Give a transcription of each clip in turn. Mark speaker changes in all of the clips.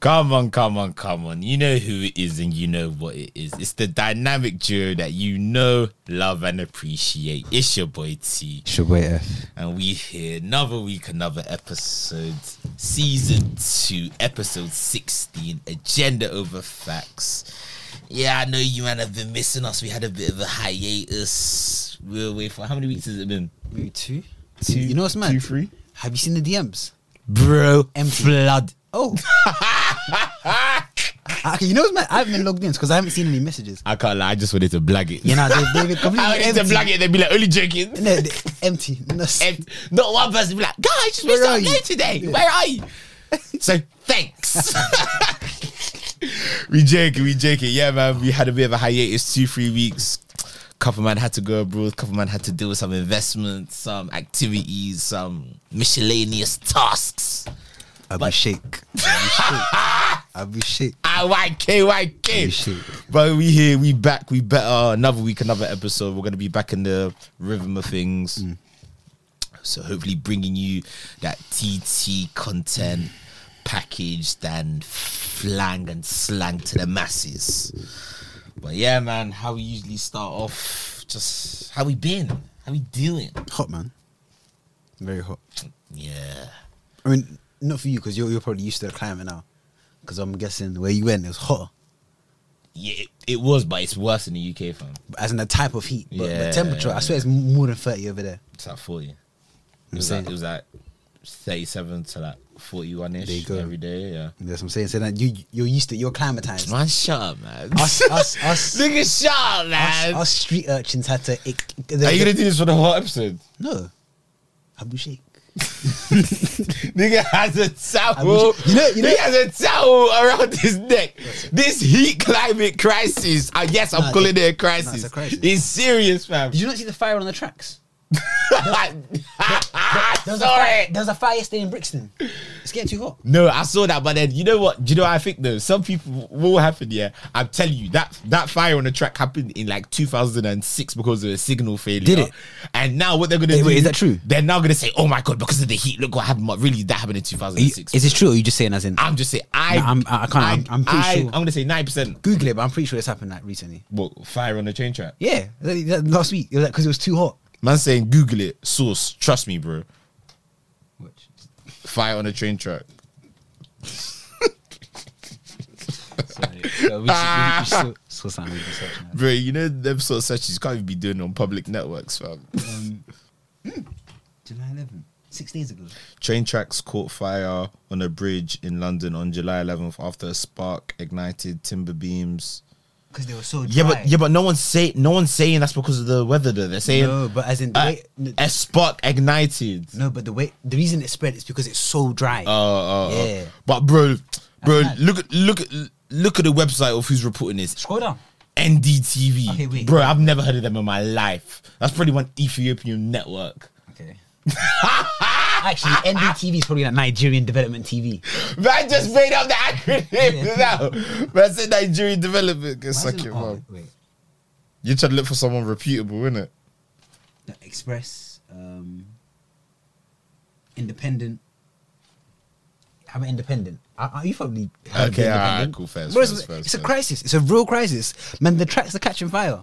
Speaker 1: Come on, come on, come on. You know who it is and you know what it is. It's the dynamic duo that you know, love, and appreciate. It's your boy T.
Speaker 2: It's your boy F.
Speaker 1: And we here another week, another episode, season two, episode 16 Agenda Over Facts. Yeah, I know you man have been missing us. We had a bit of a hiatus. We were away for how many weeks has it been?
Speaker 2: Maybe two.
Speaker 1: Two-
Speaker 2: You know what's mad?
Speaker 1: two, three?
Speaker 2: Have you seen the DMs?
Speaker 1: Bro,
Speaker 2: Empty.
Speaker 1: flood.
Speaker 2: Oh. okay, you know what's mad? I haven't been logged in because I haven't seen any messages.
Speaker 1: I can't lie, I just wanted to blag it.
Speaker 2: You know, they- they've been
Speaker 1: I
Speaker 2: completely
Speaker 1: wanted
Speaker 2: empty.
Speaker 1: to blag it, they'd be like, only joking.
Speaker 2: No, they- empty. No, s-
Speaker 1: and not one person be like, guys, we're
Speaker 2: Where
Speaker 1: not
Speaker 2: are you?"
Speaker 1: going today.
Speaker 2: Yeah.
Speaker 1: Where are you? so thanks. we joking, we joking. Yeah, man, we had a bit of a hiatus, two, three weeks. Couple man had to go abroad. Couple man had to deal with some investments, some activities, some miscellaneous tasks.
Speaker 2: I'll be shake. I'll be shake.
Speaker 1: IYKYK.
Speaker 2: Shit.
Speaker 1: But we here, we back, we better. Another week, another episode. We're going to be back in the rhythm of things. So hopefully bringing you that TT content packaged and flang and slang to the masses. But yeah, man, how we usually start off, just how we been, how we doing.
Speaker 2: Hot, man. Very hot.
Speaker 1: Yeah.
Speaker 2: I mean, not for you because you're, you're probably used to the climate now. Because I'm guessing where you went, it was hotter.
Speaker 1: Yeah, it, it was, but it's worse in the UK, fam.
Speaker 2: As in the type of heat. But
Speaker 1: Yeah.
Speaker 2: the temperature, I swear it's more than 30 over there.
Speaker 1: It's like 40. It
Speaker 2: I'm
Speaker 1: was
Speaker 2: saying-
Speaker 1: like, it was like 37 to like 41
Speaker 2: There you
Speaker 1: ish
Speaker 2: go.
Speaker 1: every day, yeah.
Speaker 2: That's what I'm saying. So that you, you're used to, you're climatized.
Speaker 1: Man, shut up, man.
Speaker 2: Us- us- us-
Speaker 1: Nigga, shut up,
Speaker 2: Us,
Speaker 1: man.
Speaker 2: us street urchins had to. It,
Speaker 1: Are you gonna do this for the whole episode?
Speaker 2: No. Abu Sheikh.
Speaker 1: Nigga has a towel.
Speaker 2: would you- you know- you know-
Speaker 1: he has a towel around his neck. This heat climate crisis. Uh, yes, I'm
Speaker 2: Nah,
Speaker 1: calling
Speaker 2: the-
Speaker 1: it a crisis.
Speaker 2: nah, it's a crisis.
Speaker 1: It's serious, fam.
Speaker 2: Did you not see the fire on the tracks? a
Speaker 1: Sorry.
Speaker 2: fire, there was a fire yesterday in Brixton. It's getting too hot.
Speaker 1: No, I saw that, but then you know what? Do you know what I think though? Some people will happen, yeah. I'm telling you that that fire on the track happened in like 2006 because of a signal failure.
Speaker 2: Did it?
Speaker 1: And now what they're gonna
Speaker 2: Hey,
Speaker 1: do?
Speaker 2: wait, is that true?
Speaker 1: They're now gonna say, "Oh my god, because of the heat, look what happened." But really, that happened in 2006.
Speaker 2: this true or are you just saying as in.
Speaker 1: I'm just saying, I,
Speaker 2: Nah, I'm- I- I can't, I'm- I'm pretty
Speaker 1: I,
Speaker 2: sure.
Speaker 1: I'm gonna say nine percent.
Speaker 2: Google it, but I'm pretty sure this happened like recently.
Speaker 1: What fire on the train track?
Speaker 2: Yeah, that- that- last week. It was like because it was too hot.
Speaker 1: Man, saying Google it, source. Trust me, bro.
Speaker 2: Which?
Speaker 1: Fire on the train track.
Speaker 2: Sorry. So we should, we should so, so something we research now.
Speaker 1: Bro, you know them sort of searches you can't even be doing on public networks, fam.
Speaker 2: Um, July 11th, six days ago.
Speaker 1: Train tracks caught fire on a bridge in London on July 11th after a spark ignited timber beams.
Speaker 2: Because they were so dry.
Speaker 1: Yeah, but yeah, but no one's say no one's saying that's because of the weather. Though they're saying
Speaker 2: No, but as in.
Speaker 1: uh,
Speaker 2: wait, no,
Speaker 1: a spark ignited.
Speaker 2: no, but the way the reason it spread is because it's so dry.
Speaker 1: Oh, oh, oh.
Speaker 2: Yeah.
Speaker 1: But bro, bro,
Speaker 2: mad.
Speaker 1: look at look at look at the website of who's reporting this.
Speaker 2: Scroll down.
Speaker 1: NDTV.
Speaker 2: Okay, wait.
Speaker 1: Bro, I've never heard of them in my life. That's probably one Ethiopian network.
Speaker 2: Okay. Actually, NDTV is probably like Nigerian Development TV.
Speaker 1: Man just made up the acronym now. Man said Nigerian development. Go Suck it, mum.
Speaker 2: Wait,
Speaker 1: You're trying to look for someone reputable, innit?
Speaker 2: no, Express, um, Independent. How about Independent? Are, are you probably heard of
Speaker 1: Okay,
Speaker 2: the
Speaker 1: alright,
Speaker 2: Independent?
Speaker 1: cool, fair,
Speaker 2: Bro, it's-
Speaker 1: fair, fair,
Speaker 2: It's
Speaker 1: fair.
Speaker 2: a crisis. It's a real crisis, man. The tracks are catching fire.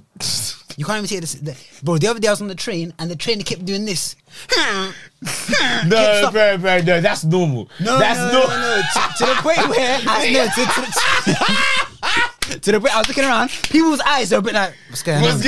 Speaker 2: You can't even see this, the, bro. The other day I was on the train and the train kept doing this.
Speaker 1: No,
Speaker 2: stop.
Speaker 1: bro, bro, no, that's normal.
Speaker 2: No,
Speaker 1: that's
Speaker 2: no,
Speaker 1: normal.
Speaker 2: no, no, To, to the point where I no, to, to, to, to the point I was looking around, people's eyes are a bit like, what's going
Speaker 1: What's
Speaker 2: on?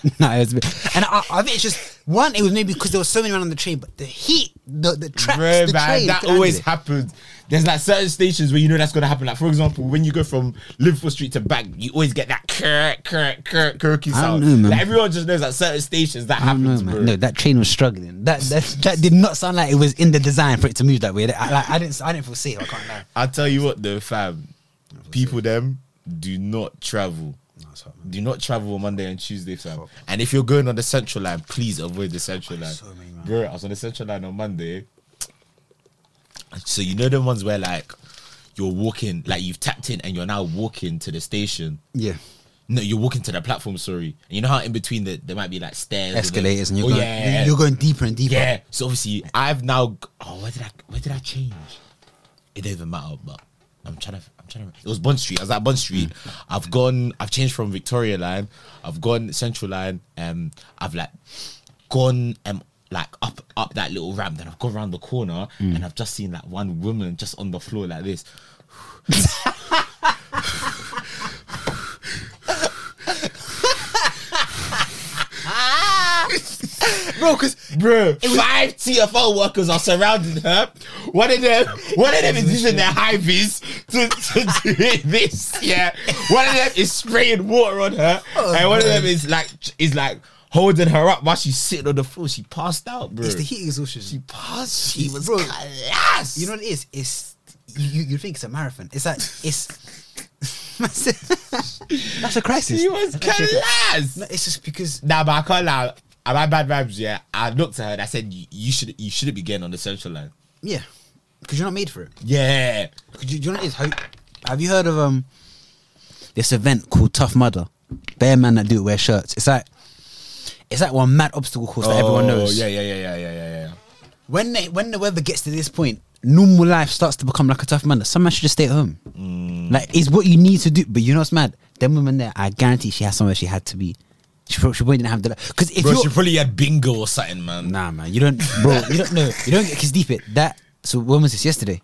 Speaker 1: good?
Speaker 2: no, it was a bit, and I, I think it's just one. It was maybe because there was so many around on the train, but the heat, the the tracks,
Speaker 1: Bro,
Speaker 2: the
Speaker 1: man,
Speaker 2: train,
Speaker 1: that
Speaker 2: the-
Speaker 1: always happens. There's like certain stations where you know that's gonna happen. Like for example, when you go from Liverpool Street to Bank, you always get that kirk, kirk, kirk, kirky
Speaker 2: I don't
Speaker 1: sound.
Speaker 2: know, man.
Speaker 1: Like everyone just knows that certain stations that
Speaker 2: I don't know,
Speaker 1: happens, bro.
Speaker 2: man. No, that train was struggling. That, that that did not sound like it was in the design for it to move that way. I, like, I didn't I didn't foresee. It, I can't lie.
Speaker 1: I tell you what, though, fam, people them do not travel. Do not travel on Monday and Tuesday, fam. And if you're going on the Central Line, please avoid the Central Line.
Speaker 2: so many, man.
Speaker 1: Bro, I was on the Central Line on Monday. So you know the ones where like you're walking, like you've tapped in and you're now walking to the station.
Speaker 2: Yeah.
Speaker 1: No, you're walking to the platform. Sorry, and you know how in between the, there might be like stairs, with the-
Speaker 2: Escalators and you're
Speaker 1: Oh,
Speaker 2: going
Speaker 1: yeah,
Speaker 2: you're going deeper and deeper.
Speaker 1: yeah. So obviously, I've now. Oh, where did I? Where did I change? It doesn't matter, but I'm trying to. I'm trying to. It was Bond Street. I was at Bond Street. I've gone. I've changed from Victoria Line. I've gone Central Line. Um, I've like gone um like up up that little ramp. Then I've gone around the corner and I've just seen like one woman just on the floor like this. Bro, because
Speaker 2: Bro.
Speaker 1: five TFO workers are surrounding her. One of them, one of them is using their hyvies to, to do this. Yeah, one of them is spraying water on her,
Speaker 2: Oh,
Speaker 1: and one of them is like is like holding her up while she's sitting on the floor. She passed out, bro.
Speaker 2: It's the heat exhaustion.
Speaker 1: She passed. She was
Speaker 2: Bro.
Speaker 1: collapsed.
Speaker 2: You know what it is? It's you. You think it's a marathon? It's like it's. that's a crisis.
Speaker 1: she was
Speaker 2: That's actually a-
Speaker 1: collapsed.
Speaker 2: No, it's just because
Speaker 1: Nah, but I can't lie. Am I bad vibes? Yeah. I looked at her and I said, "You- "You should, you shouldn't be getting on the central line."
Speaker 2: yeah, because you're not made for it.
Speaker 1: Yeah.
Speaker 2: 'Cause you, you know what it is? How, have you heard of um this event called Tough Mudder? Bare man that do it wear shirts. It's like it's like one mad obstacle course that
Speaker 1: Oh,
Speaker 2: everyone knows.
Speaker 1: Yeah, yeah, yeah, yeah, yeah, yeah, yeah.
Speaker 2: When they, when the weather gets to this point, normal life starts to become like a tough mudder. Some man should just stay at home.
Speaker 1: Mm.
Speaker 2: Like it's what you need to do. But you know what's mad? Them women there, I guarantee she has somewhere she had to be. She probably, she probably didn't have the because if
Speaker 1: Bro,
Speaker 2: you're
Speaker 1: she probably had bingo or something, man.
Speaker 2: nah man, you don't bro, you don't know, you don't get kiss deep it that. So when was this yesterday?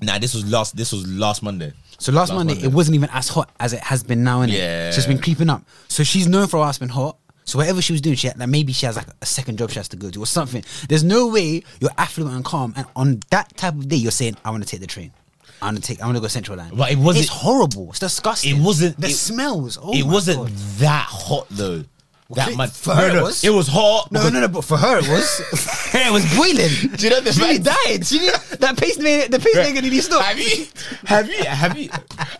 Speaker 1: Nah, this was last. This was last Monday.
Speaker 2: So last, Monday, it wasn't even as hot as it has been now, innit?
Speaker 1: Yeah.
Speaker 2: So it's been creeping up. So she's known for us been hot. So whatever she was doing, she had, like maybe she has like a second job she has to go to or something. There's no way you're affluent and calm, and on that type of day you're saying, "I want to take the train. I want to take. I want to go Central Line."
Speaker 1: But it wasn't-
Speaker 2: It's horrible. It's disgusting.
Speaker 1: It wasn't-
Speaker 2: The
Speaker 1: it-
Speaker 2: smells. Oh
Speaker 1: it
Speaker 2: my
Speaker 1: wasn't
Speaker 2: God.
Speaker 1: that hot though. That
Speaker 2: it-
Speaker 1: much.
Speaker 2: for
Speaker 1: No,
Speaker 2: her it
Speaker 1: no,
Speaker 2: was.
Speaker 1: It was hot.
Speaker 2: No,
Speaker 1: because-
Speaker 2: no, no, but for her it was. it was boiling.
Speaker 1: Do you know the
Speaker 2: She nearly
Speaker 1: fact-
Speaker 2: died. She nearly, that pacemaker, the pacemaker nearly stopped.
Speaker 1: Have you? Have you? Have you?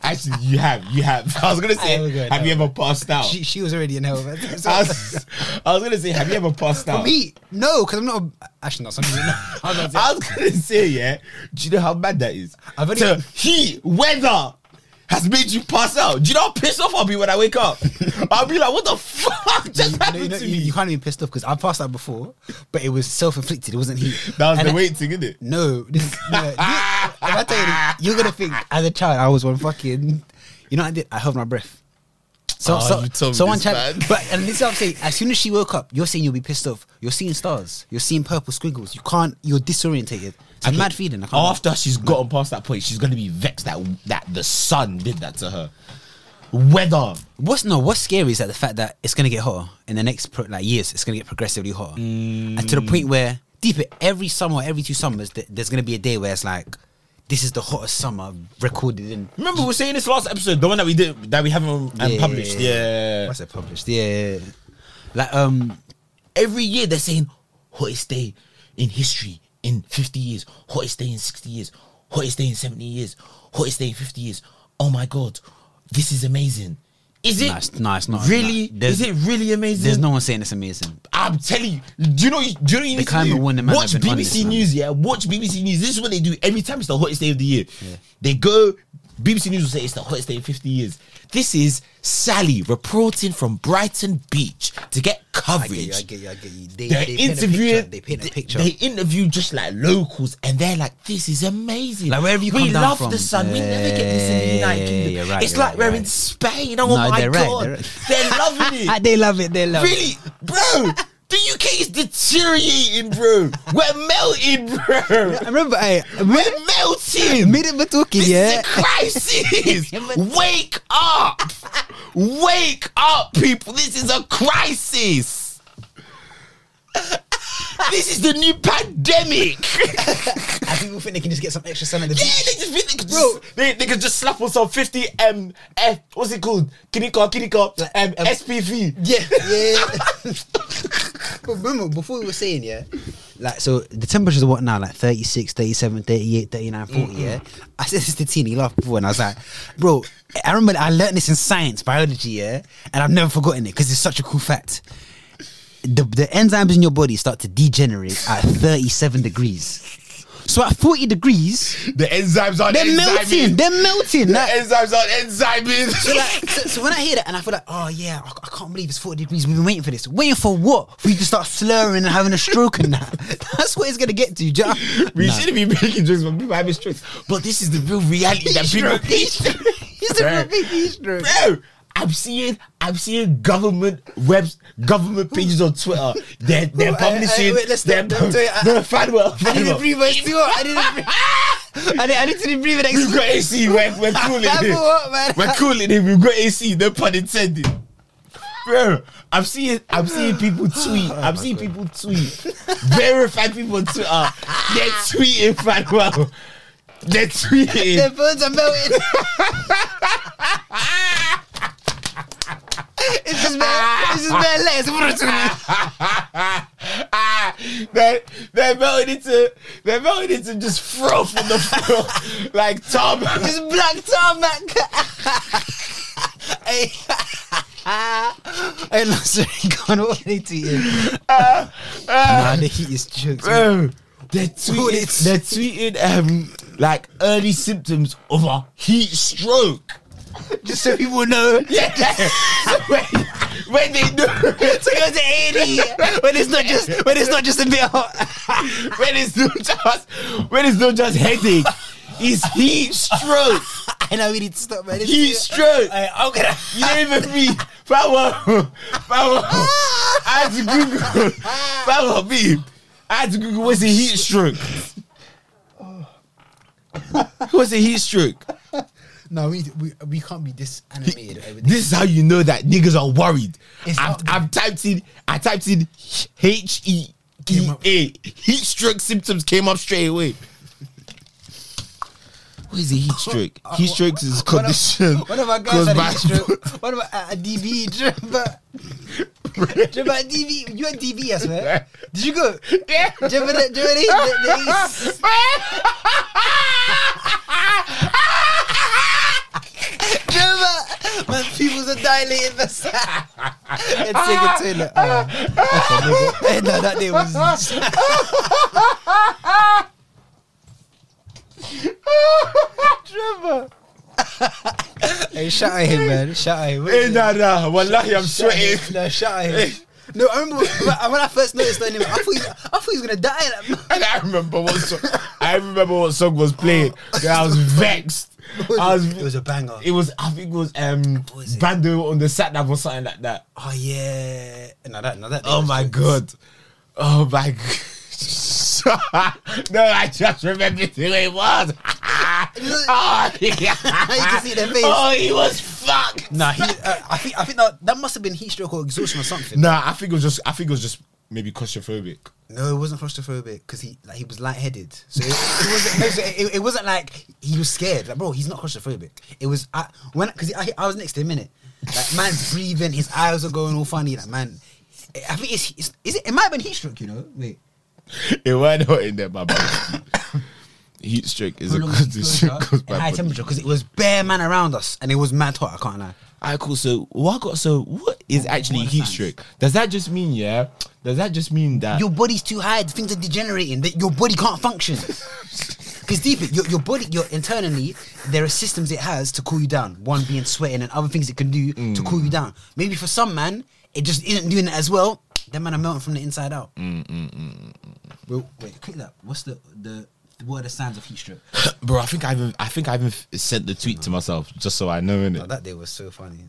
Speaker 1: Actually, you have. You have. I was gonna say,
Speaker 2: Oh my God,
Speaker 1: have
Speaker 2: no.
Speaker 1: you ever passed out?
Speaker 2: She, she was already in hell. man.
Speaker 1: I, was, I was gonna say, have you ever passed out?
Speaker 2: Me? No, because I'm not. A, actually, not something. No, I was gonna say-
Speaker 1: I was gonna say, yeah. Do you know how bad that is?
Speaker 2: I've only-
Speaker 1: So, he weather has made you pass out. Do you know how pissed off I'll be when I wake up? I'll be like, what the fuck just
Speaker 2: you,
Speaker 1: happened
Speaker 2: know,
Speaker 1: to
Speaker 2: you,
Speaker 1: me?
Speaker 2: you can't even pissed off because I passed out before, but it was self inflicted. It wasn't heat.
Speaker 1: That was
Speaker 2: And
Speaker 1: the
Speaker 2: I-
Speaker 1: waiting, isn't it?
Speaker 2: No, this, is- no this, if I tell you, you're gonna think as a child I was one fucking. You know what I did? I held my breath. So,
Speaker 1: Oh,
Speaker 2: so,
Speaker 1: you told me
Speaker 2: someone
Speaker 1: this,
Speaker 2: tried-
Speaker 1: man.
Speaker 2: but and this is what I'm saying. As soon as she woke up, you're saying you'll be pissed off. You're seeing stars. You're seeing purple squiggles. You can't. You're disorientated. It's a
Speaker 1: Okay.
Speaker 2: mad feeling. I can't
Speaker 1: After she's gotten past that point, she's gonna be vexed that that the sun did that to her. Weather.
Speaker 2: What's no? What's scary is that the fact that it's gonna get hotter in the next pro- like years. It's gonna get progressively hotter, and to the point
Speaker 1: Mm.
Speaker 2: where deeper every summer, every two summers, th- there's gonna be a day where it's like, this is the hottest summer recorded in.
Speaker 1: Remember, we were saying this last episode, the one that we did that we haven't um, published. Yeah.
Speaker 2: what's it published? Yeah, yeah, yeah. like um,
Speaker 1: Every year they're saying hottest day in history in 50 years, hottest day in 60 years, hottest day in 70 years, hottest day in 50 years. Oh my god, this is amazing. Is it
Speaker 2: No, it's- no, it's not.
Speaker 1: really?
Speaker 2: No, there's-
Speaker 1: is it really amazing?
Speaker 2: there's no one saying it's amazing.
Speaker 1: I'm telling you. Do you know? Do you know? You need to
Speaker 2: climate
Speaker 1: do?
Speaker 2: warning man
Speaker 1: Watch
Speaker 2: have been on
Speaker 1: BBC
Speaker 2: this, man.
Speaker 1: News. Yeah, watch BBC News. This is what they do every time. It's the hottest day of the year. They go. BBC News will say it's the hottest day in 50 years. This is Sally reporting from Brighton Beach to get coverage.
Speaker 2: get you. I get you. They,
Speaker 1: They're interviewing.
Speaker 2: They paint a
Speaker 1: they-
Speaker 2: picture.
Speaker 1: They interview just like locals, and they're like, "This is amazing.
Speaker 2: Like, wherever you
Speaker 1: we
Speaker 2: come down
Speaker 1: love
Speaker 2: from.
Speaker 1: the sun. we never get this in the
Speaker 2: Yeah,
Speaker 1: United
Speaker 2: yeah,
Speaker 1: Kingdom.
Speaker 2: yeah, right,
Speaker 1: it's
Speaker 2: you're
Speaker 1: like
Speaker 2: right,
Speaker 1: we're
Speaker 2: you're
Speaker 1: in
Speaker 2: right.
Speaker 1: Spain. Oh my
Speaker 2: they're right,
Speaker 1: god,
Speaker 2: they're right.
Speaker 1: they're loving it.
Speaker 2: they love it. They love it.
Speaker 1: Really, bro, the UK is deteriorating, bro. We're melting, bro.
Speaker 2: I remember, I
Speaker 1: We're melting.
Speaker 2: made it by talking.
Speaker 1: This is
Speaker 2: Yeah.
Speaker 1: a crisis.
Speaker 2: Yeah, but-
Speaker 1: Wake up. Wake up, people. This is a crisis. this is the new pandemic. yeah,
Speaker 2: I think people think they can just get some extra sun at the
Speaker 1: they
Speaker 2: beach.
Speaker 1: just, they, could
Speaker 2: Bro.
Speaker 1: just, they, they could just slap on some 50 um, F, what's it called? Kiriko, Kiriko, um,
Speaker 2: um,
Speaker 1: SPV.
Speaker 2: Yeah, yeah. but remember, before we were saying, yeah, like, so the temperatures are what now? Like 36, 37, 38, 39, 40, yeah? I said this to Teeny laughed before, and I was like, bro, I remember I learned this in science, biology, yeah? And I've never forgotten it because it's such a cool fact. The, the enzymes in your body start to degenerate at 37 degrees. So at 40 degrees,
Speaker 1: The enzymes are
Speaker 2: they're melting. They're melting.
Speaker 1: The
Speaker 2: Like,
Speaker 1: enzymes are enzyming.
Speaker 2: so, like, so, so when I hear that and I feel like, oh yeah, I, I can't believe it's 40 degrees. We've been waiting for this. Waiting for what? For you to start slurring and having a stroke and that. That's what it's going to get to. do you know what I mean?
Speaker 1: we shouldn't be making drinks when people are having strokes. But this is the real reality that people
Speaker 2: Heat stroke. He's the real
Speaker 1: Bro.
Speaker 2: big heat stroke.
Speaker 1: Bro, I'm seeing I'm seeing government webs government pages on Twitter. They're they're
Speaker 2: Who- I- I-
Speaker 1: publishing
Speaker 2: wait, let's
Speaker 1: they're
Speaker 2: not- don't do it. I-
Speaker 1: no, fan well,
Speaker 2: I
Speaker 1: fan
Speaker 2: didn't
Speaker 1: well.
Speaker 2: breathe my still. I didn't breathe. I didn't, I didn't breathe an
Speaker 1: We've
Speaker 2: exhale.
Speaker 1: got AC, we're, we're cooling
Speaker 2: I blew up, man.
Speaker 1: it. We're cooling it, we've got AC, no pun intended. Bro, I'm seeing I'm seeing people tweet.
Speaker 2: Oh
Speaker 1: I'm seeing people tweet. Verified people on Twitter. They're tweeting Fanwell. They're tweeting.
Speaker 2: Their phones are melting. it's just bare, it's just bare legs.
Speaker 1: Ah, they're, they're melting into they're melting into just froth on the floor like Tom.
Speaker 2: Just black tarmac. hey. hey, no, sorry, God, what are they tweeting? Uh, nah, the heat is jokes. man.
Speaker 1: Bro, they're
Speaker 2: Dude, it's-
Speaker 1: tweeting they're tweeting um like early symptoms of a heat stroke.
Speaker 2: Just so people know.
Speaker 1: Yeah. So when, when they know
Speaker 2: To go to 80 when it's not just when it's not just a bit hot.
Speaker 1: when it's not just when it's not just headache, it's heat stroke.
Speaker 2: I know we need to stop, man. This
Speaker 1: Heat
Speaker 2: is-
Speaker 1: stroke.
Speaker 2: Hey, I'm gonna.
Speaker 1: You don't even mean Power Power I had to Google Power me I had to Google what's a heat stroke What's a heat stroke
Speaker 2: No, we, we we can't be this animated. over this.
Speaker 1: This is how you know that niggas are worried
Speaker 2: It's
Speaker 1: I've,
Speaker 2: not-
Speaker 1: I've typed in I typed in H-E-E-A Heat stroke symptoms came up straight away what is a heat stroke? Heat strokes is
Speaker 2: uh, What about-
Speaker 1: condition.
Speaker 2: What about guys
Speaker 1: caused
Speaker 2: had a
Speaker 1: by-
Speaker 2: heat stroke? What about uh, a DB? Jumba, Jumba DB. You had DB, yes, man. Did you go?
Speaker 1: Yeah.
Speaker 2: Jumba, the- Jumba, the- the- the- the- Jumba. Man, people's are dilated. Let's take a toilet. Oh. Hey, no, that day was. Hey, shout at him, man. Shout at him. What
Speaker 1: Eh,
Speaker 2: is it?
Speaker 1: nah, nah. Wallahi, I'm
Speaker 2: Shut
Speaker 1: sweating.
Speaker 2: him. No, shut him. No, I remember when when I first noticed that name, I thought he, I thought he was gonna die. Like,
Speaker 1: And I remember what song, I remember what song was playing. Then I was vexed. I was,
Speaker 2: it was a banger.
Speaker 1: it was I think it was um
Speaker 2: was it?
Speaker 1: Bando on the sat nav or something like that.
Speaker 2: oh yeah, no, that, no, that.
Speaker 1: Oh my god. Oh my god. no, I just remembered who it was. oh, yeah.
Speaker 2: You can see their face.
Speaker 1: Oh, he was fucked.
Speaker 2: Nah, he, uh, I think I think that that must have been heat stroke or exhaustion or something.
Speaker 1: Nah, I think it was just I think it was just maybe claustrophobic.
Speaker 2: No, it wasn't claustrophobic because he like, he was lightheaded, so it, it wasn't. no, so it, it wasn't like he was scared. Like, bro, he's not claustrophobic. It was I, when because I, I was next to him in it. Like, man's breathing, his eyes are going all funny. Like, man, I think it's, it's is it? It might have been heat stroke. You know, wait.
Speaker 1: It weren't hot in there, my man. Heat stroke is a
Speaker 2: How long did he
Speaker 1: condition
Speaker 2: go,
Speaker 1: caused
Speaker 2: sir?
Speaker 1: by
Speaker 2: At high
Speaker 1: body-
Speaker 2: temperature because it was bare man around us and it was mad hot. I can't lie.
Speaker 1: Alright, cool. So what got so what is actually
Speaker 2: what
Speaker 1: heat
Speaker 2: is that?
Speaker 1: stroke? Does that just mean yeah? Does that just mean that
Speaker 2: Your body's too high. Things are degenerating. That your body can't function. Because deep, in- your, your body, your internally, there are systems it has to cool you down. One being sweating and other things it can do to cool you down. Maybe for some man, it just isn't doing it as well. That man are melting from the inside out.
Speaker 1: Mm,
Speaker 2: Wait, wait, click that. What's the the what are the signs of heat stroke?
Speaker 1: bro? I think I even I think I even f- sent the tweet to myself just so I know in
Speaker 2: Oh,
Speaker 1: it.
Speaker 2: that day was so funny.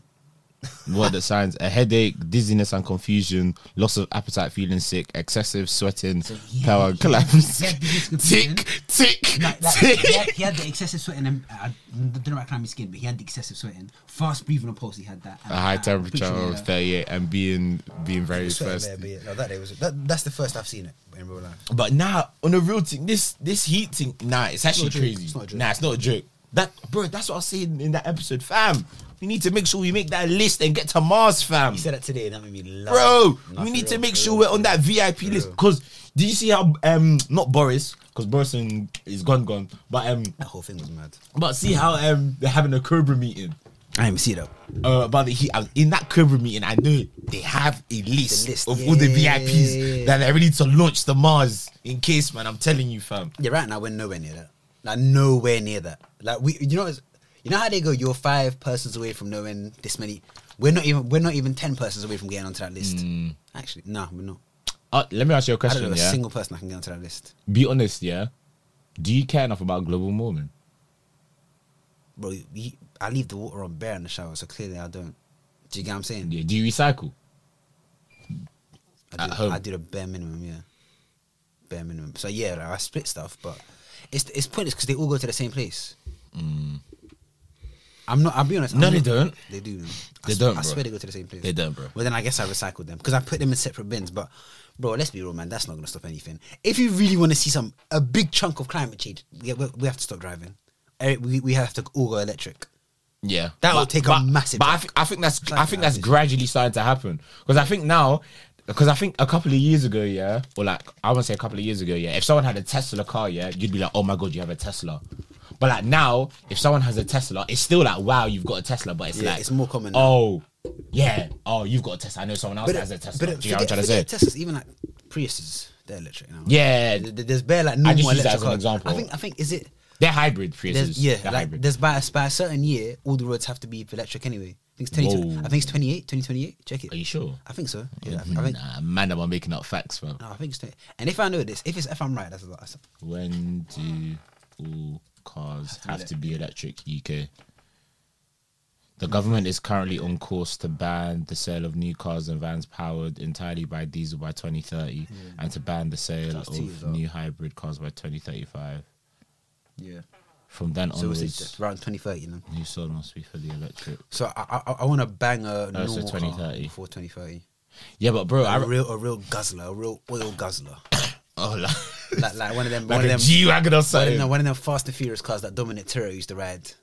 Speaker 1: What are the signs? A headache, dizziness and confusion, loss of appetite, feeling sick, excessive sweating,
Speaker 2: So he had-
Speaker 1: power
Speaker 2: he-
Speaker 1: collapse.
Speaker 2: he had dizziness and
Speaker 1: Tick tick
Speaker 2: like, like, he, had,
Speaker 1: tick.
Speaker 2: he had the excessive sweating. And, uh, I don't know about climbing skin, but he had the excessive sweating. Fast breathing on pulse, he had that. And,
Speaker 1: A high
Speaker 2: uh,
Speaker 1: temperature
Speaker 2: picture,
Speaker 1: of
Speaker 2: yeah.
Speaker 1: thirty eight and being being very
Speaker 2: Sweating
Speaker 1: thirsty.
Speaker 2: there, but yeah, no, that day was that, that's the first I've seen it in real life.
Speaker 1: But now on a real thing, this this heat thing, nah, it's actually
Speaker 2: not a joke.
Speaker 1: crazy.
Speaker 2: It's not a joke.
Speaker 1: Nah, it's not a joke. That bro, that's what I was saying in that episode, fam. We need to make sure we make that list and get to Mars, fam.
Speaker 2: You said that today, and that made me laugh.
Speaker 1: Bro,
Speaker 2: Nah,
Speaker 1: we
Speaker 2: for
Speaker 1: need to
Speaker 2: real,
Speaker 1: make
Speaker 2: for
Speaker 1: sure
Speaker 2: real.
Speaker 1: we're on that VIP list.
Speaker 2: real.
Speaker 1: Cause did you see how um not Boris, because Boris and- is gone gone, but um
Speaker 2: That whole thing was mad.
Speaker 1: but see how um they're having a Cobra meeting.
Speaker 2: I didn't see it though.
Speaker 1: uh, about the heat. I was in that Cobra meeting. I know they have a list,
Speaker 2: list,
Speaker 1: of all the
Speaker 2: yeah.
Speaker 1: VIPs that are ready to launch the Mars in case, man. I'm telling you, fam.
Speaker 2: Yeah, right now we're nowhere near that. Like nowhere near that. Like we, you know, it's- you know how they go. You're five persons away from knowing this many. We're not even. We're not even ten persons away from getting onto that list. Actually, no, we're not.
Speaker 1: Uh, let me ask you a
Speaker 2: I
Speaker 1: Mm.
Speaker 2: don't
Speaker 1: question.
Speaker 2: know a
Speaker 1: Yeah,
Speaker 2: single person that can get onto that list.
Speaker 1: be honest. Yeah, do you care enough about global warming?
Speaker 2: Bro, you- you- I leave the water on bare in the shower, so clearly I don't. Do you get what I'm saying?
Speaker 1: Yeah, do you recycle?
Speaker 2: I
Speaker 1: At
Speaker 2: do,
Speaker 1: home.
Speaker 2: I do the bare minimum, yeah. Bare minimum. So yeah, like, I split stuff, but it's it's pointless because they all go to the same place. I'm not. I'll be honest.
Speaker 1: Mm. No,
Speaker 2: I'm
Speaker 1: they
Speaker 2: not-
Speaker 1: don't.
Speaker 2: They do. man. I
Speaker 1: They
Speaker 2: sw-
Speaker 1: don't,
Speaker 2: I
Speaker 1: bro.
Speaker 2: swear they go to the same place.
Speaker 1: They don't, bro.
Speaker 2: Well, then I guess I recycled them because I put them in separate bins. But bro, let's be real, man. That's not gonna stop anything. If you really want to see some a big chunk of climate change, we, we, we have to stop driving. Eh, We we have to all go electric.
Speaker 1: Yeah,
Speaker 2: That would take a massive
Speaker 1: But I,
Speaker 2: chunk.
Speaker 1: thi- I think that's
Speaker 2: It's like
Speaker 1: I think
Speaker 2: that,
Speaker 1: that's gradually starting to happen because I think now because I think a couple of years ago, yeah, or like I want to say a couple of years ago, yeah, if someone had a Tesla car, yeah, you'd be like, oh my god, you have a Tesla. But like now, if someone has a Tesla, it's still like, wow, you've got a Tesla, but it's
Speaker 2: Yeah,
Speaker 1: like
Speaker 2: it's more common now.
Speaker 1: Oh, yeah, oh, you've got a Tesla. I know someone else that has a Tesla. Do you know what I'm trying to say?
Speaker 2: forget Teslas, even like Priuses, they're electric now.
Speaker 1: Yeah,
Speaker 2: Th- th- there's bare like normal
Speaker 1: use that
Speaker 2: electric
Speaker 1: as an
Speaker 2: cars.
Speaker 1: example.
Speaker 2: I think I think is it
Speaker 1: they're hybrid Priuses.
Speaker 2: there's, yeah
Speaker 1: they're
Speaker 2: like
Speaker 1: hybrid.
Speaker 2: there's by a, by a certain year all the roads have to be electric anyway. I think it's 20,
Speaker 1: Whoa.
Speaker 2: I think it's 28, 2028. Check it.
Speaker 1: Are you sure? mm-hmm.
Speaker 2: I think so. Yeah, I think, I think
Speaker 1: Nah, man, am I making up facts, bro?
Speaker 2: no, I think it's 20. And if I know this, if it's if I'm right, that's a lot. That's
Speaker 1: When do all cars have to be electric? UK. The government is currently on course to ban the sale of new cars and vans powered entirely by diesel by 2030
Speaker 2: Hmm.
Speaker 1: and to ban the sale
Speaker 2: That's two years
Speaker 1: of
Speaker 2: out.
Speaker 1: new hybrid cars by 2035.
Speaker 2: yeah.
Speaker 1: From then
Speaker 2: So it's
Speaker 1: onwards,
Speaker 2: just around 2030, you know.
Speaker 1: new solar must be fully electric.
Speaker 2: So I I, I want to bang a normal
Speaker 1: Oh, so
Speaker 2: car
Speaker 1: 2030.
Speaker 2: before 2030.
Speaker 1: Yeah, but bro, I.
Speaker 2: A real a real guzzler, a real oil guzzler.
Speaker 1: oh, like,
Speaker 2: like like one of them
Speaker 1: like
Speaker 2: one of
Speaker 1: a
Speaker 2: them
Speaker 1: G Wagon or
Speaker 2: One of,
Speaker 1: something.
Speaker 2: them, one of them Fast and Furious cars that Dominic Toretto used to ride. So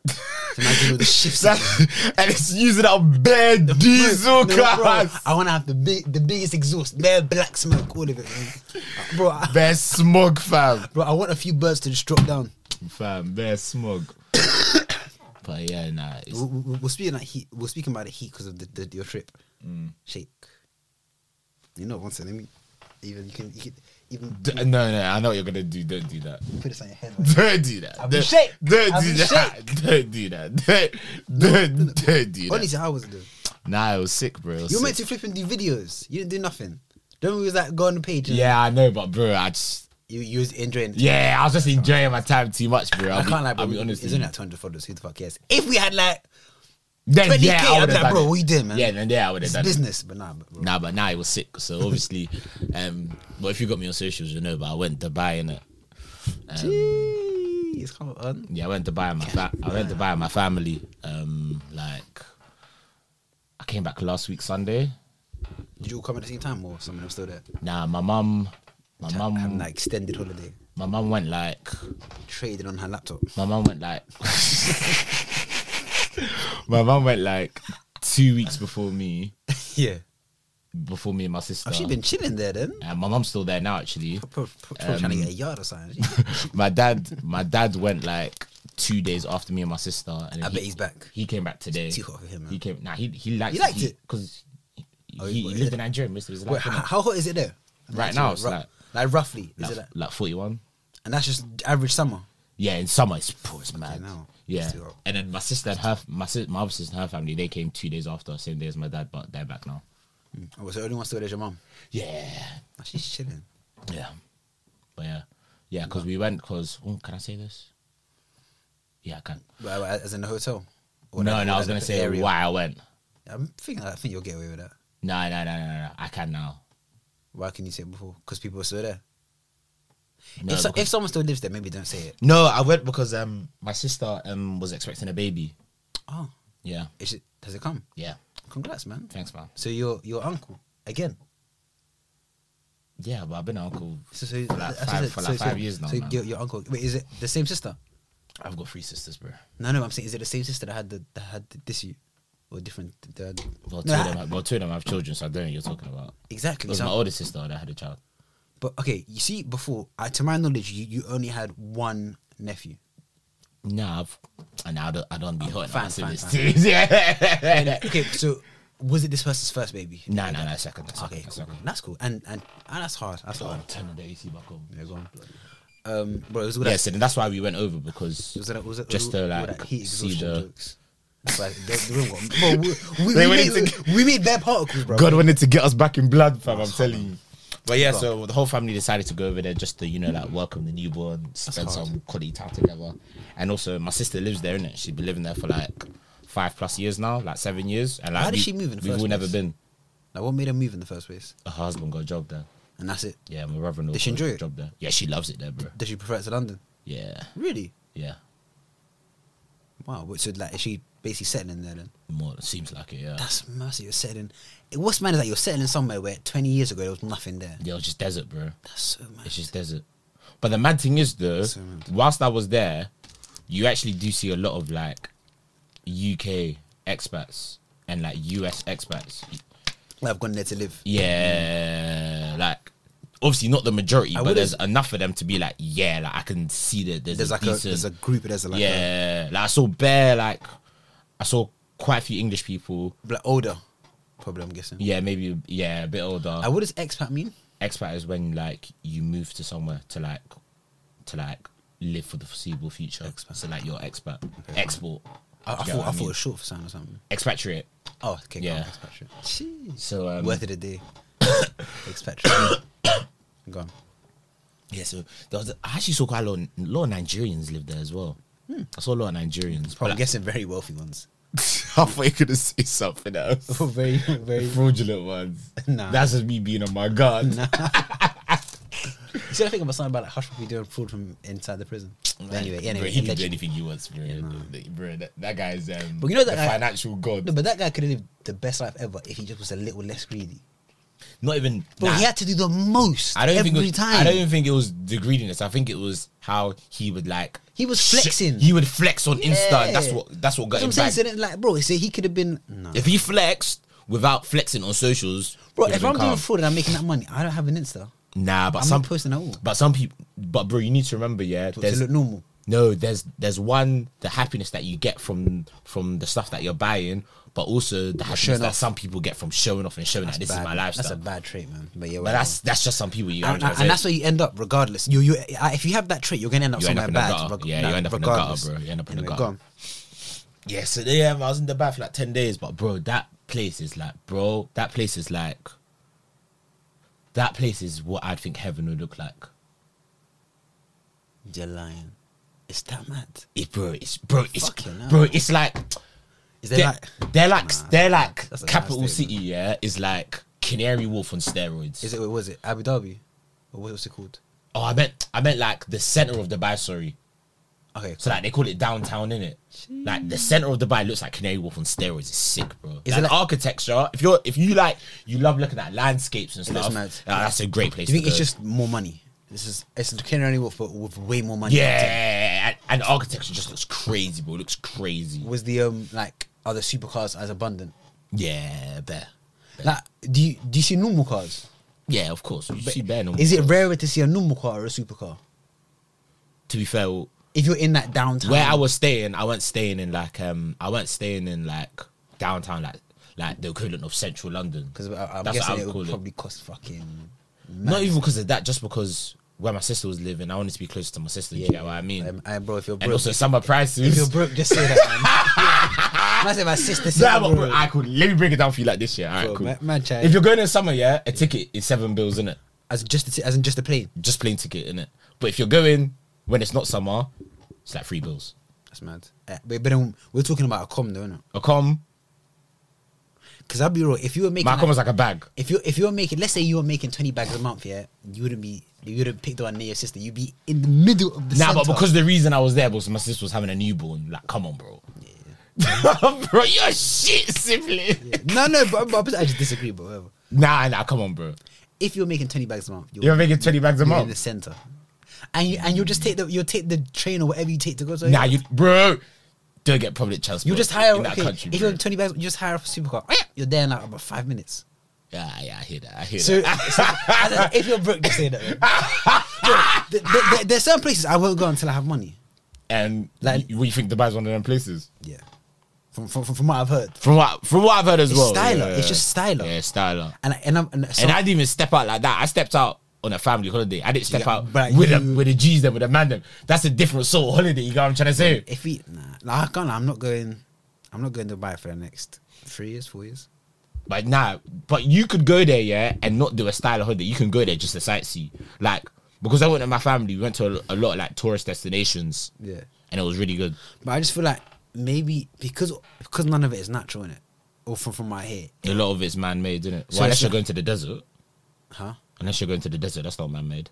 Speaker 2: imagine all the shifts.
Speaker 1: and it's using up bare diesel
Speaker 2: No, bro,
Speaker 1: cars.
Speaker 2: I want to have the big, the biggest exhaust, bare black smoke, all of it, man. bro. I,
Speaker 1: Bare smog, fam.
Speaker 2: bro, I want a few birds to just drop down.
Speaker 1: Fam, bare smog. but yeah, nah. It's,
Speaker 2: We, we, we're speaking like heat. We're speaking about the heat because of the, the, your trip.
Speaker 1: Mm.
Speaker 2: Shake. You know, once let me even you can, you can even
Speaker 1: d- no, no, I know what you're gonna do. Don't do that.
Speaker 2: put this on your head.
Speaker 1: Don't do that.
Speaker 2: I'll be
Speaker 1: Don't,
Speaker 2: shake.
Speaker 1: don't,
Speaker 2: I'll
Speaker 1: do
Speaker 2: be
Speaker 1: that. don't do that. Don't don't don't do that.
Speaker 2: Honestly, I was doing.
Speaker 1: Nah, it was sick, bro. It was
Speaker 2: You were
Speaker 1: sick.
Speaker 2: meant to flip and do videos. You didn't do nothing. Don't we was like go on the page. and
Speaker 1: Yeah, I know, but bro, I just
Speaker 2: You you was enjoying.
Speaker 1: yeah, I was just enjoying my time too much, bro. I'll
Speaker 2: I
Speaker 1: be,
Speaker 2: can't lie, bro.
Speaker 1: I'll be honest.
Speaker 2: It's
Speaker 1: with you.
Speaker 2: only like 200 followers. Who the fuck cares? If we had like
Speaker 1: Then
Speaker 2: 20K,
Speaker 1: yeah,
Speaker 2: I'll
Speaker 1: I would
Speaker 2: be
Speaker 1: have
Speaker 2: like,
Speaker 1: done
Speaker 2: bro,
Speaker 1: it.
Speaker 2: what you doing, man?
Speaker 1: Yeah, then yeah, I would have
Speaker 2: it's
Speaker 1: done it.
Speaker 2: business, but nah, bro.
Speaker 1: Nah, but now nah, it was sick. So obviously, um, but if you got me on socials, you know. But I went to buy innit?
Speaker 2: Jeez, it's come on.
Speaker 1: Yeah, I went to buy my fa- I went to buy my family. Um, like I came back last week Sunday.
Speaker 2: Did you all come at the same time or someone else still there?
Speaker 1: Nah, my mum, my
Speaker 2: Having
Speaker 1: mum,
Speaker 2: like extended holiday,
Speaker 1: my mum went like
Speaker 2: trading on her laptop.
Speaker 1: my mum went like my mum went like two weeks before me,
Speaker 2: yeah.
Speaker 1: before me and my sister.
Speaker 2: Oh, she been chilling there then. Um,
Speaker 1: and my mum's still there now actually.
Speaker 2: Pro, pro, pro trying to get a yard or something.
Speaker 1: my dad, my dad went like two days after me and my sister. And
Speaker 2: I
Speaker 1: he-
Speaker 2: bet he's back.
Speaker 1: He came back today.
Speaker 2: too hot for him, man.
Speaker 1: He came. Nah, he he likes.
Speaker 2: He liked it?
Speaker 1: because he,
Speaker 2: Oh,
Speaker 1: he
Speaker 2: what,
Speaker 1: lived
Speaker 2: yeah.
Speaker 1: in Nigeria most of his
Speaker 2: Wait,
Speaker 1: life.
Speaker 2: how,
Speaker 1: innit?
Speaker 2: how hot is it there?
Speaker 1: Right now, it's
Speaker 2: Ru-
Speaker 1: like-
Speaker 2: like roughly. Is
Speaker 1: like,
Speaker 2: it like,
Speaker 1: like forty one.
Speaker 2: and that's just average summer.
Speaker 1: Yeah, in summer it's poor, it's mad.
Speaker 2: hell.
Speaker 1: Yeah,
Speaker 2: It's too hot.
Speaker 1: and then my sister and her, my sis, my other sister and her family, they came two days after, same day as my dad, but they're back now.
Speaker 2: Oh, so the only one still there is your mum.
Speaker 1: Yeah,
Speaker 2: Oh, she's chilling.
Speaker 1: yeah, but yeah, yeah, because we went because oh, can I say this? Yeah, I can.
Speaker 2: Well, as in the hotel. Or
Speaker 1: no,
Speaker 2: that-
Speaker 1: no,
Speaker 2: or
Speaker 1: I was
Speaker 2: that
Speaker 1: gonna say
Speaker 2: area.
Speaker 1: why I went.
Speaker 2: I'm thinking. I think you'll get away with that.
Speaker 1: No, no, no, no, no, I can now.
Speaker 2: Why can you say it before? Because people are still there.
Speaker 1: No,
Speaker 2: if, so,
Speaker 1: because-
Speaker 2: if someone still lives there, maybe don't say it.
Speaker 1: no, I went because um my sister um was expecting a baby.
Speaker 2: Oh,
Speaker 1: Yeah,
Speaker 2: is it, does it come?
Speaker 1: yeah.
Speaker 2: Congrats, man.
Speaker 1: Thanks, man.
Speaker 2: So your your uncle again.
Speaker 1: Yeah, but I've been an uncle
Speaker 2: So, so
Speaker 1: for like
Speaker 2: that's what I
Speaker 1: five,
Speaker 2: said.
Speaker 1: for like
Speaker 2: So-
Speaker 1: five
Speaker 2: so-
Speaker 1: years now.
Speaker 2: So
Speaker 1: man.
Speaker 2: your, your uncle. Wait, is it the same sister?
Speaker 1: I've got three sisters, bro.
Speaker 2: No, no. I'm saying, is it the same sister that had the that had this you, or different? The,
Speaker 1: Well, two
Speaker 2: no,
Speaker 1: of them,
Speaker 2: I-
Speaker 1: have, well, two of them have children, so I don't know what you're talking about. It
Speaker 2: exactly.
Speaker 1: was
Speaker 2: so-
Speaker 1: my older sister that had a child.
Speaker 2: but okay, you see, before, I, to my knowledge, you, you only had one nephew.
Speaker 1: Nah, I've, and I don't, I don't be hurt.
Speaker 2: Oh, fine,
Speaker 1: Fine,
Speaker 2: fine,
Speaker 1: this yeah.
Speaker 2: okay, so was it this person's first baby?
Speaker 1: Nah, nah, nah. Second. that's
Speaker 2: Okay,
Speaker 1: second,
Speaker 2: cool. That's cool. And and, and that's hard. That's hard.
Speaker 1: second. Turn the AC back on.
Speaker 2: Yeah, go on. Um, bro, it was all that.
Speaker 1: Yeah, so then that's why we went over because
Speaker 2: It was that. Was it,
Speaker 1: just to
Speaker 2: all that
Speaker 1: like
Speaker 2: heat
Speaker 1: see
Speaker 2: exhaustion
Speaker 1: the
Speaker 2: jokes. That's why the, the room got. Bro, we, we,
Speaker 1: They
Speaker 2: we,
Speaker 1: went
Speaker 2: made, we made bare particles, bro.
Speaker 1: God wanted to get us back in blood, fam. I'm telling you. But yeah, so the whole family decided to go over there just to, you know, like welcome the newborn, spend
Speaker 2: hard.
Speaker 1: some quality time together. And also, my sister lives there, innit? She's been living there for like five plus years now, like seven years. And like,
Speaker 2: How did
Speaker 1: we-
Speaker 2: she move in the
Speaker 1: We've
Speaker 2: first
Speaker 1: all never
Speaker 2: place?
Speaker 1: been.
Speaker 2: Like, what made her move in the first place?
Speaker 1: Her husband got a job there.
Speaker 2: And that's it.
Speaker 1: Yeah, my brother in law
Speaker 2: Does she enjoy it?
Speaker 1: job there. Yeah, she loves it there, bro.
Speaker 2: Does she prefer it to London?
Speaker 1: Yeah,
Speaker 2: Really?
Speaker 1: yeah.
Speaker 2: Wow. wait, So like, is she basically settling there then?
Speaker 1: More, seems like it, yeah.
Speaker 2: That's massive. You're settling. it- What's mad is that you're settling somewhere where 20 years ago there was nothing there.
Speaker 1: yeah, it was just desert, bro.
Speaker 2: That's so mad.
Speaker 1: It's just desert. But the mad thing is though,
Speaker 2: So mad.
Speaker 1: whilst I was there, you actually do see a lot of like UK expats and like US expats.
Speaker 2: Like, I've gone there to live.
Speaker 1: Yeah, like obviously not the majority,
Speaker 2: I
Speaker 1: but
Speaker 2: would've-
Speaker 1: there's enough of them to be like, yeah, like I can see that there's,
Speaker 2: There's
Speaker 1: a
Speaker 2: like
Speaker 1: decent,
Speaker 2: a there's a group. There's a, like a,
Speaker 1: yeah, like I saw bare like I saw quite a few English people.
Speaker 2: like older, probably. I'm guessing.
Speaker 1: Yeah, maybe yeah, a bit older.
Speaker 2: Uh, what does expat mean?
Speaker 1: expat is when like you move to somewhere to like to like live for the foreseeable future. So like you're expat export.
Speaker 2: I, I
Speaker 1: Do you get
Speaker 2: thought
Speaker 1: what
Speaker 2: I, thought it
Speaker 1: mean?
Speaker 2: was short for sound or something.
Speaker 1: expatriate.
Speaker 2: Oh, okay. Yeah.
Speaker 1: Yeah.
Speaker 2: Expatriate. Jeez.
Speaker 1: So um,
Speaker 2: Worth of the day. expatriate. Gone.
Speaker 1: yeah, so there was I actually saw quite a lot, of, lot of Nigerians live there as well. I saw a lot of Nigerians.
Speaker 2: Probably
Speaker 1: But, like,
Speaker 2: guessing very wealthy ones.
Speaker 1: I thought you could have seen something else.
Speaker 2: very very.
Speaker 1: Fraudulent ones.
Speaker 2: Nah.
Speaker 1: That's just me being on my guard.
Speaker 2: You see, I think about something about like Hush Puppy doing fraud from inside the prison. But anyway,
Speaker 1: Bro,
Speaker 2: anyway,
Speaker 1: he can do
Speaker 2: alleged-
Speaker 1: anything he wants, bro. Bro, that, that guy's um,
Speaker 2: But you know that
Speaker 1: the
Speaker 2: guy-
Speaker 1: financial god.
Speaker 2: No, but that guy could have lived the best life ever if he just was a little less greedy.
Speaker 1: Not even.
Speaker 2: But
Speaker 1: nah.
Speaker 2: he had to do the most
Speaker 1: I don't
Speaker 2: every
Speaker 1: think it was,
Speaker 2: time.
Speaker 1: I don't even think it was the greediness. I think it was how he would like
Speaker 2: He was
Speaker 1: shit-
Speaker 2: flexing.
Speaker 1: He would flex on Insta. And that's
Speaker 2: Yeah.
Speaker 1: what that's what got
Speaker 2: That's what
Speaker 1: him
Speaker 2: I'm saying.
Speaker 1: back.
Speaker 2: So then, like, bro, so he could have been. Nah.
Speaker 1: If he flexed without flexing on socials,
Speaker 2: Bro,
Speaker 1: he
Speaker 2: if
Speaker 1: would've
Speaker 2: I'm
Speaker 1: been
Speaker 2: doing
Speaker 1: calm.
Speaker 2: fraud and I'm making that money, I don't have an Insta.
Speaker 1: nah, but
Speaker 2: I'm
Speaker 1: some
Speaker 2: not posting at all.
Speaker 1: But some people, but bro, you need to remember, yeah.
Speaker 2: To
Speaker 1: There's
Speaker 2: look normal.
Speaker 1: no, there's there's one the happiness that you get from from the stuff that you're buying, but also the happiness
Speaker 2: showing
Speaker 1: that
Speaker 2: off.
Speaker 1: some people get from showing off and showing that this
Speaker 2: Bad,
Speaker 1: is my
Speaker 2: man.
Speaker 1: lifestyle.
Speaker 2: That's a bad trait, man. But yeah,
Speaker 1: but that's that's just some people you.
Speaker 2: and, and- and that's where you end up, regardless. You, you, uh, if you have that trait, you're gonna end up
Speaker 1: You end
Speaker 2: somewhere
Speaker 1: up in the
Speaker 2: bad.
Speaker 1: gutter.
Speaker 2: reg-
Speaker 1: Yeah,
Speaker 2: nah,
Speaker 1: you end up in the gutter,
Speaker 2: regardless.
Speaker 1: bro. You end up in the
Speaker 2: Anyway,
Speaker 1: gutter.
Speaker 2: go on.
Speaker 1: Yeah, so they have. I was in the bath for like ten days, but bro, that place is like, bro, that place is like, that place is what I think heaven would look like.
Speaker 2: You're lying. It's that mad.
Speaker 1: It, bro, it's bro, it's
Speaker 2: Fucking hell.
Speaker 1: bro, it's like
Speaker 2: Is
Speaker 1: they're
Speaker 2: there
Speaker 1: like
Speaker 2: like?
Speaker 1: they're like,
Speaker 2: Nah,
Speaker 1: they're like
Speaker 2: that's a nice
Speaker 1: capital
Speaker 2: statement.
Speaker 1: city. Yeah, is like Canary Wolf on steroids.
Speaker 2: Is it? What was it? Abu Dhabi, or what was it called?
Speaker 1: oh, I meant I meant like the center of Dubai. Sorry,
Speaker 2: Okay,
Speaker 1: so like they call it downtown, innit? Like the center of Dubai looks like Canary Wolf on steroids. It's sick, bro.
Speaker 2: Is
Speaker 1: Is
Speaker 2: it
Speaker 1: like,
Speaker 2: like-
Speaker 1: architecture? If you're if you like you love looking at landscapes and
Speaker 2: looks
Speaker 1: stuff,
Speaker 2: mad.
Speaker 1: ah, that's a great place.
Speaker 2: Do you think
Speaker 1: to
Speaker 2: it's
Speaker 1: go.
Speaker 2: just more money? This is it's Canary Wolf, but with way more money.
Speaker 1: Yeah, and, and the architecture just looks crazy, bro. It looks crazy.
Speaker 2: Was the um like are the supercars as abundant?
Speaker 1: Yeah, bear.
Speaker 2: Like, do you do you see normal cars?
Speaker 1: Yeah, of course. You see bear normal
Speaker 2: Is it
Speaker 1: cars.
Speaker 2: rarer to see a normal car or a supercar?
Speaker 1: To be fair, where
Speaker 2: If you're in that downtown,
Speaker 1: I was staying, I wasn't staying in like um, I wasn't staying in like downtown, like like the equivalent of central London.
Speaker 2: because I'm
Speaker 1: That's what I
Speaker 2: guessing
Speaker 1: would
Speaker 2: it
Speaker 1: call
Speaker 2: would
Speaker 1: it.
Speaker 2: probably cost fucking.
Speaker 1: Not even because of that, just because where my sister was living, I wanted to be close to my sister. Yeah, you get what I mean?
Speaker 2: Um, aye, bro, if you're
Speaker 1: and
Speaker 2: broke,
Speaker 1: also summer
Speaker 2: if you're
Speaker 1: prices.
Speaker 2: broke, just say that. Man. That's if my sister said,
Speaker 1: Nah, but
Speaker 2: bro,
Speaker 1: bro, I could let me break it down for you like this. Yeah, all right,
Speaker 2: Bro,
Speaker 1: cool.
Speaker 2: ma- man, child.
Speaker 1: if you're going in summer, yeah, a ticket is seven bills, isn't it?
Speaker 2: as just the t- as in just the plane.
Speaker 1: just plane ticket in it. But if you're going when it's not summer, it's like three bills.
Speaker 2: That's mad. Uh, but, but then we're talking about a com though, innit?
Speaker 1: A com,
Speaker 2: Because I'll be real, if you were making
Speaker 1: my
Speaker 2: like-
Speaker 1: com is like a bag.
Speaker 2: if you if you're making let's say you were making twenty bags a month, yeah, you wouldn't be you wouldn't pick the one near your sister. You'd be in the middle of the
Speaker 1: Nah,
Speaker 2: center.
Speaker 1: but because the reason I was there was my sister was having a newborn. Like, come on, bro. bro, you're shit sibling.
Speaker 2: no, no, but, but I just disagree. But whatever.
Speaker 1: Nah, nah, come on, bro.
Speaker 2: If you're making twenty bags a month, you're,
Speaker 1: You're making 20 bags a
Speaker 2: you're in the
Speaker 1: month.
Speaker 2: center, and you and you'll just take the you'll take the train or whatever you take to go. To
Speaker 1: Nah, you, bro, don't get public transport.
Speaker 2: you just hire
Speaker 1: in that
Speaker 2: okay,
Speaker 1: country.
Speaker 2: if
Speaker 1: bro.
Speaker 2: you're twenty bags, you just hire a supercar. You're there in like about five minutes.
Speaker 1: yeah, yeah, I hear that. I hear
Speaker 2: So,
Speaker 1: that.
Speaker 2: so as I- if you're broke, just say that. man. Bro, th- th- th- there's some places I won't go until I have money.
Speaker 1: and
Speaker 2: Like-
Speaker 1: you, what you think Dubai's one of them places?
Speaker 2: Yeah. From, from, from what I've heard.
Speaker 1: From what from what I've heard as
Speaker 2: It's
Speaker 1: well,
Speaker 2: styler.
Speaker 1: yeah.
Speaker 2: It's just styler.
Speaker 1: Yeah, styler.
Speaker 2: And I, and, I'm, and, so,
Speaker 1: and I didn't even step out like that. I stepped out on a family holiday. I didn't step
Speaker 2: Yeah,
Speaker 1: out
Speaker 2: but
Speaker 1: with
Speaker 2: you-
Speaker 1: a, with the G's them with the man them. That's a different sort of holiday. You got what I'm trying to say?
Speaker 2: if we nah, nah, I can't, I'm not going. I'm not going to Dubai for the next three years, four years.
Speaker 1: But nah, but you could go there, yeah, and not do a style of holiday. You can go there just to sightsee. Like, because I went with my family, we went to a, a lot of like tourist destinations.
Speaker 2: Yeah.
Speaker 1: And it was really good.
Speaker 2: But I just feel like maybe because because none of it is natural in it, or from from my head,
Speaker 1: A lot of it's man made, isn't it?
Speaker 2: So
Speaker 1: well, unless
Speaker 2: it's
Speaker 1: you're
Speaker 2: not-
Speaker 1: going to the desert.
Speaker 2: huh?
Speaker 1: Unless you're going to the desert, that's not man made.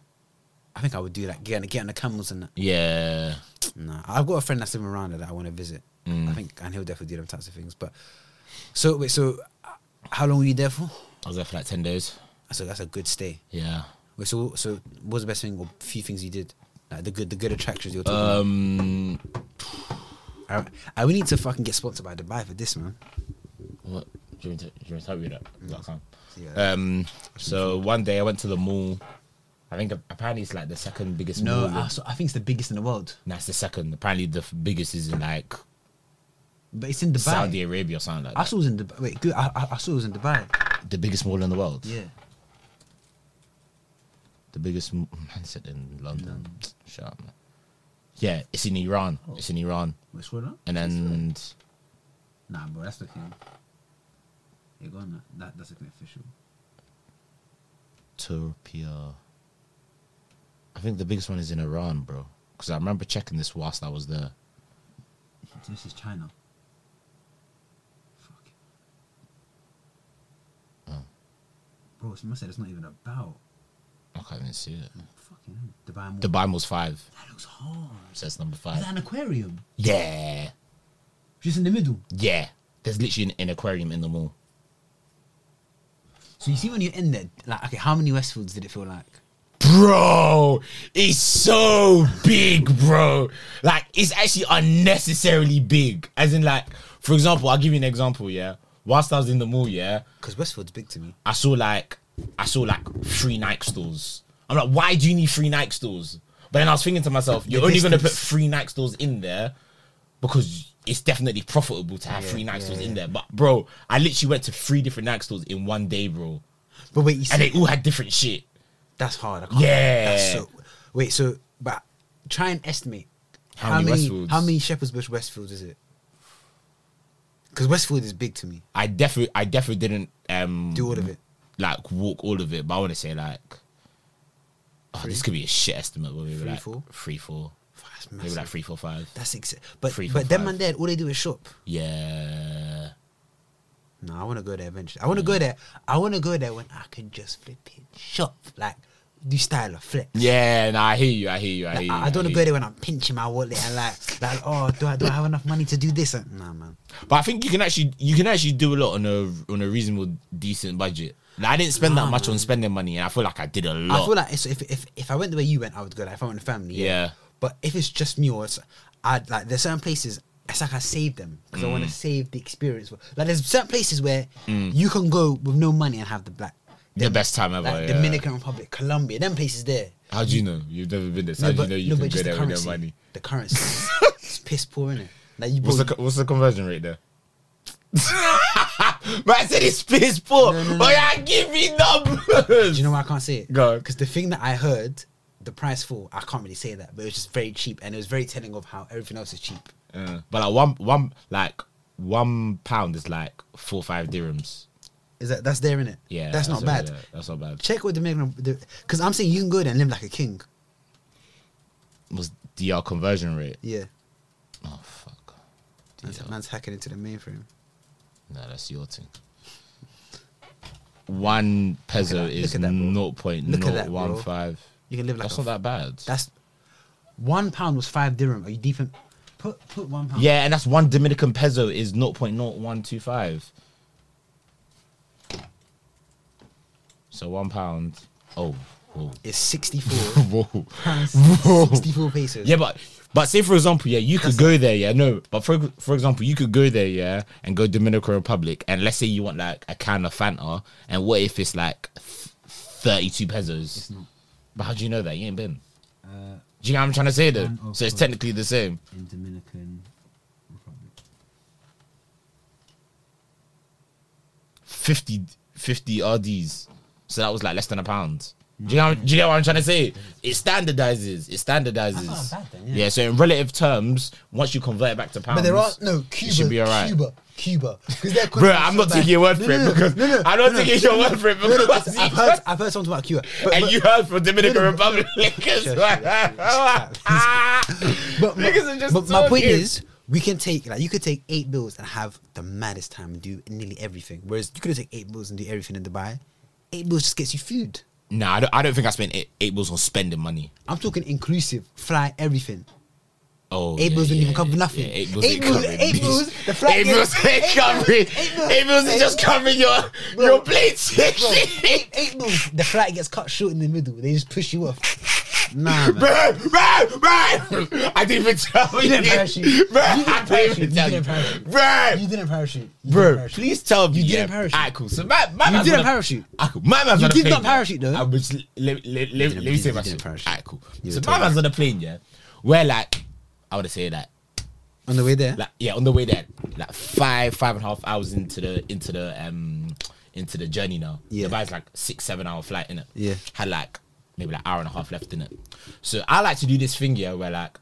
Speaker 2: I think I would do that. Get on, get on the camels and that.
Speaker 1: Yeah.
Speaker 2: Nah, I've got a friend that's in Miranda that I want to visit.
Speaker 1: Mm.
Speaker 2: I think, and he'll definitely do them types of things. But so wait, so uh, how long were you there for?
Speaker 1: I was there for like 10 days.
Speaker 2: So that's a good stay.
Speaker 1: Yeah.
Speaker 2: Wait, so so what was the best thing or few things you did? Like the good the good attractions you're talking.
Speaker 1: Um,
Speaker 2: about. I, I we need to fucking get sponsored by Dubai for this man.
Speaker 1: What? Do you want to, do you want to help me with that? No, I can't.
Speaker 2: Yeah.
Speaker 1: Um, so one day I went to the mall. I think apparently it's like the second biggest
Speaker 2: No,
Speaker 1: mall.
Speaker 2: I, so I think it's the biggest in the world,
Speaker 1: That's the second. Apparently the f- biggest is in like
Speaker 2: but it's in Dubai.
Speaker 1: Saudi Arabia or something like
Speaker 2: I
Speaker 1: that.
Speaker 2: saw it was in Dubai. Wait, good. I, I, I saw it was in Dubai.
Speaker 1: The biggest mall in the world.
Speaker 2: Yeah.
Speaker 1: The biggest m- man said in London.
Speaker 2: Mm.
Speaker 1: Shut up, man. Yeah, it's in Iran. It's in Iran.
Speaker 2: Which one?
Speaker 1: And then
Speaker 2: Nah, bro, that's looking. You're going. That that's looking official.
Speaker 1: Turpia. I think the biggest one is in Iran, bro. Because I remember checking this whilst I was there.
Speaker 2: This is China. Fuck.
Speaker 1: Oh.
Speaker 2: Bro, someone said it's not even about
Speaker 1: I can't even see it.
Speaker 2: fucking Dubai. Mall.
Speaker 1: Dubai Mall's five.
Speaker 2: that looks hard.
Speaker 1: So that's number
Speaker 2: Is
Speaker 1: five.
Speaker 2: that an aquarium?
Speaker 1: Yeah.
Speaker 2: Just in the middle.
Speaker 1: Yeah. There's literally an, an aquarium in the mall.
Speaker 2: So you see when you're in there, like okay, how many Westfields did it feel like?
Speaker 1: Bro, it's so big, bro. Like, it's actually unnecessarily big. As in, like, for example, I'll give you an example, yeah. Whilst I was in the mall, yeah,
Speaker 2: Because Westfield's big to me.
Speaker 1: I saw like I saw like three Nike stores. I'm like, why do you need three Nike stores? But then I was thinking to myself, you're only going to put
Speaker 2: distance.
Speaker 1: three Nike stores in there because it's definitely profitable to have
Speaker 2: Yeah,
Speaker 1: three Nike
Speaker 2: yeah,
Speaker 1: stores
Speaker 2: yeah.
Speaker 1: in there. But bro, I literally went to three different Nike stores in one day, bro,
Speaker 2: But wait, you see,
Speaker 1: and they all had different shit.
Speaker 2: that's hard. I can't,
Speaker 1: Yeah.
Speaker 2: That's so. Wait, so but try and estimate
Speaker 1: How
Speaker 2: how,
Speaker 1: many
Speaker 2: many,
Speaker 1: Westfields?
Speaker 2: how many Shepherd's Bush Westfields is it? Because Westfield is big to me.
Speaker 1: I definitely, I definitely didn't um
Speaker 2: Do all of it.
Speaker 1: like walk all of it, but I want to say like, oh, this could be a shit estimate, but maybe
Speaker 2: Three,
Speaker 1: like
Speaker 2: four?
Speaker 1: three, four,
Speaker 2: Fuck, That's
Speaker 1: maybe
Speaker 2: massive.
Speaker 1: like three, four, five.
Speaker 2: That's ex- but
Speaker 1: Three for
Speaker 2: but them
Speaker 1: five.
Speaker 2: and dad, all they do is shop.
Speaker 1: Yeah.
Speaker 2: No, I want to go there eventually. I want to go there. I want to go there when I can just flip it shop like do style of flex.
Speaker 1: Yeah, nah, I hear you. I hear you. I hear
Speaker 2: Like,
Speaker 1: you.
Speaker 2: I, I don't
Speaker 1: hear
Speaker 2: want to go
Speaker 1: you.
Speaker 2: there when I'm pinching my wallet and like like oh do I do I have enough money to do this? And, nah, man.
Speaker 1: But I think you can actually you can actually do a lot on a on a reasonable decent budget. Like, I didn't spend that
Speaker 2: Nah,
Speaker 1: much on
Speaker 2: man.
Speaker 1: spending money, and I feel like I did a lot.
Speaker 2: I feel like it's, if if if I went the way you went, I would go. Like if I went with family, yeah.
Speaker 1: Yeah.
Speaker 2: But if it's just me or it's, I'd like there's certain places. It's like I save them because I want
Speaker 1: Mm.
Speaker 2: to save the experience. Like there's certain places where you can go with no money and have the black.
Speaker 1: The best time ever,
Speaker 2: Like
Speaker 1: Oh, yeah.
Speaker 2: Dominican Republic, Colombia, them places there.
Speaker 1: How do you know? You've never been there. so
Speaker 2: No,
Speaker 1: How do
Speaker 2: but-
Speaker 1: you know you
Speaker 2: no,
Speaker 1: can
Speaker 2: but
Speaker 1: go
Speaker 2: just the
Speaker 1: there with your
Speaker 2: currency.
Speaker 1: money?
Speaker 2: The currency, it's piss poor, innit? Like you
Speaker 1: What's
Speaker 2: bought-
Speaker 1: the what's the conversion rate there? but I said it's piss poor.
Speaker 2: No, no, no.
Speaker 1: But yeah, give me
Speaker 2: Do
Speaker 1: numbers.
Speaker 2: you know why I can't say it?
Speaker 1: Go.
Speaker 2: Because the thing that I heard, the price for, I can't really say that, but it was just very cheap, and it was very telling of how everything else is cheap.
Speaker 1: Yeah. But like one one like one pound is like four five dirhams.
Speaker 2: Is that that's there in it?
Speaker 1: Yeah,
Speaker 2: that's, not
Speaker 1: what-
Speaker 2: bad.
Speaker 1: yeah, That's not bad.
Speaker 2: Check what the Dominican, because I'm saying you can go there and live like a king.
Speaker 1: Was DR conversion rate?
Speaker 2: Yeah,
Speaker 1: Oh fuck.
Speaker 2: man's,
Speaker 1: DL.
Speaker 2: man's hacking into the mainframe.
Speaker 1: No, that's your thing. One peso
Speaker 2: that,
Speaker 1: is
Speaker 2: look at that, bro.
Speaker 1: zero point
Speaker 2: Look at that,
Speaker 1: zero
Speaker 2: bro.
Speaker 1: one five.
Speaker 2: You can live like
Speaker 1: That's
Speaker 2: a,
Speaker 1: not that bad.
Speaker 2: That's one pound was five dirham. Are you deep in? Put put one pound.
Speaker 1: yeah, and that's one Dominican peso is zero point zero one two five. So one pound. Oh, whoa,
Speaker 2: it's sixty four.
Speaker 1: whoa, whoa.
Speaker 2: sixty four pesos.
Speaker 1: Yeah, but but say for example, yeah, you could go there, yeah, no, but for for example, you could go there, yeah, and go Dominican Republic, and let's say you want like a can of Fanta, and what if it's like thirty two pesos?
Speaker 2: not.
Speaker 1: But how do you know that you ain't been?
Speaker 2: Uh,
Speaker 1: Do you know what I'm trying to say though?
Speaker 3: And of
Speaker 1: So it's
Speaker 3: course.
Speaker 1: technically the same.
Speaker 3: in Dominican Republic.
Speaker 1: 50, 50 RDs. So that was like less than a pound. Do
Speaker 2: Mm.
Speaker 1: you, know, do you get what I'm trying to say? It standardizes. It standardizes.
Speaker 2: That's not bad then, yeah.
Speaker 1: yeah. so in relative terms, once you convert it back to pounds.
Speaker 4: But there are no Cuba,
Speaker 1: should be alright.
Speaker 4: Cuba, Cuba, because they're
Speaker 1: Bro, I'm not taking your word for it because I'm not taking your word for it
Speaker 2: No, no, 'cause
Speaker 1: because
Speaker 2: I've heard, I've heard something about Cuba. But,
Speaker 1: and
Speaker 2: but-
Speaker 1: you heard from Dominican
Speaker 2: no,
Speaker 1: Republic. Niggas
Speaker 2: but my,
Speaker 1: niggas are just
Speaker 2: but my point
Speaker 1: talking.
Speaker 2: is, we can take like you could take eight bills and have the maddest time and do nearly everything. Whereas you could take eight bills and do everything in Dubai. Eight bills just gets you food.
Speaker 1: Nah, I don't, I don't think I spent eight, eight bills on spending money.
Speaker 2: I'm talking inclusive, fly everything.
Speaker 1: Oh,
Speaker 2: Eight
Speaker 1: yeah,
Speaker 2: bills didn't
Speaker 1: yeah,
Speaker 2: even cover
Speaker 1: yeah,
Speaker 2: nothing.
Speaker 1: yeah, eight bills,
Speaker 2: Eight
Speaker 1: ain't
Speaker 2: bills-
Speaker 1: covering
Speaker 2: eight
Speaker 1: these.
Speaker 2: bills, the flag
Speaker 1: eight
Speaker 2: is-
Speaker 1: bills, ain't
Speaker 2: eight
Speaker 1: covering.
Speaker 2: bills- eight bills-
Speaker 1: Eight bills is
Speaker 2: eight
Speaker 1: just covering your
Speaker 2: Bro.
Speaker 1: your plates.
Speaker 2: Bro, eight, eight bills, the flight gets cut short in the middle. They just push you off. Nah, man.
Speaker 1: Bro, bro, bro. I didn't even tell you.
Speaker 2: didn't parachute.
Speaker 1: Bro,
Speaker 2: You didn't
Speaker 1: I didn't
Speaker 2: parachute.
Speaker 1: even
Speaker 2: You
Speaker 1: tell you.
Speaker 2: didn't parachute.
Speaker 1: Bro,
Speaker 2: You didn't parachute. You
Speaker 1: Bro,
Speaker 2: didn't parachute.
Speaker 1: please tell me.
Speaker 2: You didn't parachute.
Speaker 1: Alright, cool. So my, my
Speaker 2: You
Speaker 1: man's
Speaker 2: didn't
Speaker 1: on a-
Speaker 2: parachute.
Speaker 1: Alright, cool. My man's
Speaker 2: You
Speaker 1: on a
Speaker 2: did
Speaker 1: plane,
Speaker 2: not
Speaker 1: yeah.
Speaker 2: parachute, though.
Speaker 1: I was, let, let, let, let,
Speaker 2: didn't-
Speaker 1: me
Speaker 2: you
Speaker 1: say my
Speaker 2: didn't
Speaker 1: shit.
Speaker 2: parachute.
Speaker 1: Alright, cool.
Speaker 2: You
Speaker 1: So
Speaker 2: were
Speaker 1: my
Speaker 2: totally-
Speaker 1: man's on a plane, yeah. We're like, I would say that
Speaker 2: On the way there,
Speaker 1: like yeah, on the way there, like five, five and a half hours into the into the um into the journey now.
Speaker 2: Yeah.
Speaker 1: Dubai's like six, seven hour flight, innit?
Speaker 2: Yeah.
Speaker 1: Had like maybe like hour and a half left in it. So I like to do this thing, yeah, where like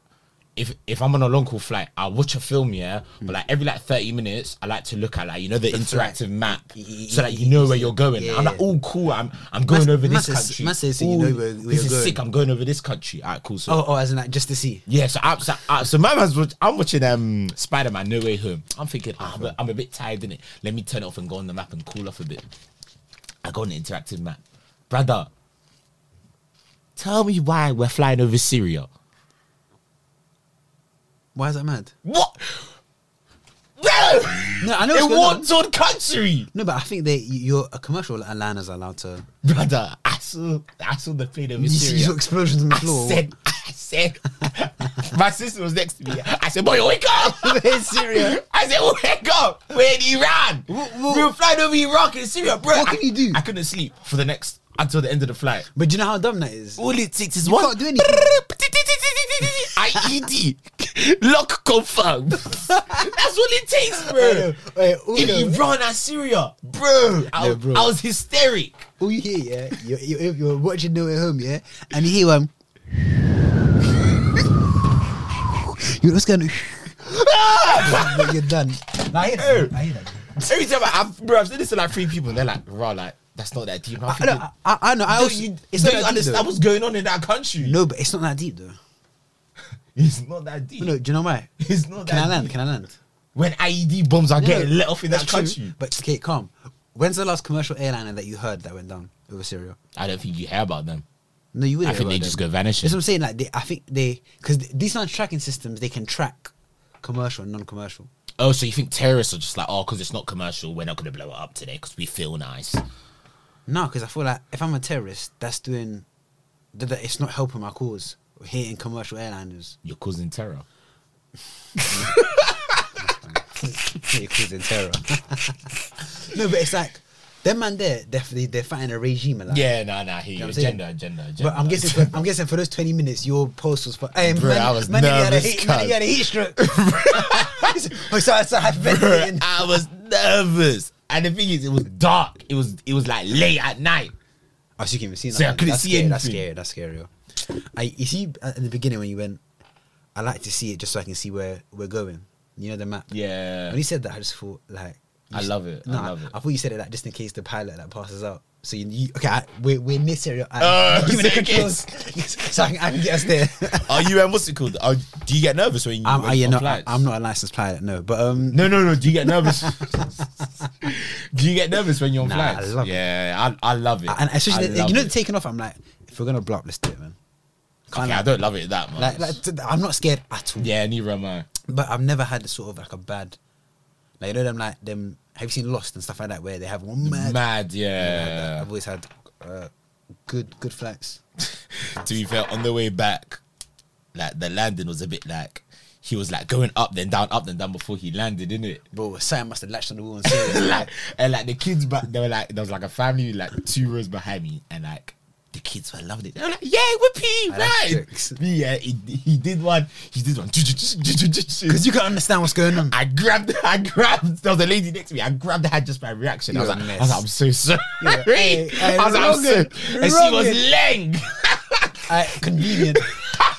Speaker 1: if if I'm on a long haul flight, I'll watch a film, yeah. But like every like 30 minutes, I like to look at like, you know, the,
Speaker 2: flight.
Speaker 1: interactive map.
Speaker 2: Y- y-
Speaker 1: So that
Speaker 2: y-
Speaker 1: you know where you're going.
Speaker 2: yeah,
Speaker 1: I'm like,
Speaker 2: yeah.
Speaker 1: oh cool, I'm I'm going over this
Speaker 2: must have-
Speaker 1: country.
Speaker 2: must have said you
Speaker 1: Ooh,
Speaker 2: know where- where
Speaker 1: this
Speaker 2: you're
Speaker 1: is
Speaker 2: going.
Speaker 1: sick, I'm going over this country. Alright, cool. So
Speaker 2: Oh, oh, as in like just to see.
Speaker 1: yeah, so I'm so, uh, so my man's watch, I'm watching um Spider Man No Way Home. I'm thinking ah, I'm, a, I'm a bit tired in it. Let me turn it off and go on the map and cool off a bit. I go on the interactive map, brother. Tell me why we're flying over Syria.
Speaker 2: Why is that mad?
Speaker 1: What? No,
Speaker 2: No, I know what's
Speaker 1: It
Speaker 2: going on.
Speaker 1: war torn country,
Speaker 2: No, but I think they your a commercial airliners are allowed to.
Speaker 1: brother. I saw I saw the plane over
Speaker 2: You, see,
Speaker 1: Syria.
Speaker 2: you saw explosions on the
Speaker 1: I
Speaker 2: floor.
Speaker 1: said, I said, my sister was next to me. I said, boy, wake up.
Speaker 2: In Syria.
Speaker 1: I said, wake up. We're in Iran. We were flying over Iraq and Syria, bro.
Speaker 2: What can
Speaker 1: I-
Speaker 2: you do?
Speaker 1: I couldn't sleep for the next, until the end of the flight.
Speaker 2: but do you know how dumb that is?
Speaker 1: All it takes is
Speaker 2: You
Speaker 1: one.
Speaker 2: can't do anything.
Speaker 1: IED. E Lock confirmed. That's all it takes, bro.
Speaker 2: Hey, all,
Speaker 1: In
Speaker 2: you,
Speaker 1: Iran and Syria, bro. I,
Speaker 2: No,
Speaker 1: was-
Speaker 2: bro.
Speaker 1: I was hysteric.
Speaker 2: all you hear, yeah, you're, you're, you're watching No Way Home, yeah, and you hear one. you're just going. to you're done.
Speaker 3: No, I hear that. I hear that.
Speaker 1: Every time I, I've, bro, I've said this to like three people, and they're like, "Bro, like that's not that deep." And I'm
Speaker 2: I,
Speaker 1: thinking,
Speaker 2: I, I, I know. I
Speaker 1: don't
Speaker 2: also,
Speaker 1: you,
Speaker 2: it's
Speaker 1: don't you
Speaker 2: not that deep, though.
Speaker 1: understand what's going on in that country?
Speaker 2: No, but it's not that deep though.
Speaker 1: it's not that deep.
Speaker 2: No, no, do you know why?
Speaker 1: it's not
Speaker 2: Can I
Speaker 1: that
Speaker 2: land?
Speaker 1: deep.
Speaker 2: Can I land?
Speaker 1: When IED bombs are
Speaker 2: Yeah,
Speaker 1: getting let off in that
Speaker 2: that's true,
Speaker 1: country,
Speaker 2: But okay, calm. When's the last commercial airliner that you heard that went down over Syria?
Speaker 1: I don't think you hear about them.
Speaker 2: No, you wouldn't.
Speaker 1: I think they just go vanishing.
Speaker 2: That's what I'm saying. Like, they, I think they because these aren't tracking systems. They can track commercial and non-commercial.
Speaker 1: Oh, so you think terrorists are just like, oh, because it's not commercial, we're not going to blow it up today because we feel nice.
Speaker 2: No, because I feel like if I'm a terrorist, that's doing that. that- It's not helping my cause. Hitting commercial airliners,
Speaker 1: You're causing terror.
Speaker 2: You're causing terror. no, but it's like them man there. Definitely, they're fighting a regime. Like,
Speaker 1: Yeah, nah, nah, I hear you.
Speaker 2: know what I'm saying?
Speaker 1: agenda, agenda, agenda.
Speaker 2: But I'm guessing, for, I'm guessing for those 20 minutes, your post was for. Hey,
Speaker 1: Bro,
Speaker 2: man,
Speaker 1: I was
Speaker 2: man, nigga had a
Speaker 1: nervous,
Speaker 2: heat, man,
Speaker 1: cuz.
Speaker 2: nigga had a heat stroke. oh, sorry, sorry,
Speaker 1: Bro,
Speaker 2: hyperventilating.
Speaker 1: I was nervous, and the thing is, it was dark. It was, it was like late at night.
Speaker 2: Oh, so you can even see
Speaker 1: So I
Speaker 2: nothing.
Speaker 1: couldn't
Speaker 2: that's
Speaker 1: see
Speaker 2: scary,
Speaker 1: anything.
Speaker 2: That's scary. That's scary. yo. I, you see, uh, at the beginning when you went, I like to see it just so I can see where we're going. You know the map.
Speaker 1: Yeah.
Speaker 2: When you said that, I just thought like. you
Speaker 1: I
Speaker 2: s-
Speaker 1: love it, I
Speaker 2: No,
Speaker 1: love it.
Speaker 2: I thought you said it like just in case the pilot like passes out. So you, you okay? I, we're we're in this area. I,
Speaker 1: Oh,
Speaker 2: give me the
Speaker 1: so in
Speaker 2: controls, so I can, I can get us there.
Speaker 1: Are you um, what's it called? Are, do you get nervous when you?
Speaker 2: I'm,
Speaker 1: when
Speaker 2: I, you
Speaker 1: on
Speaker 2: know, I,
Speaker 1: flights?
Speaker 2: I'm not a licensed pilot, no. But um,
Speaker 1: No, no, no. Do you get nervous? do you get nervous when you're on
Speaker 2: Nah, I
Speaker 1: flights?
Speaker 2: love it.
Speaker 1: yeah, I, I love it.
Speaker 2: and especially
Speaker 1: I
Speaker 2: the,
Speaker 1: love
Speaker 2: you know
Speaker 1: it.
Speaker 2: the taking off. I'm like, if we're gonna blow up, let's do it, man. Can't
Speaker 1: Okay, I
Speaker 2: lie.
Speaker 1: don't love it that much.
Speaker 2: like, like, t- I'm not scared at all.
Speaker 1: yeah, neither am I.
Speaker 2: But I've never had the sort of like a bad, like you know them like them. Have you seen Lost and stuff like that where they have one mad?
Speaker 1: Mad, yeah.
Speaker 2: I've always had uh, good good flights.
Speaker 1: to be fair, on the way back, like the landing was a bit like he was like going up then down, up then down before he landed, didn't it?
Speaker 2: Bro, Sam must have latched on the wall and said,
Speaker 1: like, and like the kids, but they were like there was like a family like two rows behind me, and like the kids were loving it. They were like, "Yeah, whoopee,
Speaker 2: Ah, that's
Speaker 1: right!"
Speaker 2: jokes.
Speaker 1: Me, yeah, he, he did one. He did one.
Speaker 2: Because you can understand what's going on.
Speaker 1: I grabbed, I grabbed. There was a lady next to me. I grabbed her just by reaction. I was,
Speaker 2: You're a
Speaker 1: like, I
Speaker 2: mess.
Speaker 1: was like, I'm so sorry.
Speaker 2: You're like, hey, hey,
Speaker 1: I was like, I'm
Speaker 2: wrong
Speaker 1: so,
Speaker 2: it,
Speaker 1: and she
Speaker 2: wrong
Speaker 1: was
Speaker 2: it.
Speaker 1: leng.
Speaker 2: Uh, convenient.